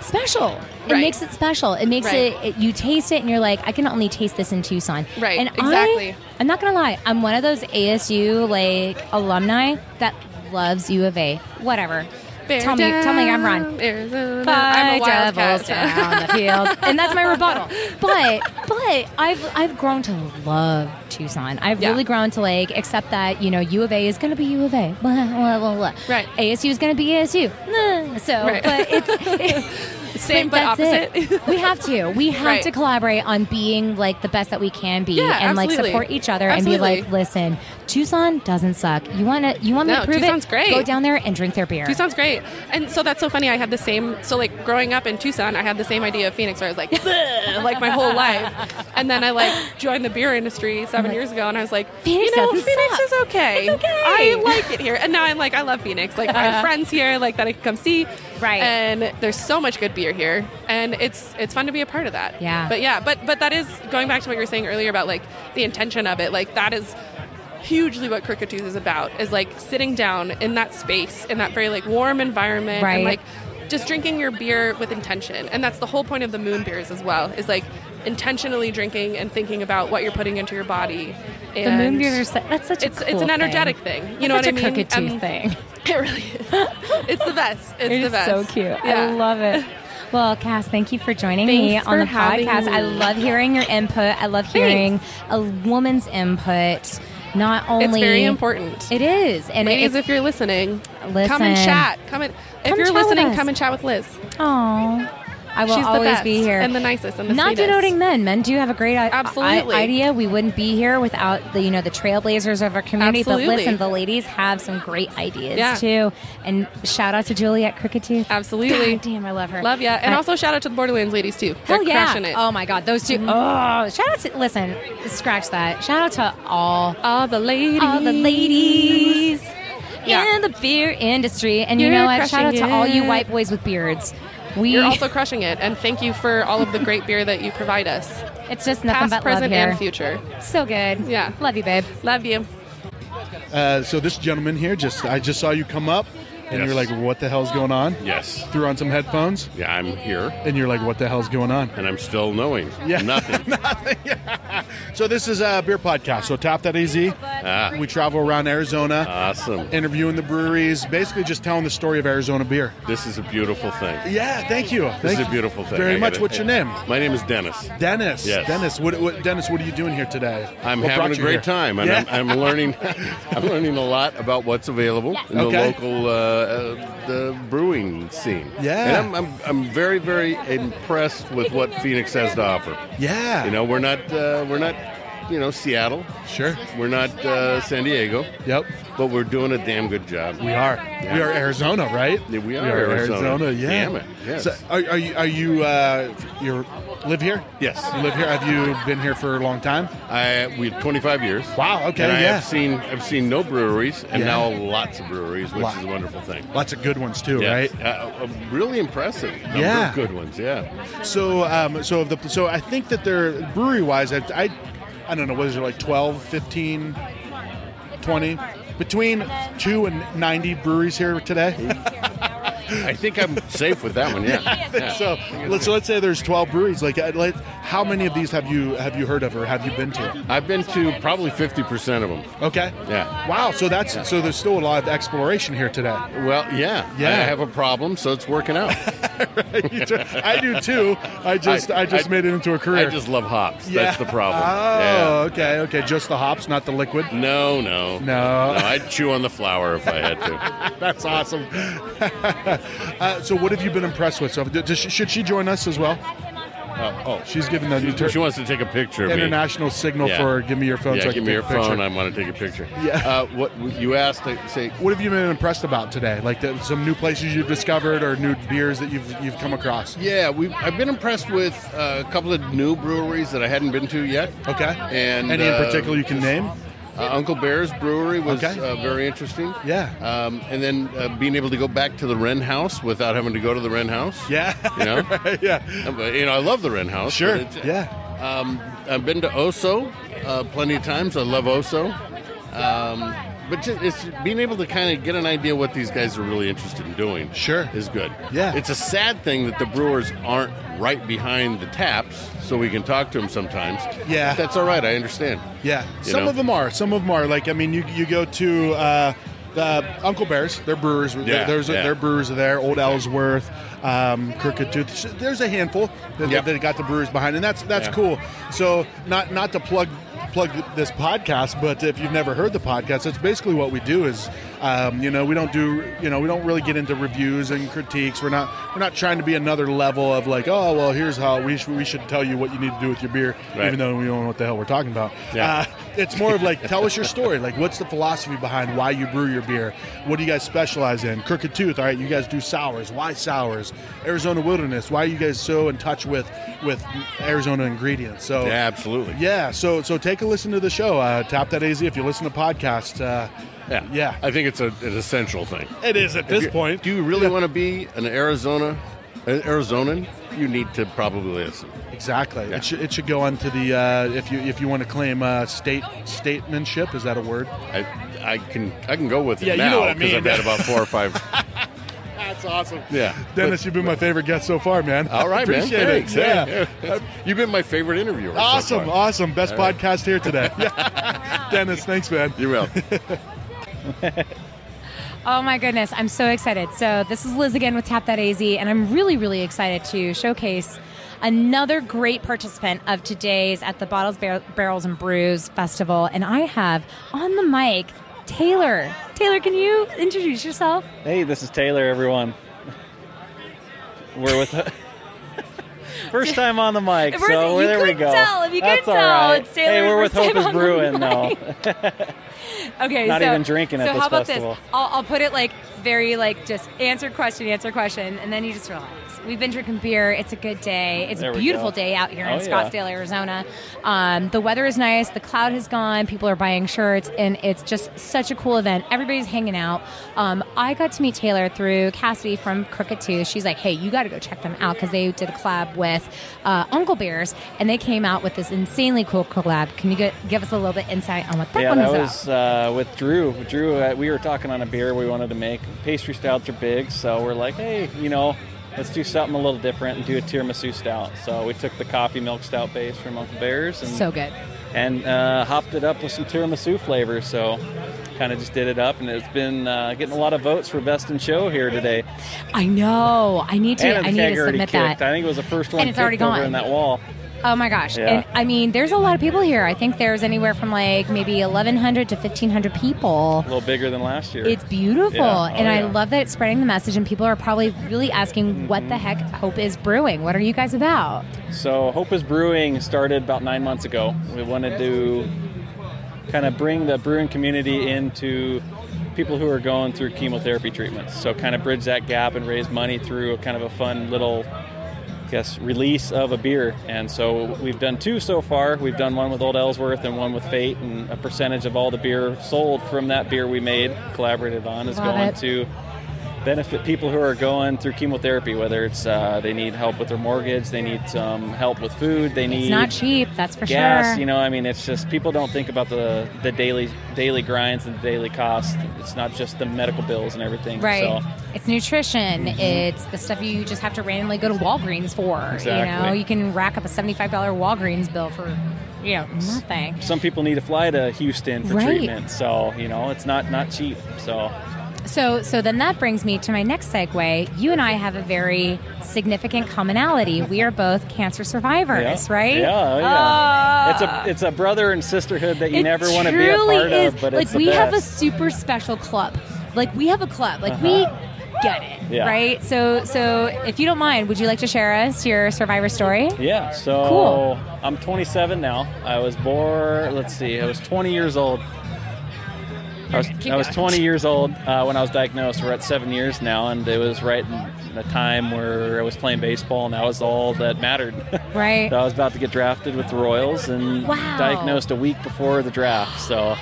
[SPEAKER 4] special. It
[SPEAKER 7] Right.
[SPEAKER 4] makes it special. It makes
[SPEAKER 7] Right.
[SPEAKER 4] it, it- you taste it and you're like, I can only taste this in Tucson.
[SPEAKER 7] Right,
[SPEAKER 4] And I-
[SPEAKER 7] exactly.
[SPEAKER 4] I'm not gonna lie. I'm one of those ASU like alumni that loves U of A. Whatever.
[SPEAKER 7] Bear
[SPEAKER 4] tell me, tell me I'm wrong
[SPEAKER 7] down, Arizona. I'm
[SPEAKER 4] five
[SPEAKER 7] a wildcat.
[SPEAKER 4] devils down the field, and that's my rebuttal. But but I've I've grown to love Tucson. I've
[SPEAKER 7] Yeah.
[SPEAKER 4] really grown to like accept that you know U of A is going to be U of A, blah, blah, blah, blah.
[SPEAKER 7] Right.
[SPEAKER 4] ASU is going to be ASU. Nah. So,
[SPEAKER 7] Right.
[SPEAKER 4] but it's.
[SPEAKER 7] Same but
[SPEAKER 4] that's
[SPEAKER 7] opposite.
[SPEAKER 4] it. we have to. We have
[SPEAKER 7] Right.
[SPEAKER 4] to collaborate on being like the best that we can be,
[SPEAKER 7] Yeah,
[SPEAKER 4] and like
[SPEAKER 7] absolutely.
[SPEAKER 4] support each other,
[SPEAKER 7] Absolutely.
[SPEAKER 4] and be like, listen, Tucson doesn't suck. You want to? You want me
[SPEAKER 7] No,
[SPEAKER 4] to prove
[SPEAKER 7] Tucson's
[SPEAKER 4] it?
[SPEAKER 7] great.
[SPEAKER 4] Go down there and drink their beer.
[SPEAKER 7] Tucson's great. And so that's so funny. I had the same. So like growing up in Tucson, I had the same idea of Phoenix. Where I was like, "Bleh," like my whole life. And then I like joined the beer industry 7 years ago, and I was like,
[SPEAKER 4] Phoenix
[SPEAKER 7] you know,
[SPEAKER 4] doesn't
[SPEAKER 7] Phoenix
[SPEAKER 4] suck.
[SPEAKER 7] is okay.
[SPEAKER 4] It's okay." Uh-huh.
[SPEAKER 7] I like it here. And now I'm like, I love Phoenix. Like I have friends here, like that I can come see.
[SPEAKER 4] Right.
[SPEAKER 7] And there's so much good beer here, and it's it's fun to be a part of that.
[SPEAKER 4] Yeah.
[SPEAKER 7] But yeah, but but that is going back to what you were saying earlier about like the intention of it. Like that is hugely what Crookatooth is about is like sitting down in that space in that very like warm environment
[SPEAKER 4] Right.
[SPEAKER 7] and like just drinking your beer with intention and that's the whole point of the moon beers as well is like intentionally drinking and thinking about what you're putting into your body
[SPEAKER 4] The
[SPEAKER 7] and
[SPEAKER 4] moon beers are su- that's such a
[SPEAKER 7] it's
[SPEAKER 4] cool
[SPEAKER 7] it's an energetic
[SPEAKER 4] thing.
[SPEAKER 7] thing,
[SPEAKER 4] That's
[SPEAKER 7] you know
[SPEAKER 4] such
[SPEAKER 7] what
[SPEAKER 4] a
[SPEAKER 7] I mean
[SPEAKER 4] Cockatoo
[SPEAKER 7] Um,
[SPEAKER 4] thing.
[SPEAKER 7] it really is it's the best it's
[SPEAKER 4] It
[SPEAKER 7] the
[SPEAKER 4] is
[SPEAKER 7] best
[SPEAKER 4] so cute. I
[SPEAKER 7] Yeah.
[SPEAKER 4] love it. Well, Cass, thank you for joining me
[SPEAKER 7] Thanks
[SPEAKER 4] on
[SPEAKER 7] for
[SPEAKER 4] the
[SPEAKER 7] having
[SPEAKER 4] podcast.
[SPEAKER 7] me.
[SPEAKER 4] I love hearing your input. I love hearing a woman's input. Not only
[SPEAKER 7] it's very important
[SPEAKER 4] It is, and
[SPEAKER 7] Ladies,
[SPEAKER 4] it is.
[SPEAKER 7] if you're listening, come
[SPEAKER 4] Listen.
[SPEAKER 7] and chat. Come and if
[SPEAKER 4] Come
[SPEAKER 7] you're
[SPEAKER 4] chat with
[SPEAKER 7] listening,
[SPEAKER 4] us.
[SPEAKER 7] come and chat with Liz.
[SPEAKER 4] Aw. I will
[SPEAKER 7] She's the
[SPEAKER 4] always
[SPEAKER 7] best
[SPEAKER 4] be here.
[SPEAKER 7] and the nicest and the
[SPEAKER 4] Not
[SPEAKER 7] sweetest.
[SPEAKER 4] denoting men. Men do have a great i-
[SPEAKER 7] Absolutely.
[SPEAKER 4] i- idea. We wouldn't be here without the you know the trailblazers of our community. But
[SPEAKER 7] Absolutely.
[SPEAKER 4] listen, the ladies have some great ideas
[SPEAKER 7] Yeah.
[SPEAKER 4] too. And shout out to Juliet Cricketooth.
[SPEAKER 7] Absolutely.
[SPEAKER 4] God damn, I love her.
[SPEAKER 7] Love ya. And
[SPEAKER 4] I-
[SPEAKER 7] also shout out to the Borderlands ladies too.
[SPEAKER 4] Hell
[SPEAKER 7] They're
[SPEAKER 4] yeah!
[SPEAKER 7] crushing it. Mm-hmm.
[SPEAKER 4] Oh my god, those 2 Oh, shout out to listen, scratch that. Shout out to all
[SPEAKER 7] all the ladies.
[SPEAKER 4] all the ladies
[SPEAKER 7] Yeah.
[SPEAKER 4] in the beer industry, and you
[SPEAKER 7] You're
[SPEAKER 4] know what? Shout out
[SPEAKER 7] crushing
[SPEAKER 4] to all you
[SPEAKER 7] it.
[SPEAKER 4] white boys with beards. We
[SPEAKER 7] You're also crushing it. And thank you for all of the great beer that you provide us.
[SPEAKER 4] it's just nothing but
[SPEAKER 7] Past,
[SPEAKER 4] love
[SPEAKER 7] present,
[SPEAKER 4] here.
[SPEAKER 7] and future.
[SPEAKER 4] So good.
[SPEAKER 7] Yeah.
[SPEAKER 4] love you, babe.
[SPEAKER 7] Love you.
[SPEAKER 1] Uh, so this gentleman here just I just saw you come up and
[SPEAKER 11] Yes.
[SPEAKER 1] you're like, what the hell's going on?
[SPEAKER 11] Yes.
[SPEAKER 1] Threw on some headphones
[SPEAKER 11] Yeah, I'm here,
[SPEAKER 1] and you're like, what the hell's going on?
[SPEAKER 11] and I'm still knowing
[SPEAKER 1] Yeah.
[SPEAKER 11] nothing.
[SPEAKER 1] So this is a beer podcast. So top that easy.
[SPEAKER 11] ah,
[SPEAKER 1] We travel around Arizona,
[SPEAKER 11] awesome.
[SPEAKER 1] interviewing the breweries, basically just telling the story of Arizona beer.
[SPEAKER 11] This is a beautiful thing.
[SPEAKER 1] Yeah, thank you.
[SPEAKER 11] This
[SPEAKER 1] Thank
[SPEAKER 11] is a beautiful thing.
[SPEAKER 1] Very
[SPEAKER 11] I
[SPEAKER 1] much.
[SPEAKER 11] gotta-
[SPEAKER 1] What's your name?
[SPEAKER 11] My name is Dennis.
[SPEAKER 1] Dennis.
[SPEAKER 11] Yes.
[SPEAKER 1] Dennis. What, what, Dennis, what are you doing here today?
[SPEAKER 11] I'm
[SPEAKER 1] What brought
[SPEAKER 11] having a
[SPEAKER 1] you
[SPEAKER 11] great
[SPEAKER 1] here?
[SPEAKER 11] time, and
[SPEAKER 1] Yeah.
[SPEAKER 11] I'm, I'm learning. I'm learning a lot about what's available in the
[SPEAKER 1] Okay.
[SPEAKER 11] local uh, uh, the brewing scene.
[SPEAKER 1] Yeah.
[SPEAKER 11] and I'm, I'm I'm very very impressed with what Phoenix has to offer.
[SPEAKER 1] yeah.
[SPEAKER 11] You know, we're not uh, we're not you know Seattle,
[SPEAKER 1] Sure.
[SPEAKER 11] we're not uh, San Diego,
[SPEAKER 1] Yep.
[SPEAKER 11] but we're doing a damn good job.
[SPEAKER 1] We are. We are Arizona, right?
[SPEAKER 11] Yeah, we are Arizona.
[SPEAKER 1] Yeah.
[SPEAKER 11] Damn it, yes.
[SPEAKER 1] So are, are you? Are you? Uh, you live here?
[SPEAKER 11] Yes.
[SPEAKER 1] You live here. Have you been here for a long time?
[SPEAKER 11] I we had 25 years.
[SPEAKER 1] Wow. Okay.
[SPEAKER 11] And I
[SPEAKER 1] yeah.
[SPEAKER 11] have seen I've seen no breweries and
[SPEAKER 1] Yeah.
[SPEAKER 11] now lots of breweries, which
[SPEAKER 1] Lot.
[SPEAKER 11] is a wonderful thing.
[SPEAKER 1] Lots of good ones too, right?
[SPEAKER 11] Uh, uh, really impressive. Number
[SPEAKER 1] Yeah.
[SPEAKER 11] of good ones. Yeah.
[SPEAKER 1] So, um, so of the, so I think that they're brewery wise. I, I, I don't know. Was there like 12, 15, 20? between two and ninety breweries here today?
[SPEAKER 11] I think I'm safe with that one. Yeah. Yeah.
[SPEAKER 1] so let's so let's say there's twelve breweries. Like, uh, let, how many of these have you have you heard of or have you been to?
[SPEAKER 11] I've been to probably 50 percent of them.
[SPEAKER 1] Okay.
[SPEAKER 11] Yeah.
[SPEAKER 1] Wow. So that's so there's still a lot of exploration here today.
[SPEAKER 11] Well, yeah.
[SPEAKER 1] Yeah.
[SPEAKER 11] I have a problem, so it's working out.
[SPEAKER 1] You do- I do too. I just I,
[SPEAKER 11] I-
[SPEAKER 1] just
[SPEAKER 11] I-
[SPEAKER 1] made it into a career.
[SPEAKER 11] I just love hops.
[SPEAKER 1] Yeah.
[SPEAKER 11] That's the problem.
[SPEAKER 1] Oh, okay, okay. Just the hops, not the liquid.
[SPEAKER 11] Yeah. No, no,
[SPEAKER 1] No.
[SPEAKER 11] I'd chew on the flour if I had to.
[SPEAKER 1] That's awesome. uh, so, what have you been impressed with? So, does, should she join us as well?
[SPEAKER 11] Oh, oh.
[SPEAKER 1] She's giving the
[SPEAKER 11] She-
[SPEAKER 1] deter-
[SPEAKER 11] she wants to take a picture. of me.
[SPEAKER 1] International signal for give me your phone
[SPEAKER 11] Yeah,
[SPEAKER 1] so I
[SPEAKER 11] give
[SPEAKER 1] can
[SPEAKER 11] me your
[SPEAKER 1] take a picture.
[SPEAKER 11] phone. I want to take a picture.
[SPEAKER 1] Yeah.
[SPEAKER 11] Uh, what you asked? uh, Say
[SPEAKER 1] What have you been impressed about today? Like the, some new places you've discovered or new beers that you've you've come across?
[SPEAKER 11] Yeah, we I've been impressed with uh, a couple of new breweries that I hadn't been to yet.
[SPEAKER 1] Okay.
[SPEAKER 11] And
[SPEAKER 1] Any in
[SPEAKER 11] uh,
[SPEAKER 1] particular you can name?
[SPEAKER 11] Uh, Uncle Bear's Brewery was
[SPEAKER 1] Okay.
[SPEAKER 11] uh, very interesting.
[SPEAKER 1] Yeah.
[SPEAKER 11] Um, and then uh, being able to go back to the Wren House without having to go to the Wren House.
[SPEAKER 1] Yeah.
[SPEAKER 11] You know.
[SPEAKER 1] yeah.
[SPEAKER 11] Uh, But, you know, I love the Wren House.
[SPEAKER 1] Sure,
[SPEAKER 11] but it's-
[SPEAKER 1] yeah.
[SPEAKER 11] Um, I've been to Oso uh, plenty of times. I love Oso. Um, but ju- it's being able to kind of get an idea what these guys are really interested in doing. Sure, is good.
[SPEAKER 1] Yeah.
[SPEAKER 11] it's a sad thing that the brewers aren't right behind the taps, so we can talk to them sometimes.
[SPEAKER 1] Yeah.
[SPEAKER 11] But that's all right. I understand.
[SPEAKER 1] Yeah,
[SPEAKER 11] You
[SPEAKER 1] some
[SPEAKER 11] know?
[SPEAKER 1] of them are. Some of them are. Like I mean, you you go to uh, uh, Uncle Bear's. They're brewers.
[SPEAKER 11] Yeah,
[SPEAKER 1] there's
[SPEAKER 11] yeah.
[SPEAKER 1] their brewers are there. Old Ellsworth, um, Crooked Tooth. There's a handful that,
[SPEAKER 11] Yep.
[SPEAKER 1] that got the brewers behind, and that's that's
[SPEAKER 11] Yeah.
[SPEAKER 1] cool. So not not to plug plug this podcast, but if you've never heard the podcast, that's basically what we do. Is um, you know we don't do you know we don't really get into reviews and critiques. We're not we're not trying to be another level of like oh well here's how we should we should tell you what you need to do with your beer,
[SPEAKER 11] Right.
[SPEAKER 1] even though we don't know what the hell we're talking about.
[SPEAKER 11] Yeah.
[SPEAKER 1] Uh, it's more of like, tell us your story. Like, what's the philosophy behind why you brew your beer? What do you guys specialize in? Crooked Tooth, all right, you guys do sours. Why sours? Arizona Wilderness, why are you guys so in touch with with Arizona ingredients? So,
[SPEAKER 11] Yeah, absolutely.
[SPEAKER 1] yeah, so so take a listen to the show. Uh, Tap that AZ if you listen to podcasts. Uh,
[SPEAKER 11] Yeah.
[SPEAKER 1] Yeah.
[SPEAKER 11] I think it's a, an essential thing.
[SPEAKER 1] It is at
[SPEAKER 11] If
[SPEAKER 1] this
[SPEAKER 11] you-
[SPEAKER 1] point.
[SPEAKER 11] Do you really want to be an Arizona, an Arizonan? You need to probably listen.
[SPEAKER 1] Exactly. It, should, it should go on to the uh, if you if you want to claim uh, state statemanship. Is that a word?
[SPEAKER 11] I, I can I can go with it
[SPEAKER 1] Yeah, you
[SPEAKER 11] now
[SPEAKER 1] know what I
[SPEAKER 11] because
[SPEAKER 1] mean.
[SPEAKER 11] I've had about four or five.
[SPEAKER 1] That's awesome.
[SPEAKER 11] Yeah.
[SPEAKER 1] Dennis, you've been my favorite guest so far, man.
[SPEAKER 11] All right, man.
[SPEAKER 1] Appreciate it.
[SPEAKER 11] Thanks.
[SPEAKER 1] Yeah.
[SPEAKER 11] Hey. You've been my favorite interviewer. so
[SPEAKER 1] Awesome,
[SPEAKER 11] far.
[SPEAKER 1] awesome. Best
[SPEAKER 11] All right.
[SPEAKER 1] podcast here today. Yeah. Dennis, thanks, man.
[SPEAKER 11] You're welcome.
[SPEAKER 4] Oh my goodness, I'm so excited. So, this is Liz again with Tap That AZ, and I'm really, really excited to showcase another great participant of today's at the Bottles, Bar- Barrels, and Brews Festival. And I have on the mic Taylor. Taylor, can you introduce yourself?
[SPEAKER 12] Hey, this is Taylor, everyone. We're with First time on the mic,
[SPEAKER 4] We're-
[SPEAKER 12] so
[SPEAKER 4] you
[SPEAKER 12] there we
[SPEAKER 4] couldn't
[SPEAKER 12] go.
[SPEAKER 4] tell. If you
[SPEAKER 12] That's
[SPEAKER 4] couldn't
[SPEAKER 12] all
[SPEAKER 4] tell,
[SPEAKER 12] right.
[SPEAKER 4] it's Taylor
[SPEAKER 12] Hey, we're with
[SPEAKER 4] first time
[SPEAKER 12] Hope is
[SPEAKER 4] on the
[SPEAKER 12] Brewing, though.
[SPEAKER 4] Okay,
[SPEAKER 12] Not
[SPEAKER 4] so,
[SPEAKER 12] even drinking at
[SPEAKER 4] so
[SPEAKER 12] this
[SPEAKER 4] how about
[SPEAKER 12] festival.
[SPEAKER 4] this? I'll, I'll put it like very like just answer question, answer question, and then you just relax. We've been drinking beer. It's a good day. It's
[SPEAKER 10] There
[SPEAKER 4] a
[SPEAKER 10] we
[SPEAKER 4] beautiful
[SPEAKER 10] go.
[SPEAKER 4] day out here
[SPEAKER 10] Oh,
[SPEAKER 4] in
[SPEAKER 10] yeah.
[SPEAKER 4] Scottsdale, Arizona. Um, the weather is nice. The cloud has gone. People are buying shirts, and it's just such a cool event. Everybody's hanging out. Um, I got to meet Taylor through Cassidy from Crooked Tooth. She's like, "Hey, you got to go check them out because they did a collab with uh, Uncle Bears, and they came out with this insanely cool collab." Can you get, give us a little bit insight on what that
[SPEAKER 12] yeah,
[SPEAKER 4] one
[SPEAKER 12] that
[SPEAKER 4] was about?
[SPEAKER 12] was uh, with Drew. Drew, uh, we were talking on a beer we wanted to make. Pastry stouts are big, so we're like, hey, you know, let's do something a little different and do a tiramisu stout. So we took the coffee milk stout base from Uncle Bear's and
[SPEAKER 4] So good.
[SPEAKER 12] and uh, hopped it up with some tiramisu flavor. So kind of just did it up, and it's been uh, getting a lot of votes for best in show here today.
[SPEAKER 4] I know. I need to.
[SPEAKER 12] Anna the
[SPEAKER 4] I need
[SPEAKER 12] keg
[SPEAKER 4] to
[SPEAKER 12] already
[SPEAKER 4] submit
[SPEAKER 12] kicked.
[SPEAKER 4] that.
[SPEAKER 12] I think it was the first
[SPEAKER 4] And
[SPEAKER 12] one
[SPEAKER 4] it's already
[SPEAKER 12] kicked over
[SPEAKER 4] gone.
[SPEAKER 12] in that wall.
[SPEAKER 4] Oh my gosh!
[SPEAKER 12] Yeah.
[SPEAKER 4] And I mean, there's a lot of people here. I think there's anywhere from like maybe 1,100 to 1,500 people.
[SPEAKER 12] A little bigger than last year.
[SPEAKER 4] It's beautiful,
[SPEAKER 12] Yeah. Oh,
[SPEAKER 4] and I
[SPEAKER 12] yeah.
[SPEAKER 4] love that it's spreading the message. And people are probably really asking, "What
[SPEAKER 12] Mm-hmm.
[SPEAKER 4] the heck? Hope is brewing. What are you guys about?"
[SPEAKER 12] So Hope is Brewing started about nine months ago. We wanted to kind of bring the brewing community into people who are going through chemotherapy treatments. So kind of bridge that gap and raise money through a kind of a fun little I guess release of a beer. And so we've done two so far. We've done one with Old Ellsworth and one with Fate and a percentage of all the beer sold from that beer we made, collaborated on is
[SPEAKER 9] Love
[SPEAKER 12] going
[SPEAKER 9] it.
[SPEAKER 12] to benefit people who are going through chemotherapy, whether it's uh, they need help with their mortgage, they need some help with food, they need
[SPEAKER 4] It's not cheap. That's for
[SPEAKER 12] gas.
[SPEAKER 4] sure.
[SPEAKER 12] You know, I mean, it's just people don't think about the the daily daily grinds and the daily cost. It's not just the medical bills and everything.
[SPEAKER 4] Right.
[SPEAKER 12] So, Mm-hmm.
[SPEAKER 4] It's nutrition. It's the stuff you just have to randomly go to Walgreens for. You know,
[SPEAKER 12] Exactly.
[SPEAKER 4] you can rack up a $75 Walgreens bill for, you know, nothing.
[SPEAKER 12] some people need to fly to Houston for
[SPEAKER 4] Right.
[SPEAKER 12] treatment. So you know, it's not not cheap. So
[SPEAKER 4] So, so then that brings me to my next segue. You and I have a very significant commonality. We are both cancer survivors,
[SPEAKER 12] yeah.
[SPEAKER 4] right? Ah.
[SPEAKER 12] Yeah, oh, yeah. it's a it's a brother and sisterhood that you
[SPEAKER 4] it
[SPEAKER 12] never want to be a
[SPEAKER 4] truly
[SPEAKER 12] part
[SPEAKER 4] is.
[SPEAKER 12] of. But
[SPEAKER 4] like
[SPEAKER 12] it's the
[SPEAKER 4] we have a
[SPEAKER 12] best.
[SPEAKER 4] super special club. Like we have a club. Like
[SPEAKER 12] Uh-huh.
[SPEAKER 4] we get it,
[SPEAKER 12] Yeah.
[SPEAKER 4] right? So, so if you don't mind, would you like to share us your survivor story?
[SPEAKER 12] Yeah, so
[SPEAKER 4] Cool.
[SPEAKER 12] I'm 27 now. I was born, let's see, I was 20 years old. I was,
[SPEAKER 13] keep
[SPEAKER 12] I was
[SPEAKER 13] going.
[SPEAKER 12] 20 years old uh, when I was diagnosed. We're at seven years now, and it was right in the time where I was playing baseball, and that was all that mattered.
[SPEAKER 4] Right.
[SPEAKER 12] so I was about to get drafted with the Royals and
[SPEAKER 4] Wow.
[SPEAKER 12] diagnosed a week before the draft. So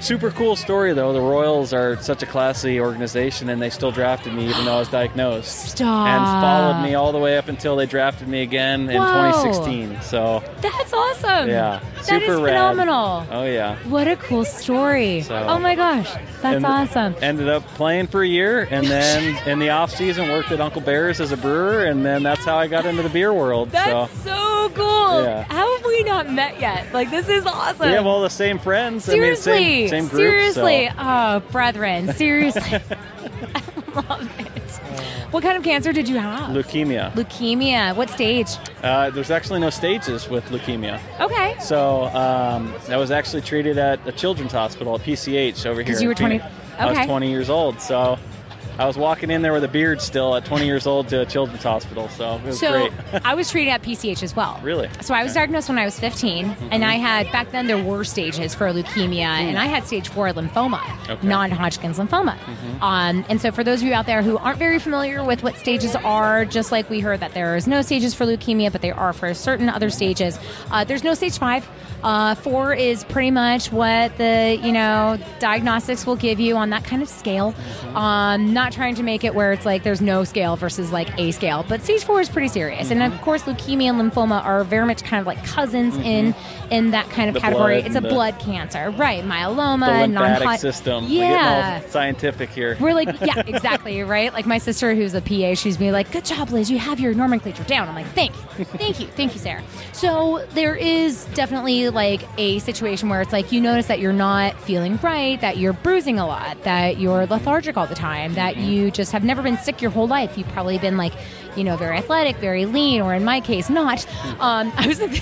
[SPEAKER 12] Super cool story though. The Royals are such a classy organization, and they still drafted me even though I was diagnosed.
[SPEAKER 4] Stop.
[SPEAKER 12] And followed me all the way up until they drafted me again in
[SPEAKER 4] Whoa.
[SPEAKER 12] 2016. So
[SPEAKER 4] That's awesome.
[SPEAKER 12] yeah,
[SPEAKER 4] That is
[SPEAKER 12] super rad.
[SPEAKER 4] phenomenal.
[SPEAKER 12] Oh yeah.
[SPEAKER 4] What a cool story.
[SPEAKER 12] So-
[SPEAKER 4] oh my gosh, that's
[SPEAKER 12] And
[SPEAKER 4] awesome.
[SPEAKER 12] Ended up playing for a year, and then in the off season worked at Uncle Bear's as a brewer, and then that's how I got into the beer world.
[SPEAKER 4] That's
[SPEAKER 12] so.
[SPEAKER 4] so cool.
[SPEAKER 12] Yeah.
[SPEAKER 4] How have we not met yet? Like this is awesome.
[SPEAKER 12] We have all the same friends.
[SPEAKER 4] seriously,
[SPEAKER 12] I mean, same, same group.
[SPEAKER 4] seriously.
[SPEAKER 12] So.
[SPEAKER 4] Oh, brethren, seriously. I love it.
[SPEAKER 12] Uh,
[SPEAKER 4] What kind of cancer did you have?
[SPEAKER 12] Leukemia.
[SPEAKER 4] Leukemia. What stage?
[SPEAKER 12] Uh, there's actually no stages with leukemia.
[SPEAKER 4] Okay.
[SPEAKER 12] So um, I was actually treated at a children's hospital at PCH over here.
[SPEAKER 4] 'Cause
[SPEAKER 12] in
[SPEAKER 4] you were 20
[SPEAKER 12] Phoenix. I
[SPEAKER 4] okay.
[SPEAKER 12] was 20 years old, so I was walking in there with a beard still at 20 years old to a children's hospital. So it was
[SPEAKER 4] so
[SPEAKER 12] great.
[SPEAKER 4] I was treated at PCH as well.
[SPEAKER 12] really. Mm-hmm.
[SPEAKER 4] So I was diagnosed when I was 15, and I had back then there were stages for leukemia,
[SPEAKER 12] Mm.
[SPEAKER 4] and I had stage four lymphoma,
[SPEAKER 10] Okay.
[SPEAKER 4] non-Hodgkin's lymphoma.
[SPEAKER 10] Mhm.
[SPEAKER 4] Um, and so for those of you out there who aren't very familiar with what stages are, just like we heard that there is no stages for leukemia, but they are for certain other stages. Uh, there's no stage five. Uh, four is pretty much what the you know diagnostics will give you on that kind of scale.
[SPEAKER 12] Mm-hmm.
[SPEAKER 4] Um, not trying to make it where it's like there's no scale versus like a scale, but stage four is pretty serious. And of
[SPEAKER 12] Mm-hmm.
[SPEAKER 4] course, leukemia and lymphoma are very much kind of like cousins in in that kind of
[SPEAKER 12] Mm-hmm. The
[SPEAKER 4] category.
[SPEAKER 12] blood
[SPEAKER 4] it's a
[SPEAKER 12] and the-
[SPEAKER 4] blood cancer, right?
[SPEAKER 12] the
[SPEAKER 4] Myeloma,
[SPEAKER 12] lymphatic
[SPEAKER 4] non-Hod-
[SPEAKER 12] system. We're
[SPEAKER 4] Yeah.
[SPEAKER 12] getting all scientific here.
[SPEAKER 4] We're like, yeah, exactly, right? Like my sister, who's a PA, she's be like, "Good job, Liz. You have your nomenclature down." I'm like, "Thank you, thank you, thank you, Sarah." So there is definitely like a situation where it's like you notice that you're not feeling right, that you're bruising a lot, that you're lethargic all the time, that you just have never been sick your whole life. You've probably been like, you know, very athletic, very lean, or in my case, not. Um, I was.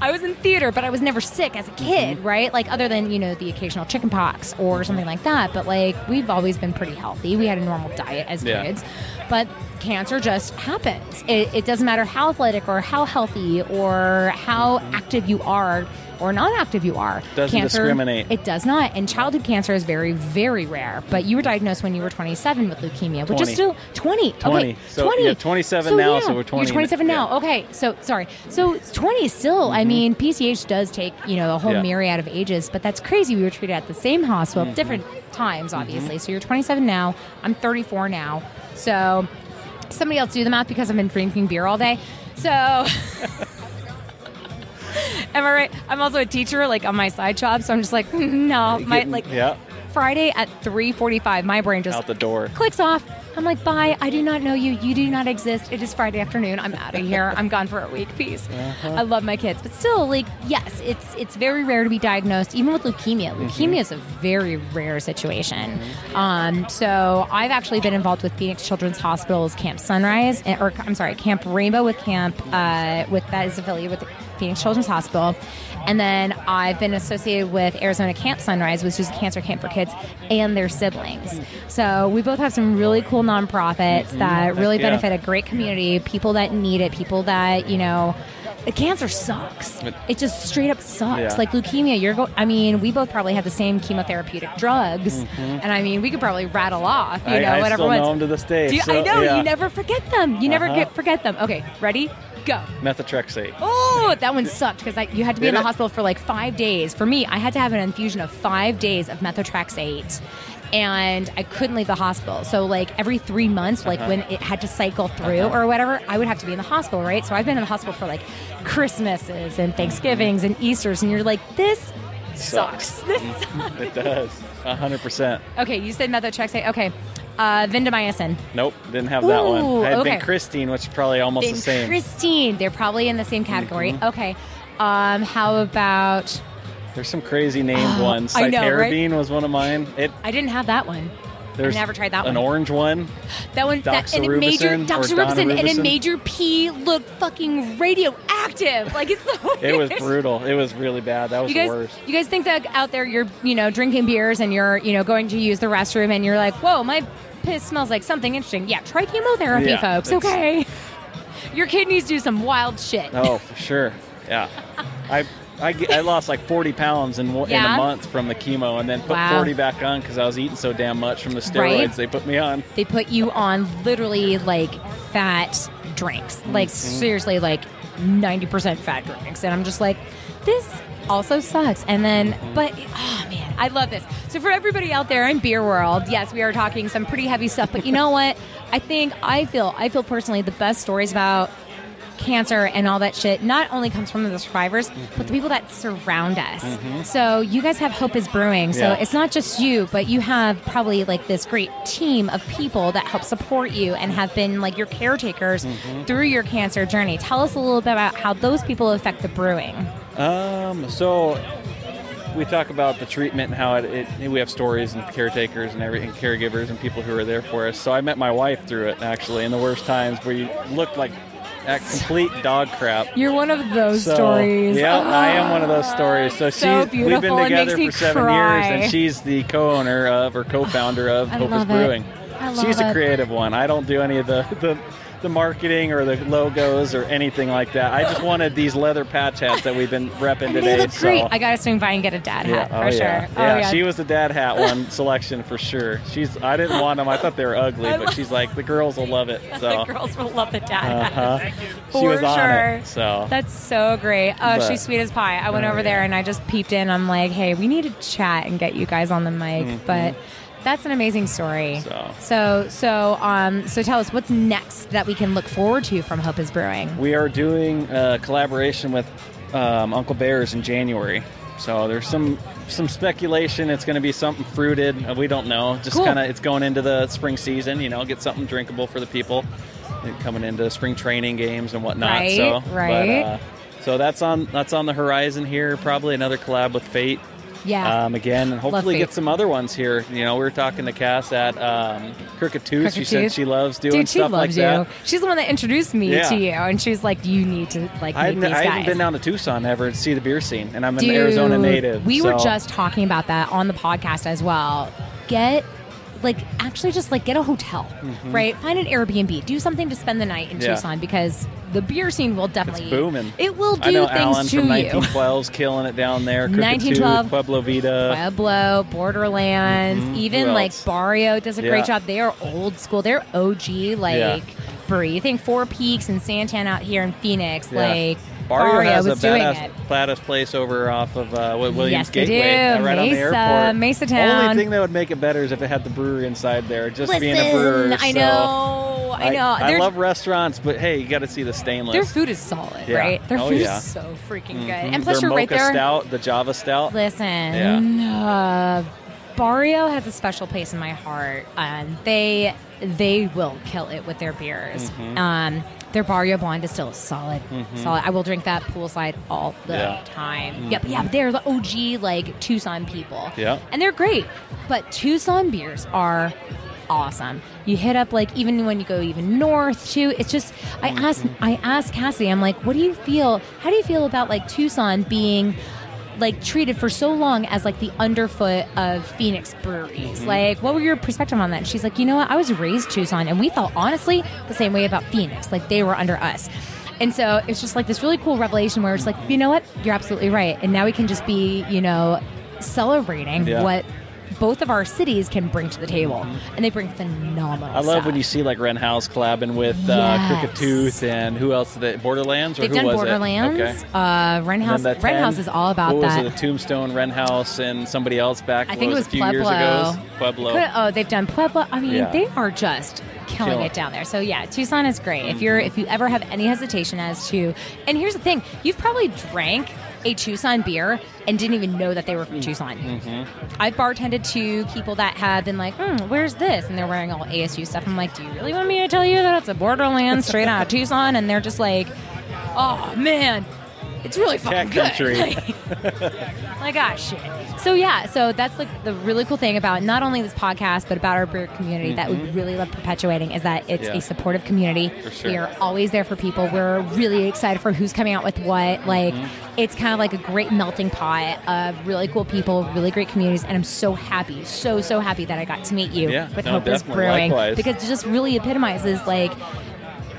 [SPEAKER 4] I was in theater, but I was never sick as a
[SPEAKER 12] Mm-hmm.
[SPEAKER 4] kid, right? Like other than you know the occasional chicken pox or something like that. But like we've always been pretty healthy. We had a normal diet as
[SPEAKER 10] Yeah.
[SPEAKER 4] kids, but cancer just happens. It, it doesn't matter how athletic or how healthy or how active you are or non-active you are.
[SPEAKER 12] Mm-hmm. Doesn't discriminate.
[SPEAKER 4] It does not. And childhood cancer is very, very rare. But you were diagnosed when you were 27 with leukemia, which is
[SPEAKER 12] 20.
[SPEAKER 4] still 20.
[SPEAKER 12] 20.
[SPEAKER 4] Okay,
[SPEAKER 12] So,
[SPEAKER 4] 20.
[SPEAKER 12] yeah, 27 now, so we're 20
[SPEAKER 4] You're 27 now. Okay, so sorry. So it's 20 is still. I
[SPEAKER 12] Mm-hmm.
[SPEAKER 4] mean, PCH does take you know a whole
[SPEAKER 10] Yeah.
[SPEAKER 4] myriad of ages, but that's crazy. We were treated at the same hospital,
[SPEAKER 12] Mm-hmm.
[SPEAKER 10] Mhm.
[SPEAKER 4] different times, obviously. So you're 27 now. I'm 34 now. So somebody else do the math because I've been drinking beer all day. So. Am I right? I'm also a teacher, like on my side job, so I'm just like, no, my
[SPEAKER 12] Getting-
[SPEAKER 4] like
[SPEAKER 12] yeah,
[SPEAKER 4] Friday at 3:45, my brain just
[SPEAKER 12] out the door.
[SPEAKER 4] clicks off. I'm like, bye. I do not know you. You do not exist. It is Friday afternoon. I'm out of here. I'm gone for a week. Peace.
[SPEAKER 10] Uh-huh.
[SPEAKER 4] I love my kids, but still, like, yes, it's it's very rare to be diagnosed, even with leukemia. Leukemia is a very rare situation. Um, so I've actually been involved with Phoenix Children's Hospital's Camp Sunrise, and- or I'm sorry, Camp Rainbow with Camp uh, with that is affiliated with the Phoenix Children's Hospital, and then I've been associated with Arizona Camp Sunrise, which is a cancer camp for kids and their siblings. So we both have some really cool nonprofits
[SPEAKER 10] Mhm.
[SPEAKER 4] that
[SPEAKER 10] Heck
[SPEAKER 4] really
[SPEAKER 10] yeah.
[SPEAKER 4] benefit a great community, people that need it, people that you know. The cancer sucks.
[SPEAKER 10] It-
[SPEAKER 4] It just straight up sucks.
[SPEAKER 10] Yeah.
[SPEAKER 4] Like leukemia, you're go- I mean, we both probably had the same chemotherapeutic drugs,
[SPEAKER 12] Mhm.
[SPEAKER 4] and I mean, we could probably rattle off, you
[SPEAKER 12] I,
[SPEAKER 4] know,
[SPEAKER 12] I
[SPEAKER 4] whatever.
[SPEAKER 12] still know
[SPEAKER 4] ones-
[SPEAKER 12] them to this day.
[SPEAKER 4] Do you-
[SPEAKER 12] so,
[SPEAKER 4] I know
[SPEAKER 12] yeah.
[SPEAKER 4] you never forget them. You never
[SPEAKER 12] Uh-huh.
[SPEAKER 4] get forget them. Okay, ready? Go.
[SPEAKER 12] methotrexate.
[SPEAKER 4] Oh, that one sucked because you had to be
[SPEAKER 12] Did
[SPEAKER 4] in the
[SPEAKER 12] it?
[SPEAKER 4] hospital for like five days. For me, I had to have an infusion of five days of methotrexate, and I couldn't leave the hospital. So like every three months, like
[SPEAKER 10] Uh-huh.
[SPEAKER 4] when it had to cycle through
[SPEAKER 10] Uh-huh.
[SPEAKER 4] or whatever, I would have to be in the hospital, right? So I've been in the hospital for like Christmases and Thanksgivings and Easter's, and you're like, this sucks. This
[SPEAKER 12] Mhm. it does. 100%.
[SPEAKER 4] Okay, you said methotrexate. Okay, uh, vindomycin.
[SPEAKER 12] Nope, didn't have that
[SPEAKER 4] Ooh,
[SPEAKER 12] one. I had
[SPEAKER 4] okay.
[SPEAKER 12] been Christine, which is probably almost
[SPEAKER 4] Then
[SPEAKER 12] the same.
[SPEAKER 4] Christine, they're probably in the
[SPEAKER 12] Mm-hmm.
[SPEAKER 4] same category. Okay, um, how about?
[SPEAKER 12] There's some crazy named ones.
[SPEAKER 4] I know, right?
[SPEAKER 12] Cytarabine was one of mine. It
[SPEAKER 4] I didn't have that one.
[SPEAKER 12] there's
[SPEAKER 4] I never tried that
[SPEAKER 12] an
[SPEAKER 4] one.
[SPEAKER 12] orange one.
[SPEAKER 4] That one, that, and it made your
[SPEAKER 12] Doxorubicin or
[SPEAKER 4] Doxorubicin, and it
[SPEAKER 12] Donorubicin?
[SPEAKER 4] made your pee look fucking radioactive. Like it's the worst.
[SPEAKER 12] It was brutal. It was really bad. That was
[SPEAKER 4] you guys,
[SPEAKER 12] the worst.
[SPEAKER 4] you guys think that out there you're, you know, drinking beers and you're, you know, going to use the restroom and you're like, whoa, my piss smells like something interesting. Yeah, try chemotherapy,
[SPEAKER 12] Yeah,
[SPEAKER 4] folks.
[SPEAKER 12] it's-
[SPEAKER 4] Okay, your kidneys do some wild shit.
[SPEAKER 12] Oh, for sure. Yeah. I, I, ge- I lost like 40 pounds in, one- in
[SPEAKER 4] Yeah?
[SPEAKER 12] a month from the chemo and then put
[SPEAKER 4] Wow.
[SPEAKER 12] 40 back on because I was eating so damn much from the steroids
[SPEAKER 4] Right?
[SPEAKER 12] they put me on.
[SPEAKER 4] They put you on literally like fat drinks, like
[SPEAKER 12] Mhm.
[SPEAKER 4] seriously, like ninety percent fat drinks, and I'm just like, this also sucks. And then, but oh man, I love this. So for everybody out there in beer world, yes, we are talking some pretty heavy stuff, but you know what? I think I feel I feel personally the best stories about cancer and all that shit not only comes from the survivors but the people that surround us
[SPEAKER 10] Mhm.
[SPEAKER 4] so you guys have hope is brewing so
[SPEAKER 10] Yeah.
[SPEAKER 4] it's not just you but you have probably like this great team of people that help support you and have been like your caretakers
[SPEAKER 12] Mhm.
[SPEAKER 4] through your cancer journey tell us a little bit about how those people affect the brewing
[SPEAKER 12] Um, so we talk about the treatment and how it, it we have stories and caretakers and every and caregivers and people who are there for us. So I met my wife through it actually in the worst times where you looked like at complete dog crap.
[SPEAKER 4] you're one of those
[SPEAKER 12] So,
[SPEAKER 4] stories Ah,
[SPEAKER 12] Yeah, I am one of those stories. So,
[SPEAKER 4] So
[SPEAKER 12] she's we've
[SPEAKER 4] beautiful.
[SPEAKER 12] been
[SPEAKER 4] It
[SPEAKER 12] together
[SPEAKER 4] makes me
[SPEAKER 12] for seven
[SPEAKER 4] cry.
[SPEAKER 12] years, and she's the co-owner of or co-founder of
[SPEAKER 4] I
[SPEAKER 12] Hopeless
[SPEAKER 4] love it.
[SPEAKER 12] Brewing.
[SPEAKER 4] I love
[SPEAKER 12] she's a
[SPEAKER 4] it.
[SPEAKER 12] creative one. I don't do any of the, the the marketing or the logos or anything like that. I just wanted these leather patch hats that we've been repping
[SPEAKER 4] they
[SPEAKER 12] today.
[SPEAKER 4] look great
[SPEAKER 12] So.
[SPEAKER 4] i gotta swing by and get a dad hat
[SPEAKER 12] oh,
[SPEAKER 4] for sure
[SPEAKER 12] yeah.
[SPEAKER 4] oh
[SPEAKER 12] Yeah,
[SPEAKER 4] yeah
[SPEAKER 12] she was the dad hat one selection for sure. She's I didn't want them. I thought they were ugly, but she's like the girls will love it. So
[SPEAKER 4] the girls will love the dad
[SPEAKER 12] Uh-huh.
[SPEAKER 4] hats.
[SPEAKER 12] She
[SPEAKER 4] For
[SPEAKER 12] was on
[SPEAKER 4] sure.
[SPEAKER 12] it, so.
[SPEAKER 4] That's so great. Oh,
[SPEAKER 12] But-
[SPEAKER 4] she's sweet as pie. I went
[SPEAKER 12] Oh,
[SPEAKER 4] over there and I just peeped in. I'm like, hey, we need to chat and get you guys on the mic.
[SPEAKER 12] Mhm.
[SPEAKER 4] But that's an amazing story.
[SPEAKER 12] So.
[SPEAKER 4] so so, um so tell us what's next that we can look forward to from Hope is Brewing.
[SPEAKER 12] We are doing a collaboration with um, Uncle Bears in January. So there's some some speculation it's going to be something fruited. Uh, We don't know. Just
[SPEAKER 4] Cool.
[SPEAKER 12] kind of it's going into the spring season. You know, get something drinkable for the people and coming into spring training games and whatnot.
[SPEAKER 4] Right,
[SPEAKER 12] so
[SPEAKER 4] right.
[SPEAKER 12] But, uh, so that's on that's on the horizon here. Probably another collab with Fate.
[SPEAKER 14] Uh,
[SPEAKER 4] Yeah.
[SPEAKER 12] Um, again, and
[SPEAKER 4] Love
[SPEAKER 12] hopefully
[SPEAKER 4] Fate.
[SPEAKER 12] get some other ones here. You know, we were talking to Cass at um, Crooked She said
[SPEAKER 4] Crooked-tooth.
[SPEAKER 12] she loves doing
[SPEAKER 4] Dude, she
[SPEAKER 12] stuff like
[SPEAKER 4] loves you.
[SPEAKER 12] that.
[SPEAKER 4] She's the one that introduced me
[SPEAKER 12] Yeah.
[SPEAKER 4] to you, and she's like, "You need to like meet
[SPEAKER 12] I haven't,
[SPEAKER 4] these guys."
[SPEAKER 12] I haven't been down to Tucson ever to see the beer scene, and I'm an
[SPEAKER 4] Dude,
[SPEAKER 12] Arizona native.
[SPEAKER 4] We were
[SPEAKER 12] so-
[SPEAKER 4] just talking about that on the podcast as well. Get like actually just like get a hotel,
[SPEAKER 12] Mhm.
[SPEAKER 4] right? Find an Airbnb, do something to spend the night in
[SPEAKER 12] Yeah.
[SPEAKER 4] Tucson because the beer scene will definitely
[SPEAKER 12] booming.
[SPEAKER 4] It will do
[SPEAKER 12] I know
[SPEAKER 4] things
[SPEAKER 12] Alan
[SPEAKER 4] to
[SPEAKER 12] from
[SPEAKER 4] you.
[SPEAKER 12] 1912's killing it down there. Crooked
[SPEAKER 4] 1912,
[SPEAKER 12] Tooth, Pueblo Vita.
[SPEAKER 4] Pueblo, Borderlands,
[SPEAKER 12] Mhm.
[SPEAKER 4] even
[SPEAKER 12] Who
[SPEAKER 4] like
[SPEAKER 12] else?
[SPEAKER 4] Barrio does a
[SPEAKER 12] Yeah.
[SPEAKER 4] great job. They are old school. They're OG like
[SPEAKER 12] Yeah.
[SPEAKER 4] brew. You think Four Peaks and Santan out here in Phoenix,
[SPEAKER 12] Yeah.
[SPEAKER 4] like
[SPEAKER 12] Barrio, has
[SPEAKER 4] was
[SPEAKER 12] a
[SPEAKER 4] doing it.
[SPEAKER 12] badass, badass place over off of uh, Wi-
[SPEAKER 4] Yes,
[SPEAKER 12] Williams
[SPEAKER 4] they
[SPEAKER 12] Gateway,
[SPEAKER 4] do.
[SPEAKER 12] uh, right on the
[SPEAKER 4] Mesa,
[SPEAKER 12] airport.
[SPEAKER 4] Mesa
[SPEAKER 12] Only
[SPEAKER 4] Town.
[SPEAKER 12] thing that would make it better is if it had the brewery inside there, just
[SPEAKER 4] Listen,
[SPEAKER 12] being a brewer.
[SPEAKER 4] I
[SPEAKER 12] so-
[SPEAKER 4] know, I know.
[SPEAKER 12] I,
[SPEAKER 4] There's-
[SPEAKER 12] love restaurants, but hey, you got to see the stainless.
[SPEAKER 4] Their food is solid,
[SPEAKER 12] Yeah.
[SPEAKER 4] right? Their
[SPEAKER 12] Oh,
[SPEAKER 4] food
[SPEAKER 12] yeah.
[SPEAKER 4] is so freaking
[SPEAKER 12] Mhm.
[SPEAKER 4] good. And plus,
[SPEAKER 12] Their
[SPEAKER 4] you're right
[SPEAKER 12] mocha
[SPEAKER 4] there.
[SPEAKER 12] Stout, the Java Stout.
[SPEAKER 4] Listen, uh, Barrio has a special place in my heart, and they they will kill it with their beers.
[SPEAKER 12] Mm-hmm.
[SPEAKER 10] Mhm.
[SPEAKER 4] Um, their Barrio Blonde is still solid,
[SPEAKER 10] Mhm.
[SPEAKER 4] solid. I will drink that poolside all the
[SPEAKER 10] Yeah.
[SPEAKER 4] time.
[SPEAKER 10] Mhm.
[SPEAKER 4] Yeah, but yeah, but they're the OG like Tucson people.
[SPEAKER 10] Yeah.
[SPEAKER 4] and they're great. But Tucson beers are awesome. You hit up like even when you go even north too. It's just I
[SPEAKER 10] Mm-hmm.
[SPEAKER 4] asked I asked Cassie. I'm like, what do you feel? How do you feel about like Tucson being like treated for so long as like the underfoot of Phoenix breweries?
[SPEAKER 10] Mhm.
[SPEAKER 4] Like, what were your perspective on that? And she's like, you know what? I was raised Tucson, and we felt honestly the same way about Phoenix. Like they were under us. And so it's just like this really cool revelation where it's like, you know what? You're absolutely right. And now we can just be, you know, celebrating
[SPEAKER 12] Yeah.
[SPEAKER 4] what both of our cities can bring to the table, and they bring phenomenal.
[SPEAKER 12] I love
[SPEAKER 4] stuff.
[SPEAKER 12] when you see like Ren House collabing with uh, Crooked Tooth and who else? Did they, Borderlands or
[SPEAKER 4] They've
[SPEAKER 12] who
[SPEAKER 4] done
[SPEAKER 12] was
[SPEAKER 4] Borderlands.
[SPEAKER 12] it? Okay.
[SPEAKER 4] Uh, Ren
[SPEAKER 12] And then
[SPEAKER 4] House.
[SPEAKER 12] the
[SPEAKER 4] Ren
[SPEAKER 12] 10
[SPEAKER 4] House is all about
[SPEAKER 12] what
[SPEAKER 4] that.
[SPEAKER 12] was it? The Tombstone, Ren House, and somebody else back.
[SPEAKER 4] I
[SPEAKER 12] what
[SPEAKER 4] think
[SPEAKER 12] was
[SPEAKER 4] it was
[SPEAKER 12] a few years
[SPEAKER 4] Pueblo.
[SPEAKER 12] ago. Pueblo.
[SPEAKER 4] Coulda- oh, they've done Pueblo. I mean,
[SPEAKER 12] Yeah.
[SPEAKER 4] they are just killing
[SPEAKER 12] Killing.
[SPEAKER 4] it down there. So yeah, Tucson is great. If you're if you ever have any hesitation as to, and here's the thing, you've probably drank a Tucson beer and didn't even know that they were
[SPEAKER 12] Hmm.
[SPEAKER 4] from Tucson. I've bartended to people that have been like, mm, "Where's this?" and they're wearing all ASU stuff. I'm like, "Do you really want me to tell you that it's a Borderlands straight out of Tucson?" And they're just like, "Oh man, it's really fucking
[SPEAKER 12] Cat
[SPEAKER 4] good."
[SPEAKER 12] country.
[SPEAKER 4] Like, like ah shit. So yeah, so that's like the really cool thing about not only this podcast but about our brewer community that we
[SPEAKER 13] Mhm.
[SPEAKER 4] really love perpetuating is that it's
[SPEAKER 13] Yeah.
[SPEAKER 4] a supportive community.
[SPEAKER 13] For sure.
[SPEAKER 4] We are always there for people. We're really excited for who's coming out with what. Like
[SPEAKER 13] Mhm.
[SPEAKER 4] it's kind of like a great melting pot of really cool people, really great communities, and I'm so happy, so so happy that I got to meet you
[SPEAKER 13] Yeah,
[SPEAKER 4] with
[SPEAKER 13] no,
[SPEAKER 4] Hopeless
[SPEAKER 13] definitely.
[SPEAKER 4] Brewing
[SPEAKER 13] Likewise.
[SPEAKER 4] because it just really epitomizes like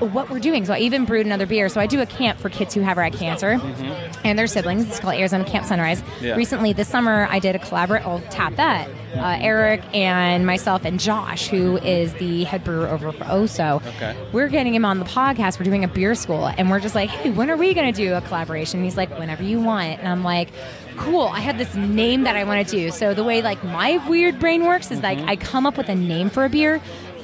[SPEAKER 4] what we're doing. So I even brewed another beer. So I do a camp for kids who have rat cancer
[SPEAKER 13] Mm-hmm.
[SPEAKER 1] Mm-hmm.
[SPEAKER 4] and their siblings. It's called Arizona Camp Sunrise.
[SPEAKER 13] Yeah.
[SPEAKER 4] Recently, this summer, I did a collaborate. I'll tap that. Uh, Eric and myself and Josh, who is the head brewer over for Oso.
[SPEAKER 13] Okay.
[SPEAKER 4] We're getting him on the podcast. We're doing a beer school, and we're just like, hey, when are we going to do a collaboration? And he's like, whenever you want. And I'm like, cool. I have this name that I want to do. So the way like my weird brain works is like I come up with a name for a beer.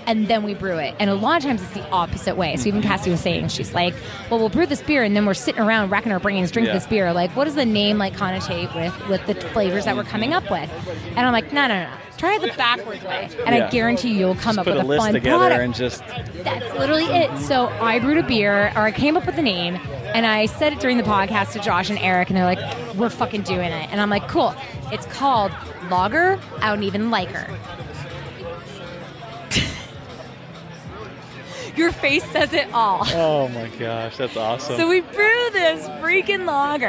[SPEAKER 4] And then we brew it. And a lot of times it's the opposite way. So even Cassie was saying, she's like, well, we'll brew this beer and then we're sitting around racking our brains, drink
[SPEAKER 13] Yeah.
[SPEAKER 4] this beer. Like, what does the name like connotate with, with the flavors that we're coming up with? And I'm like, no, no, no. Try the backwards way. And I
[SPEAKER 12] Yeah.
[SPEAKER 4] guarantee you'll come
[SPEAKER 12] Just
[SPEAKER 4] up
[SPEAKER 12] put
[SPEAKER 4] with a,
[SPEAKER 12] a list
[SPEAKER 4] fun
[SPEAKER 12] together
[SPEAKER 4] product.
[SPEAKER 12] and just
[SPEAKER 4] That's literally it. So I brewed a beer, or I came up with a name, and I said it during the podcast to Josh and Eric, and they're like, "We're fucking doing it." And I'm like, "Cool." It's called Lager. I don't even like her.
[SPEAKER 1] Mm-hmm.
[SPEAKER 4] Your face says it all.
[SPEAKER 12] Oh my gosh, that's awesome.
[SPEAKER 4] So we brew this freaking lager,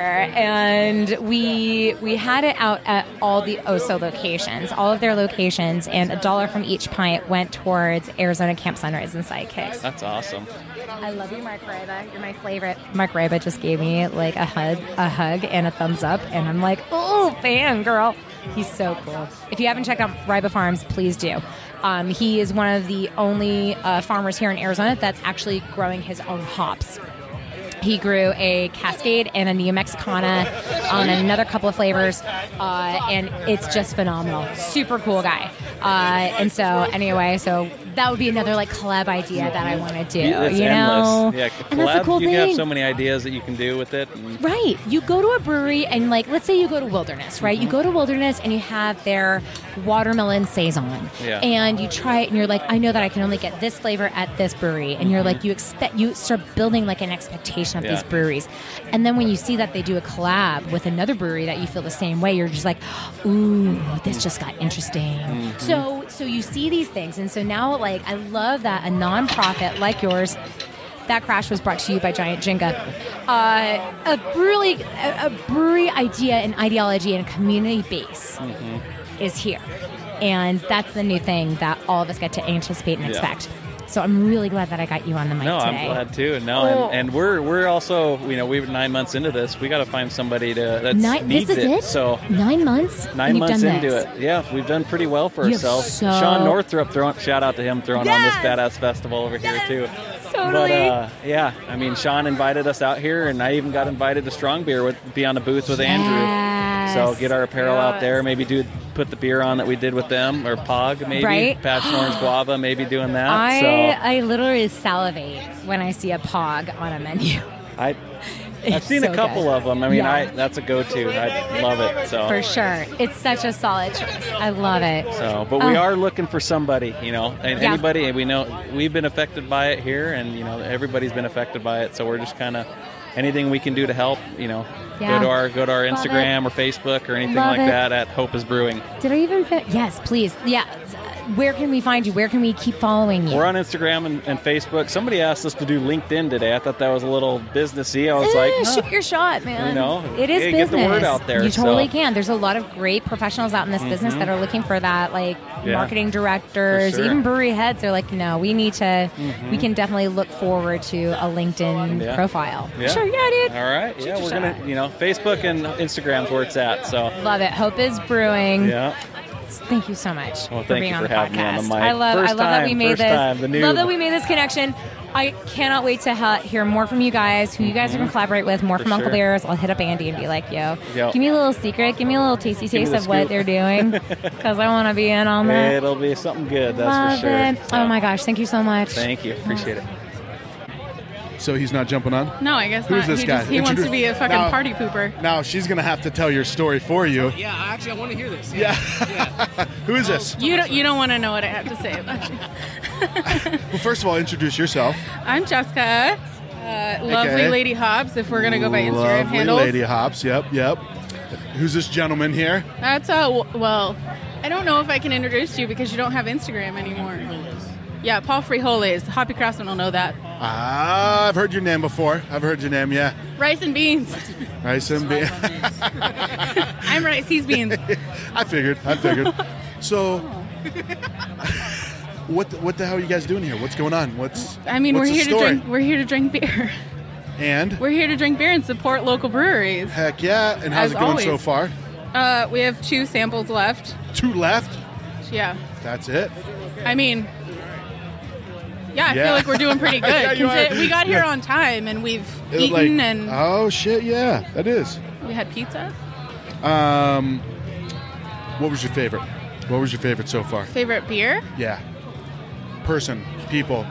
[SPEAKER 4] and we we had it out at all the Oso locations, all of their locations, and a dollar from each pint went towards Arizona Camp Sunrise and Sidekicks.
[SPEAKER 12] That's awesome.
[SPEAKER 4] I love you, Mark Raiba. You're my favorite. Mark Raiba just gave me like a hug, a hug, and a thumbs up, and I'm like, oh, fan girl. He's so cool. If you haven't checked out Raiba Farms, please do. Um, he is one of the only uh, farmers here in Arizona that's actually growing his own hops. He grew a Cascade and a Neo Mexicana on another couple of flavors, uh, and it's just phenomenal. Super cool guy. Uh, and so, anyway, so that would be another like collab idea that I want to do.
[SPEAKER 12] it's
[SPEAKER 4] you
[SPEAKER 12] endless.
[SPEAKER 4] know,
[SPEAKER 12] Yeah,
[SPEAKER 4] and that's the
[SPEAKER 12] collabs,
[SPEAKER 4] cool
[SPEAKER 12] you
[SPEAKER 4] thing.
[SPEAKER 12] have so many ideas that you can do with it. and-
[SPEAKER 4] Right. You go to a brewery and like let's say you go to Wilderness, right?
[SPEAKER 13] Mm-hmm.
[SPEAKER 4] You go to Wilderness and you have their watermelon saison.
[SPEAKER 13] Yeah.
[SPEAKER 4] And you try it and you're like, I know that I can only get this flavor at this brewery. And you're like you expect you start building like an expectation of
[SPEAKER 13] Mm-hmm. Yeah.
[SPEAKER 4] these breweries. And then when you see that they do a collab with another brewery that you feel the same way, you're just like, ooh, this just got interesting.
[SPEAKER 13] Mhm.
[SPEAKER 4] Mm-hmm. So so you see these things and so now like I love that a nonprofit like yours that crash was brought to you by Giant Jenga. Uh, a brewery, a, a brewery idea and ideology and community base
[SPEAKER 12] Mm-hmm.
[SPEAKER 4] is here, and that's the new thing that all of us get to anticipate and
[SPEAKER 12] Yeah.
[SPEAKER 4] expect. So I'm really glad that I got you on the mic
[SPEAKER 12] No,
[SPEAKER 4] today.
[SPEAKER 12] I'm glad too. And No,
[SPEAKER 4] Oh.
[SPEAKER 12] and, and we're we're also you know we're nine months into this. We got to find somebody to that
[SPEAKER 4] Nine,
[SPEAKER 12] needs
[SPEAKER 4] this is it.
[SPEAKER 12] So
[SPEAKER 4] nine months. and
[SPEAKER 12] 9
[SPEAKER 4] you've
[SPEAKER 12] months
[SPEAKER 4] done
[SPEAKER 12] into
[SPEAKER 4] this.
[SPEAKER 12] it, yeah, we've done pretty well for
[SPEAKER 4] You have
[SPEAKER 12] ourselves.
[SPEAKER 4] so-
[SPEAKER 12] Sean Northrup, throwing, shout out to him throwing on this badass festival over here too.
[SPEAKER 4] totally.
[SPEAKER 12] But, uh, yeah, I mean, Sean invited us out here, and I even got invited to Strong Beer with be on the booth with Andrew. So get our apparel out there. Maybe do put the beer on that we did with them or Pog, maybe
[SPEAKER 4] Right.
[SPEAKER 12] Passion Orange Guava, maybe doing that.
[SPEAKER 4] I
[SPEAKER 12] so
[SPEAKER 4] I literally salivate when I see a pog on a menu.
[SPEAKER 12] I I've
[SPEAKER 4] It's
[SPEAKER 12] seen
[SPEAKER 4] so
[SPEAKER 12] a couple
[SPEAKER 4] good.
[SPEAKER 12] of them. I mean,
[SPEAKER 4] Yeah.
[SPEAKER 12] I that's a go-to. I love it. So
[SPEAKER 4] For sure, it's such a solid choice. I love it.
[SPEAKER 12] So, but we
[SPEAKER 4] Oh.
[SPEAKER 12] are looking for somebody, you know, and
[SPEAKER 4] Yeah.
[SPEAKER 12] anybody. And we know we've been affected by it here, and you know everybody's been affected by it. So we're just kind of anything we can do to help, you know.
[SPEAKER 4] Yeah.
[SPEAKER 12] Go to our go to our
[SPEAKER 4] Love it.
[SPEAKER 12] Instagram or Facebook or anything
[SPEAKER 4] Love
[SPEAKER 12] like
[SPEAKER 4] it.
[SPEAKER 12] that at Hope is Brewing.
[SPEAKER 4] Did I even fit? Yes, please. Yeah. Where can we find you? Where can we keep following you?
[SPEAKER 12] We're on Instagram and, and Facebook. Somebody asked us to do LinkedIn today. I thought that was a little businessy. I was
[SPEAKER 4] Eh,
[SPEAKER 12] like, "Huh."
[SPEAKER 4] shoot your shot, man.
[SPEAKER 12] You know,
[SPEAKER 4] it is
[SPEAKER 12] hey,
[SPEAKER 4] business.
[SPEAKER 12] get the word out there,
[SPEAKER 4] You totally
[SPEAKER 12] so.
[SPEAKER 4] can. There's a lot of great professionals out in this business
[SPEAKER 12] Mhm.
[SPEAKER 4] that are looking for that, like
[SPEAKER 12] Yeah.
[SPEAKER 4] marketing directors,
[SPEAKER 12] For sure.
[SPEAKER 4] even brewery heads. They're like, no, we need to.
[SPEAKER 12] Mhm.
[SPEAKER 4] We can definitely look forward to a LinkedIn
[SPEAKER 12] Yeah.
[SPEAKER 4] profile.
[SPEAKER 12] Yeah.
[SPEAKER 4] Sure, yeah, dude.
[SPEAKER 12] All right,
[SPEAKER 4] Shoot
[SPEAKER 12] yeah,
[SPEAKER 4] your
[SPEAKER 12] we're gonna, you know, Facebook and Instagram's where it's at. So,
[SPEAKER 4] Love it. Hope is brewing.
[SPEAKER 12] yeah.
[SPEAKER 4] Thank you so much
[SPEAKER 12] Well,
[SPEAKER 4] for
[SPEAKER 12] thank
[SPEAKER 4] being
[SPEAKER 12] you
[SPEAKER 4] on
[SPEAKER 12] for
[SPEAKER 4] the
[SPEAKER 12] having me on
[SPEAKER 4] podcast.
[SPEAKER 12] the mic.
[SPEAKER 4] I love, I
[SPEAKER 12] First
[SPEAKER 4] love that
[SPEAKER 12] time,
[SPEAKER 4] we made
[SPEAKER 12] first
[SPEAKER 4] this.
[SPEAKER 12] time, the new-
[SPEAKER 4] Love that we made this connection. I cannot wait to ha- hear more from you guys, who you guys
[SPEAKER 12] Mm-hmm.
[SPEAKER 4] are going to collaborate with, more
[SPEAKER 13] For
[SPEAKER 4] from Uncle
[SPEAKER 13] sure.
[SPEAKER 4] Bears. I'll hit up Andy and be like, yo,
[SPEAKER 13] Yo.
[SPEAKER 4] give me a little secret, give me a little tasty
[SPEAKER 13] Give me
[SPEAKER 4] taste
[SPEAKER 13] the
[SPEAKER 4] of what
[SPEAKER 13] scoop.
[SPEAKER 4] they're doing, because I want to be in on that.
[SPEAKER 12] It'll be something good,
[SPEAKER 4] love
[SPEAKER 12] that's for sure.
[SPEAKER 4] it. Oh my gosh, thank you so much.
[SPEAKER 12] Thank you, appreciate it.
[SPEAKER 1] So he's not jumping on.
[SPEAKER 7] No, I guess
[SPEAKER 1] Who's
[SPEAKER 7] not.
[SPEAKER 1] this
[SPEAKER 7] he
[SPEAKER 1] guy?
[SPEAKER 7] Just, he wants
[SPEAKER 1] Introduce-
[SPEAKER 7] to be a fucking
[SPEAKER 1] Now-
[SPEAKER 7] party pooper.
[SPEAKER 1] Now she's gonna have to tell your story for you.
[SPEAKER 15] Yeah, actually, I want to hear this.
[SPEAKER 1] Who is this?
[SPEAKER 7] You don't. You don't want to know what I have to say about you.
[SPEAKER 1] Well, first of all, introduce yourself.
[SPEAKER 7] I'm Jessica, uh, lovely
[SPEAKER 1] Okay.
[SPEAKER 7] Lady Hobbs. If we're gonna go by Instagram
[SPEAKER 1] Lovely
[SPEAKER 7] handles,
[SPEAKER 1] Lady Hops. Yep, yep. Who's this gentleman here?
[SPEAKER 13] That's uh well, I don't know if I can introduce you because you don't have Instagram anymore. Yeah, Paul Frijoles. Hoppy Craftsman will know that.
[SPEAKER 1] Ah, I've heard your name before. I've heard your name, yeah.
[SPEAKER 13] Rice and beans.
[SPEAKER 1] Rice and beans.
[SPEAKER 13] I'm rice, he's beans.
[SPEAKER 1] I figured. I figured. So, what the, what the hell are you guys doing here? What's going on? What's
[SPEAKER 13] I mean,
[SPEAKER 1] what's
[SPEAKER 13] we're
[SPEAKER 1] the
[SPEAKER 13] here
[SPEAKER 1] story?
[SPEAKER 13] to drink. We're here to drink beer.
[SPEAKER 1] And
[SPEAKER 13] We're here to drink beer and support local breweries.
[SPEAKER 1] heck yeah! And how's
[SPEAKER 13] As
[SPEAKER 1] it going so
[SPEAKER 13] always.
[SPEAKER 1] far?
[SPEAKER 13] Uh, we have two samples left.
[SPEAKER 1] Two left.
[SPEAKER 13] Yeah,
[SPEAKER 1] That's it.
[SPEAKER 13] I mean, yeah, I
[SPEAKER 1] Yeah.
[SPEAKER 13] feel like we're doing pretty good.
[SPEAKER 1] Yeah, you are.
[SPEAKER 13] Consi- we got here
[SPEAKER 1] Yeah.
[SPEAKER 13] on time and we've
[SPEAKER 1] It,
[SPEAKER 13] eaten
[SPEAKER 1] like-
[SPEAKER 13] and
[SPEAKER 1] oh shit, yeah, that is.
[SPEAKER 13] we had pizza.
[SPEAKER 1] Um, what was your favorite? What was your favorite so far?
[SPEAKER 13] Favorite beer?
[SPEAKER 1] Yeah, person, people,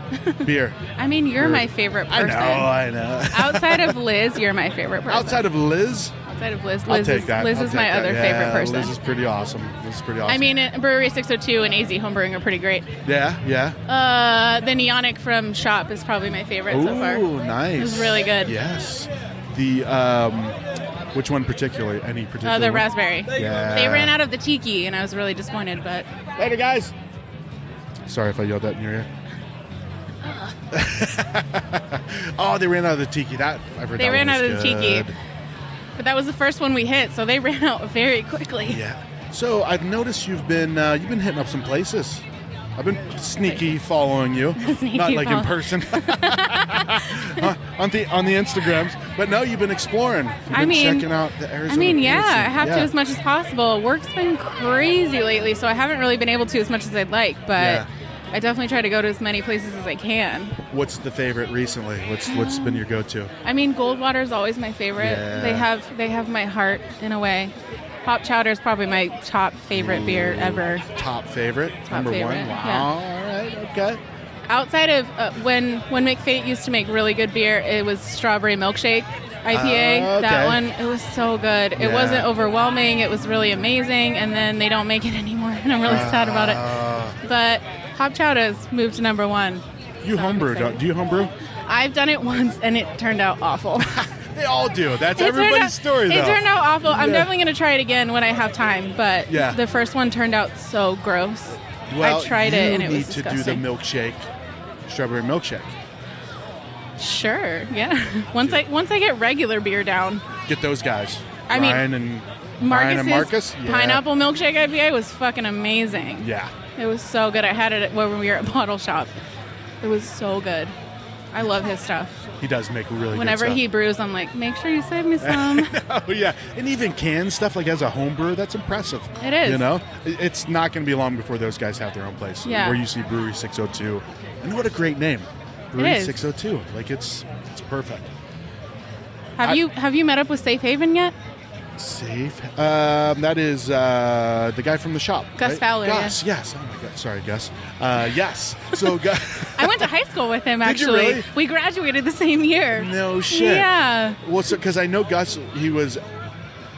[SPEAKER 1] beer.
[SPEAKER 13] I mean, you're
[SPEAKER 1] Bird.
[SPEAKER 13] my favorite
[SPEAKER 1] I
[SPEAKER 13] person.
[SPEAKER 1] know, I know.
[SPEAKER 13] Outside of Liz, you're my favorite person.
[SPEAKER 1] Outside of Liz,
[SPEAKER 13] Outside of Liz, Liz
[SPEAKER 1] I'll take
[SPEAKER 13] is,
[SPEAKER 1] that.
[SPEAKER 13] Liz
[SPEAKER 1] I'll
[SPEAKER 13] is
[SPEAKER 1] take
[SPEAKER 13] my
[SPEAKER 1] that.
[SPEAKER 13] other
[SPEAKER 1] Yeah,
[SPEAKER 13] favorite person.
[SPEAKER 1] Liz is pretty awesome. Liz is pretty awesome.
[SPEAKER 13] I mean, uh, Brewery 602 and AZ Homebrewing are pretty great.
[SPEAKER 1] yeah, yeah.
[SPEAKER 13] Uh, the Neonic from Shop is probably my favorite so far.
[SPEAKER 1] Ooh, nice.
[SPEAKER 13] It was really good.
[SPEAKER 1] Yes. The um, which one particularly? Any particular?
[SPEAKER 13] Uh, the
[SPEAKER 1] one?
[SPEAKER 13] raspberry.
[SPEAKER 1] Yeah.
[SPEAKER 13] They ran out of the tiki, and I was really disappointed. But
[SPEAKER 1] later, guys. Sorry if I yelled that in your ear. oh, they ran out of the tiki. That I've heard
[SPEAKER 13] Uh. They
[SPEAKER 1] that
[SPEAKER 13] ran
[SPEAKER 1] one
[SPEAKER 13] out
[SPEAKER 1] was
[SPEAKER 13] of the tiki.
[SPEAKER 1] good.
[SPEAKER 13] But that was the first one we hit, so they ran out very quickly.
[SPEAKER 1] Yeah. So I've noticed you've been uh, you've been hitting up some places. I've been sneaky following you,
[SPEAKER 13] Sneaky
[SPEAKER 1] not like
[SPEAKER 13] follow-
[SPEAKER 1] in person, Huh, on the on the Instagrams. But no, you've been exploring. You've been
[SPEAKER 13] I mean,
[SPEAKER 1] checking out the Arizona.
[SPEAKER 13] I mean,
[SPEAKER 1] beer
[SPEAKER 13] yeah,
[SPEAKER 1] scene.
[SPEAKER 13] I have to
[SPEAKER 1] Yeah.
[SPEAKER 13] as much as possible. Work's been crazy lately, so I haven't really been able to as much as I'd like. But
[SPEAKER 1] Yeah.
[SPEAKER 13] I definitely try to go to as many places as I can.
[SPEAKER 1] What's the favorite recently? What's what's been your go-to?
[SPEAKER 13] I mean, Goldwater is always my favorite.
[SPEAKER 1] Yeah.
[SPEAKER 13] They have they have my heart in a way. Hop Chowder is probably my top favorite beer
[SPEAKER 1] Ooh,
[SPEAKER 13] ever.
[SPEAKER 1] Top favorite,
[SPEAKER 13] Top
[SPEAKER 1] number
[SPEAKER 13] favorite,
[SPEAKER 1] one.
[SPEAKER 13] yeah.
[SPEAKER 1] Wow. All right. Okay.
[SPEAKER 13] Outside of uh, when when McFate used to make really good beer, it was Strawberry Milkshake IPA.
[SPEAKER 1] Ah,
[SPEAKER 10] Oh, okay.
[SPEAKER 13] That one it was so good.
[SPEAKER 10] Yeah.
[SPEAKER 13] It wasn't overwhelming. It was really amazing. And then they don't make it anymore, and I'm really sad about
[SPEAKER 1] Ah.
[SPEAKER 13] it. But Hop Chowder has moved to number one.
[SPEAKER 1] You homebrew? Don't, do you homebrew?
[SPEAKER 13] I've done it once, and it turned out awful.
[SPEAKER 1] They all do. That's
[SPEAKER 13] It turned
[SPEAKER 1] everybody's
[SPEAKER 13] out-
[SPEAKER 1] story, though.
[SPEAKER 13] It turned out awful. I'm
[SPEAKER 1] Yeah.
[SPEAKER 13] definitely going to try it again when I have time, but
[SPEAKER 1] Yeah.
[SPEAKER 13] the first one turned out so gross.
[SPEAKER 1] Well,
[SPEAKER 13] I tried it
[SPEAKER 1] you
[SPEAKER 13] and it
[SPEAKER 1] need
[SPEAKER 13] was
[SPEAKER 1] to
[SPEAKER 13] disgusting.
[SPEAKER 1] do the milkshake, strawberry milkshake.
[SPEAKER 13] Sure, yeah. Once I once I get regular beer down,
[SPEAKER 1] Get those guys.
[SPEAKER 13] I mean,
[SPEAKER 1] Ryan and Ryan
[SPEAKER 13] Marcus's
[SPEAKER 1] and Marcus. Yeah.
[SPEAKER 13] pineapple milkshake IPA was fucking amazing.
[SPEAKER 1] Yeah.
[SPEAKER 13] It was so good. I had it at, when we were at Bottle Shop. It was so good. I love his stuff.
[SPEAKER 1] He does make really
[SPEAKER 13] Whenever he
[SPEAKER 1] good
[SPEAKER 13] brews, I'm like, make sure you save me some.
[SPEAKER 1] stuff. he. oh yeah, and even canned stuff like as a home brewer, that's impressive.
[SPEAKER 13] It is.
[SPEAKER 1] You know, It- it's not going to be long before those guys have their own place.
[SPEAKER 13] Yeah.
[SPEAKER 1] Where you see Brewery 602, and what a great name, Brewery
[SPEAKER 13] is.
[SPEAKER 1] 602. Like it's it's perfect.
[SPEAKER 13] have
[SPEAKER 1] I-
[SPEAKER 13] you have you met up with Safe Haven yet?
[SPEAKER 1] Safe. Um, that is uh, the guy from the shop.
[SPEAKER 13] Gus
[SPEAKER 1] right?
[SPEAKER 13] Fowler, yeah.
[SPEAKER 1] Gus. Yes. Oh my God. Sorry, Gus. Uh, yes. So Gus.
[SPEAKER 13] I went to high school with him
[SPEAKER 1] Did you
[SPEAKER 13] actually.
[SPEAKER 1] really?
[SPEAKER 13] We graduated the same year.
[SPEAKER 1] No shit.
[SPEAKER 13] Yeah.
[SPEAKER 1] Well, because I know Gus, he was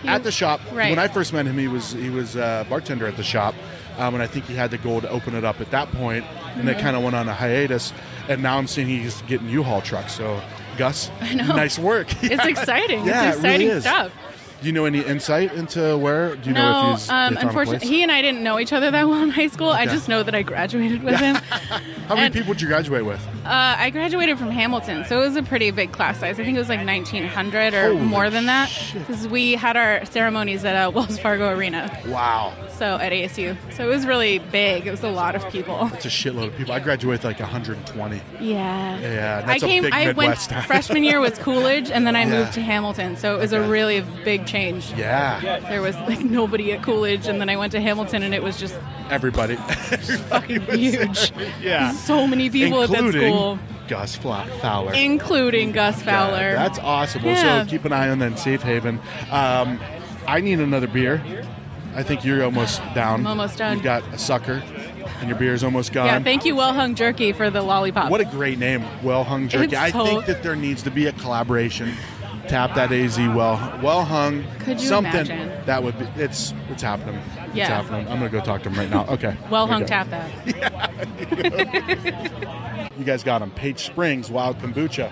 [SPEAKER 1] at the shop
[SPEAKER 13] right.
[SPEAKER 1] when I first met him. He was he was uh, bartender at the shop, um, and I think he had the goal to open it up at that point, and they
[SPEAKER 13] Mhm.
[SPEAKER 1] kind of went on a hiatus. And now I'm seeing he's getting U-Haul trucks. So, Gus,
[SPEAKER 13] I know.
[SPEAKER 1] nice work.
[SPEAKER 13] It's exciting.
[SPEAKER 1] Yeah,
[SPEAKER 13] it's
[SPEAKER 1] it really
[SPEAKER 13] exciting
[SPEAKER 1] is.
[SPEAKER 13] stuff.
[SPEAKER 1] Do you know any insight into where? Do you know
[SPEAKER 13] no,
[SPEAKER 1] if he's they
[SPEAKER 13] um,
[SPEAKER 1] found a
[SPEAKER 13] unfortunately,
[SPEAKER 1] place?
[SPEAKER 13] he and I didn't know each other that well in high school. I
[SPEAKER 1] Okay.
[SPEAKER 13] just know that I graduated with him.
[SPEAKER 1] How many people did you graduate with?
[SPEAKER 13] Uh, I graduated from Hamilton, so it was a pretty big class size. I think it was like 1,900 or
[SPEAKER 1] Holy
[SPEAKER 13] more than that. Because we had our ceremonies at uh, Wells Fargo Arena,
[SPEAKER 1] Wow,
[SPEAKER 13] so at ASU. So it was really big. It was a lot of people.
[SPEAKER 1] it's a shitload of people. I graduated with like 120.
[SPEAKER 13] Yeah.
[SPEAKER 1] Yeah,
[SPEAKER 13] I
[SPEAKER 1] that's
[SPEAKER 13] came.
[SPEAKER 1] a big
[SPEAKER 13] I went
[SPEAKER 1] Midwest town.
[SPEAKER 13] freshman year was Coolidge, and then I
[SPEAKER 1] Yeah.
[SPEAKER 13] moved to Hamilton. So it was a really big change.
[SPEAKER 1] Yeah.
[SPEAKER 13] There was like nobody at Coolidge, and then I went to Hamilton, and it was just
[SPEAKER 1] Everybody.
[SPEAKER 13] fucking huge.
[SPEAKER 1] yeah.
[SPEAKER 13] So many people at that
[SPEAKER 1] Including
[SPEAKER 13] school,
[SPEAKER 1] Gus Fla- Fowler.
[SPEAKER 13] including Gus Fowler.
[SPEAKER 1] That's awesome. Well,
[SPEAKER 13] Yeah.
[SPEAKER 1] So keep an eye on that safe haven. Um, I need another beer. I think you're almost down.
[SPEAKER 13] I'm almost done.
[SPEAKER 1] You've got a sucker, and your beer's almost gone.
[SPEAKER 13] yeah. Thank you, Well Hung Jerky, for the lollipop.
[SPEAKER 1] What a great name, Well Hung Jerky.
[SPEAKER 13] It's
[SPEAKER 1] I
[SPEAKER 13] so-
[SPEAKER 1] think that there needs to be a collaboration. Tap that AZ well, well hung.
[SPEAKER 13] Could you
[SPEAKER 1] something
[SPEAKER 13] imagine?
[SPEAKER 1] that would be? It's it's happening. It's
[SPEAKER 13] Yeah.
[SPEAKER 1] happening. I'm gonna go talk to him right now. Okay.
[SPEAKER 13] well
[SPEAKER 1] Here we
[SPEAKER 13] hung
[SPEAKER 1] go.
[SPEAKER 13] tap that.
[SPEAKER 1] You guys got them. Page Springs Wild Kombucha.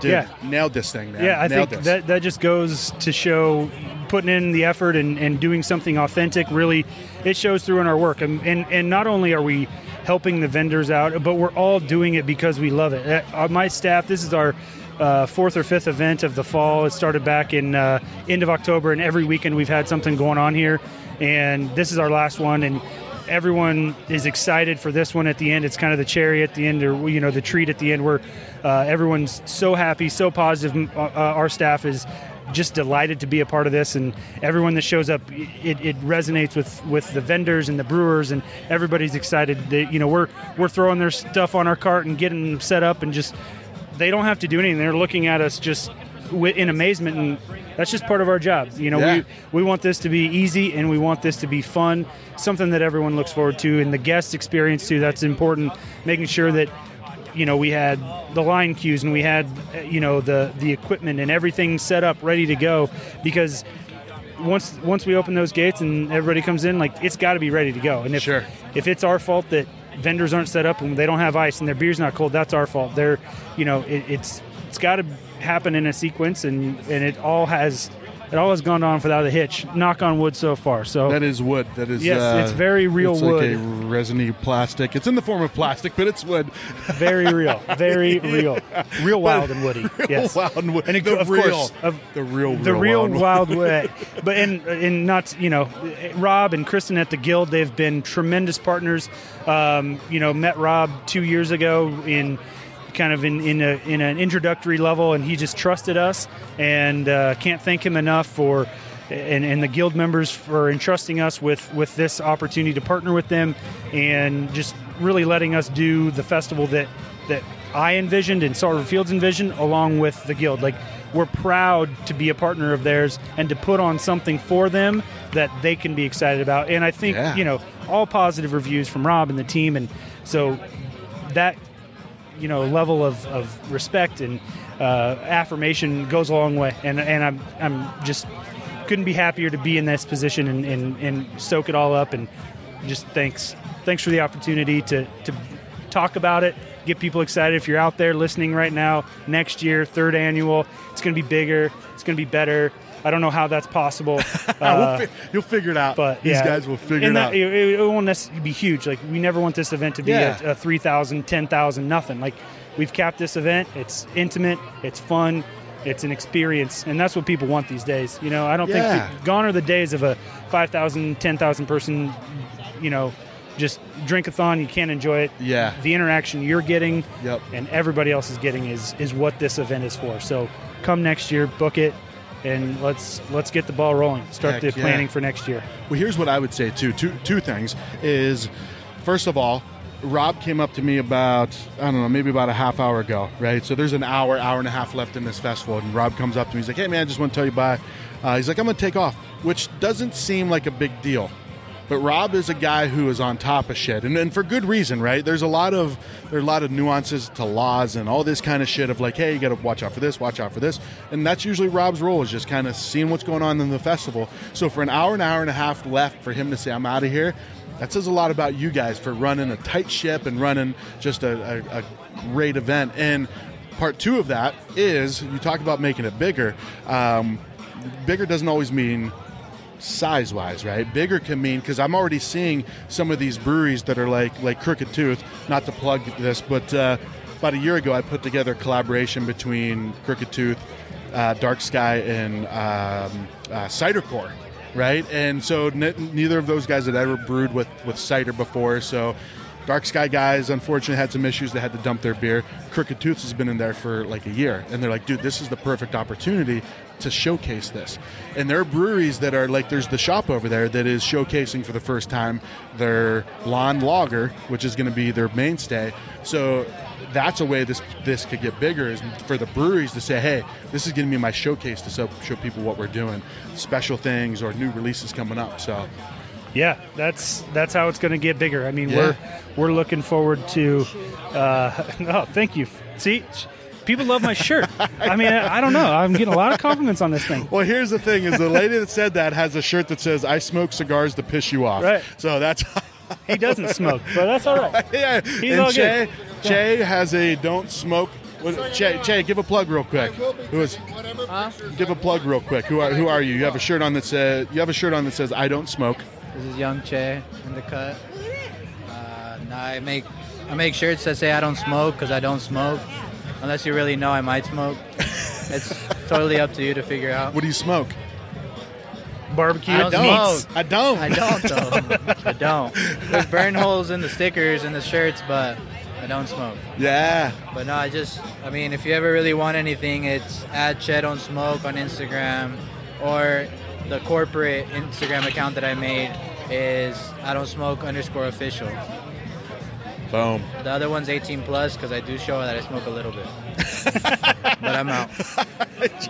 [SPEAKER 1] Dude,
[SPEAKER 15] Yeah.
[SPEAKER 1] nailed this thing, man.
[SPEAKER 15] Yeah, I
[SPEAKER 1] nailed
[SPEAKER 15] think
[SPEAKER 1] this.
[SPEAKER 15] that that just goes to show putting in the effort and, and doing something authentic really it shows through in our work and, and and not only are we helping the vendors out but we're all doing it because we love it Uh, uh, my staff this is our uh, fourth or fifth event of the fall it started back in uh, end of october and every weekend we've had something going on here and this is our last one and everyone is excited for this one at the end. It's kind of the cherry at the end, or you know, the treat at the end, where uh, everyone's so happy, so positive. M- Uh, uh, our staff is just delighted to be a part of this, and everyone that shows up, i- it, it resonates with with the vendors and the brewers, and everybody's excited. That you know, we're we're throwing their stuff on our cart and getting them set up, and just they don't have to do anything. They're looking at us just wi- in amazement and that's just part of our job you know
[SPEAKER 1] Yeah.
[SPEAKER 15] we, we want this to be easy and we want this to be fun something that everyone looks forward to and the guest experience too that's important making sure that you know we had the line cues and we had uh, you know the the equipment and everything set up ready to go because once once we open those gates and everybody comes in, like it's got to be ready to go. And if if it's our fault that vendors aren't set up and they don't have ice and their beer's not cold, that's our fault. They're you know it, it's it's got to happen in a sequence, and and it all has it all has gone on without a hitch. Knock on wood so far. So
[SPEAKER 1] That is wood. That is
[SPEAKER 15] yes,
[SPEAKER 1] uh,
[SPEAKER 15] it's very real
[SPEAKER 1] it's
[SPEAKER 15] wood.
[SPEAKER 1] Like a resiny plastic. It's in the form of plastic, but it's wood.
[SPEAKER 15] Very real. Very real. Real wild and woody. Yes.
[SPEAKER 1] Wild and woody.
[SPEAKER 15] And it,
[SPEAKER 1] the
[SPEAKER 15] of
[SPEAKER 1] real,
[SPEAKER 15] course, of
[SPEAKER 1] the real,
[SPEAKER 15] the real
[SPEAKER 1] wild, and
[SPEAKER 15] wild way. But and and not you know, Rob and Kristen at the Guild, they've been tremendous partners. Um, you know, met Rob two years ago in kind of in in, a, in an introductory level, and he just trusted us, and uh, can't thank him enough for. And, and the guild members for entrusting us with, with this opportunity to partner with them and just really letting us do the festival that, that I envisioned and Sarver Fields envisioned along with the guild. Like we're proud to be a partner of theirs and to put on something for them that they can be excited about. And I think
[SPEAKER 1] Yeah.
[SPEAKER 15] you know all positive reviews from Rob and the team, and so that you know level of, of respect and uh, affirmation goes a long way. And and I'm I'm just couldn't be happier to be in this position and and, and soak it all up. And just thanks thanks for the opportunity to to talk about it. Get people excited. If you're out there listening right now, next year, third annual, it's going to be bigger. It's going to be better. I don't know how that's possible. Uh,
[SPEAKER 1] fi- you'll figure it out.
[SPEAKER 15] But
[SPEAKER 1] These
[SPEAKER 15] yeah.
[SPEAKER 1] guys will figure
[SPEAKER 15] And
[SPEAKER 1] it
[SPEAKER 15] that-
[SPEAKER 1] out.
[SPEAKER 15] It, it- it won't necessarily be huge. Like we never want this event to be
[SPEAKER 1] Yeah.
[SPEAKER 15] a, a 3,000, 10,000, nothing. Like we've capped this event. It's intimate. It's fun. It's an experience, and that's what people want these days. You know, I don't
[SPEAKER 1] Yeah.
[SPEAKER 15] think that, gone are the days of a 5,000, 10,000 person, you know, just drink-a-thon. You can't enjoy it.
[SPEAKER 1] Yeah.
[SPEAKER 15] The interaction you're getting
[SPEAKER 1] Yep.
[SPEAKER 15] and everybody else is getting is is what this event is for. So come next year, book it, and let's let's get the ball rolling. Start
[SPEAKER 1] Heck
[SPEAKER 15] the
[SPEAKER 1] yeah.
[SPEAKER 15] planning for next year.
[SPEAKER 1] Well, here's what I would say too. Two two things is, first of all, Rob came up to me about I don't know maybe about a half hour ago, right? So there's an hour, hour and a half left in this festival, and Rob comes up to me. He's like, "Hey man, I just want to tell you bye." Uh, he's like, "I'm gonna take off," which doesn't seem like a big deal, but Rob is a guy who is on top of shit, and, and for good reason, right? There's a lot of there are a lot of nuances to laws and all this kind of shit of like, hey, you got to watch out for this, watch out for this, and that's usually Rob's role is just kind of seeing what's going on in the festival. So for an hour, an hour and a half left for him to say, I'm out of here. That says a lot about you guys for running a tight ship and running just a, a, a great event. And part two of that is you talk about making it bigger. Um, bigger doesn't always mean size wise, right? Bigger can mean because I'm already seeing some of these breweries that are like like Crooked Tooth. Not to plug this, but uh, about a year ago, I put together a collaboration between Crooked Tooth, uh, Dark Sky, and um, uh, Cider Core. Right, and so ne- neither of those guys had ever brewed with with cider before. So, Dark Sky guys unfortunately had some issues. They had to dump their beer. Crooked Tooths has been in there for like a year, and they're like, dude, this is the perfect opportunity to showcase this. And there are breweries that are like, there's the shop over there that is showcasing for the first time their blonde lager, which is going to be their mainstay. So that's a way this this could get bigger is for the breweries to say, hey, this is going to be my showcase to show, show people what we're doing, special things or new releases coming up. So
[SPEAKER 15] Yeah, that's that's how it's going to get bigger. I mean,
[SPEAKER 1] Yeah.
[SPEAKER 15] we're we're looking forward to. Uh, oh, thank you. See, people love my shirt. I mean, I, I don't know. I'm getting a lot of compliments on this thing.
[SPEAKER 1] Well, here's the thing: is the lady that said that has a shirt that says "I smoke cigars to piss you off."
[SPEAKER 15] Right.
[SPEAKER 1] So that's
[SPEAKER 15] He doesn't smoke, but that's all right.
[SPEAKER 1] yeah,
[SPEAKER 15] He's
[SPEAKER 1] and
[SPEAKER 15] all
[SPEAKER 1] Jay,
[SPEAKER 15] good.
[SPEAKER 1] Jay has a "Don't smoke
[SPEAKER 5] What- Che, che, give a plug real quick. Who is? Give a plug real quick. Who are who are you? You have a shirt on that says you have a shirt on that says I don't smoke.
[SPEAKER 14] This is Young Che in the cut. Uh, no, I make I make shirts that say I don't smoke because I don't smoke. Unless you really know I might smoke. it's totally up to you to figure out.
[SPEAKER 5] What do you smoke?
[SPEAKER 15] Barbecue.
[SPEAKER 14] I don't.
[SPEAKER 5] I don't.
[SPEAKER 14] I don't. Though. I don't. There's burn holes in the stickers and the shirts, but I don't smoke.
[SPEAKER 5] Yeah.
[SPEAKER 14] But no, I just, I mean, if you ever really want anything, it's at Chet on Smoke on Instagram, or the corporate Instagram account that I made is I don't smoke underscore official.
[SPEAKER 5] Boom.
[SPEAKER 14] The other one's 18 plus because I do show that I smoke a little bit. but I'm out.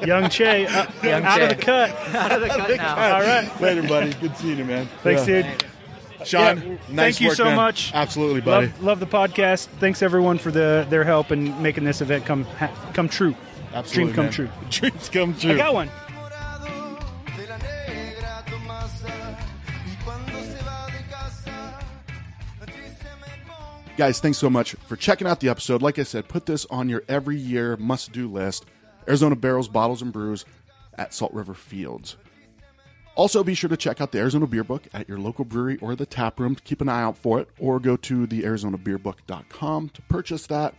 [SPEAKER 15] Young Che, uh,
[SPEAKER 14] Young
[SPEAKER 15] out of
[SPEAKER 14] Che.
[SPEAKER 15] the cut.
[SPEAKER 14] Out of the cut now.
[SPEAKER 15] All right.
[SPEAKER 5] Later, buddy. Good seeing you, man.
[SPEAKER 15] Thanks,
[SPEAKER 5] Yeah.
[SPEAKER 15] dude.
[SPEAKER 5] Sean,
[SPEAKER 15] Yeah,
[SPEAKER 5] nice
[SPEAKER 15] thank you
[SPEAKER 5] work,
[SPEAKER 15] so
[SPEAKER 5] man.
[SPEAKER 15] much.
[SPEAKER 5] Absolutely, buddy.
[SPEAKER 15] Love, love the podcast. Thanks everyone for the their help in making this event come ha- come true.
[SPEAKER 5] Absolutely,
[SPEAKER 15] Dream come
[SPEAKER 5] man.
[SPEAKER 15] true.
[SPEAKER 5] Dreams come true.
[SPEAKER 15] I got one.
[SPEAKER 1] Guys, thanks so much for checking out the episode. Like I said, put this on your every year must do list Arizona Barrels, Bottles, and Brews at Salt River Fields. Also, be sure to check out the Arizona Beer Book at your local brewery or the tap room to keep an eye out for it, or go to thearizonabeerbook.com to purchase that.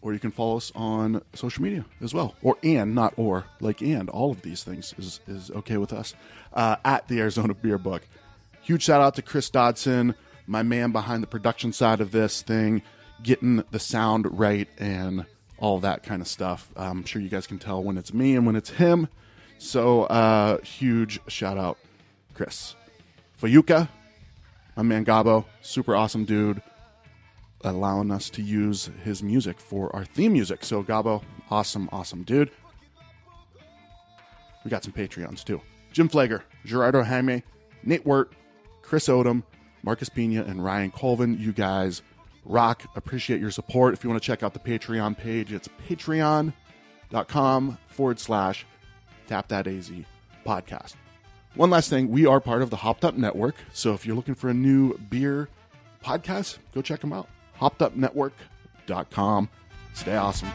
[SPEAKER 1] Or you can follow us on social media as well, or and not or like and all of these things is is okay with us uh, at the Arizona Beer Book. Huge shout out to Chris Dodson, my man behind the production side of this thing, getting the sound right and all that kind of stuff. I'm sure you guys can tell when it's me and when it's him. So, uh, huge shout out, Chris. Fayuka, my man Gabo, super awesome dude, allowing us to use his music for our theme music. So, Gabo, awesome, awesome dude. We got some Patreons too. Jim Flager, Gerardo Jaime, Nate Wirt, Chris Odom, Marcus Pena, and Ryan Colvin. You guys rock. Appreciate your support. If you want to check out the Patreon page, it's patreon.com forward slash tap that AZ podcast. One last thing, we are part of the Hopped Up Network. So if you're looking for a new beer podcast, go check them out. Hoppedupnetwork.com. Stay awesome.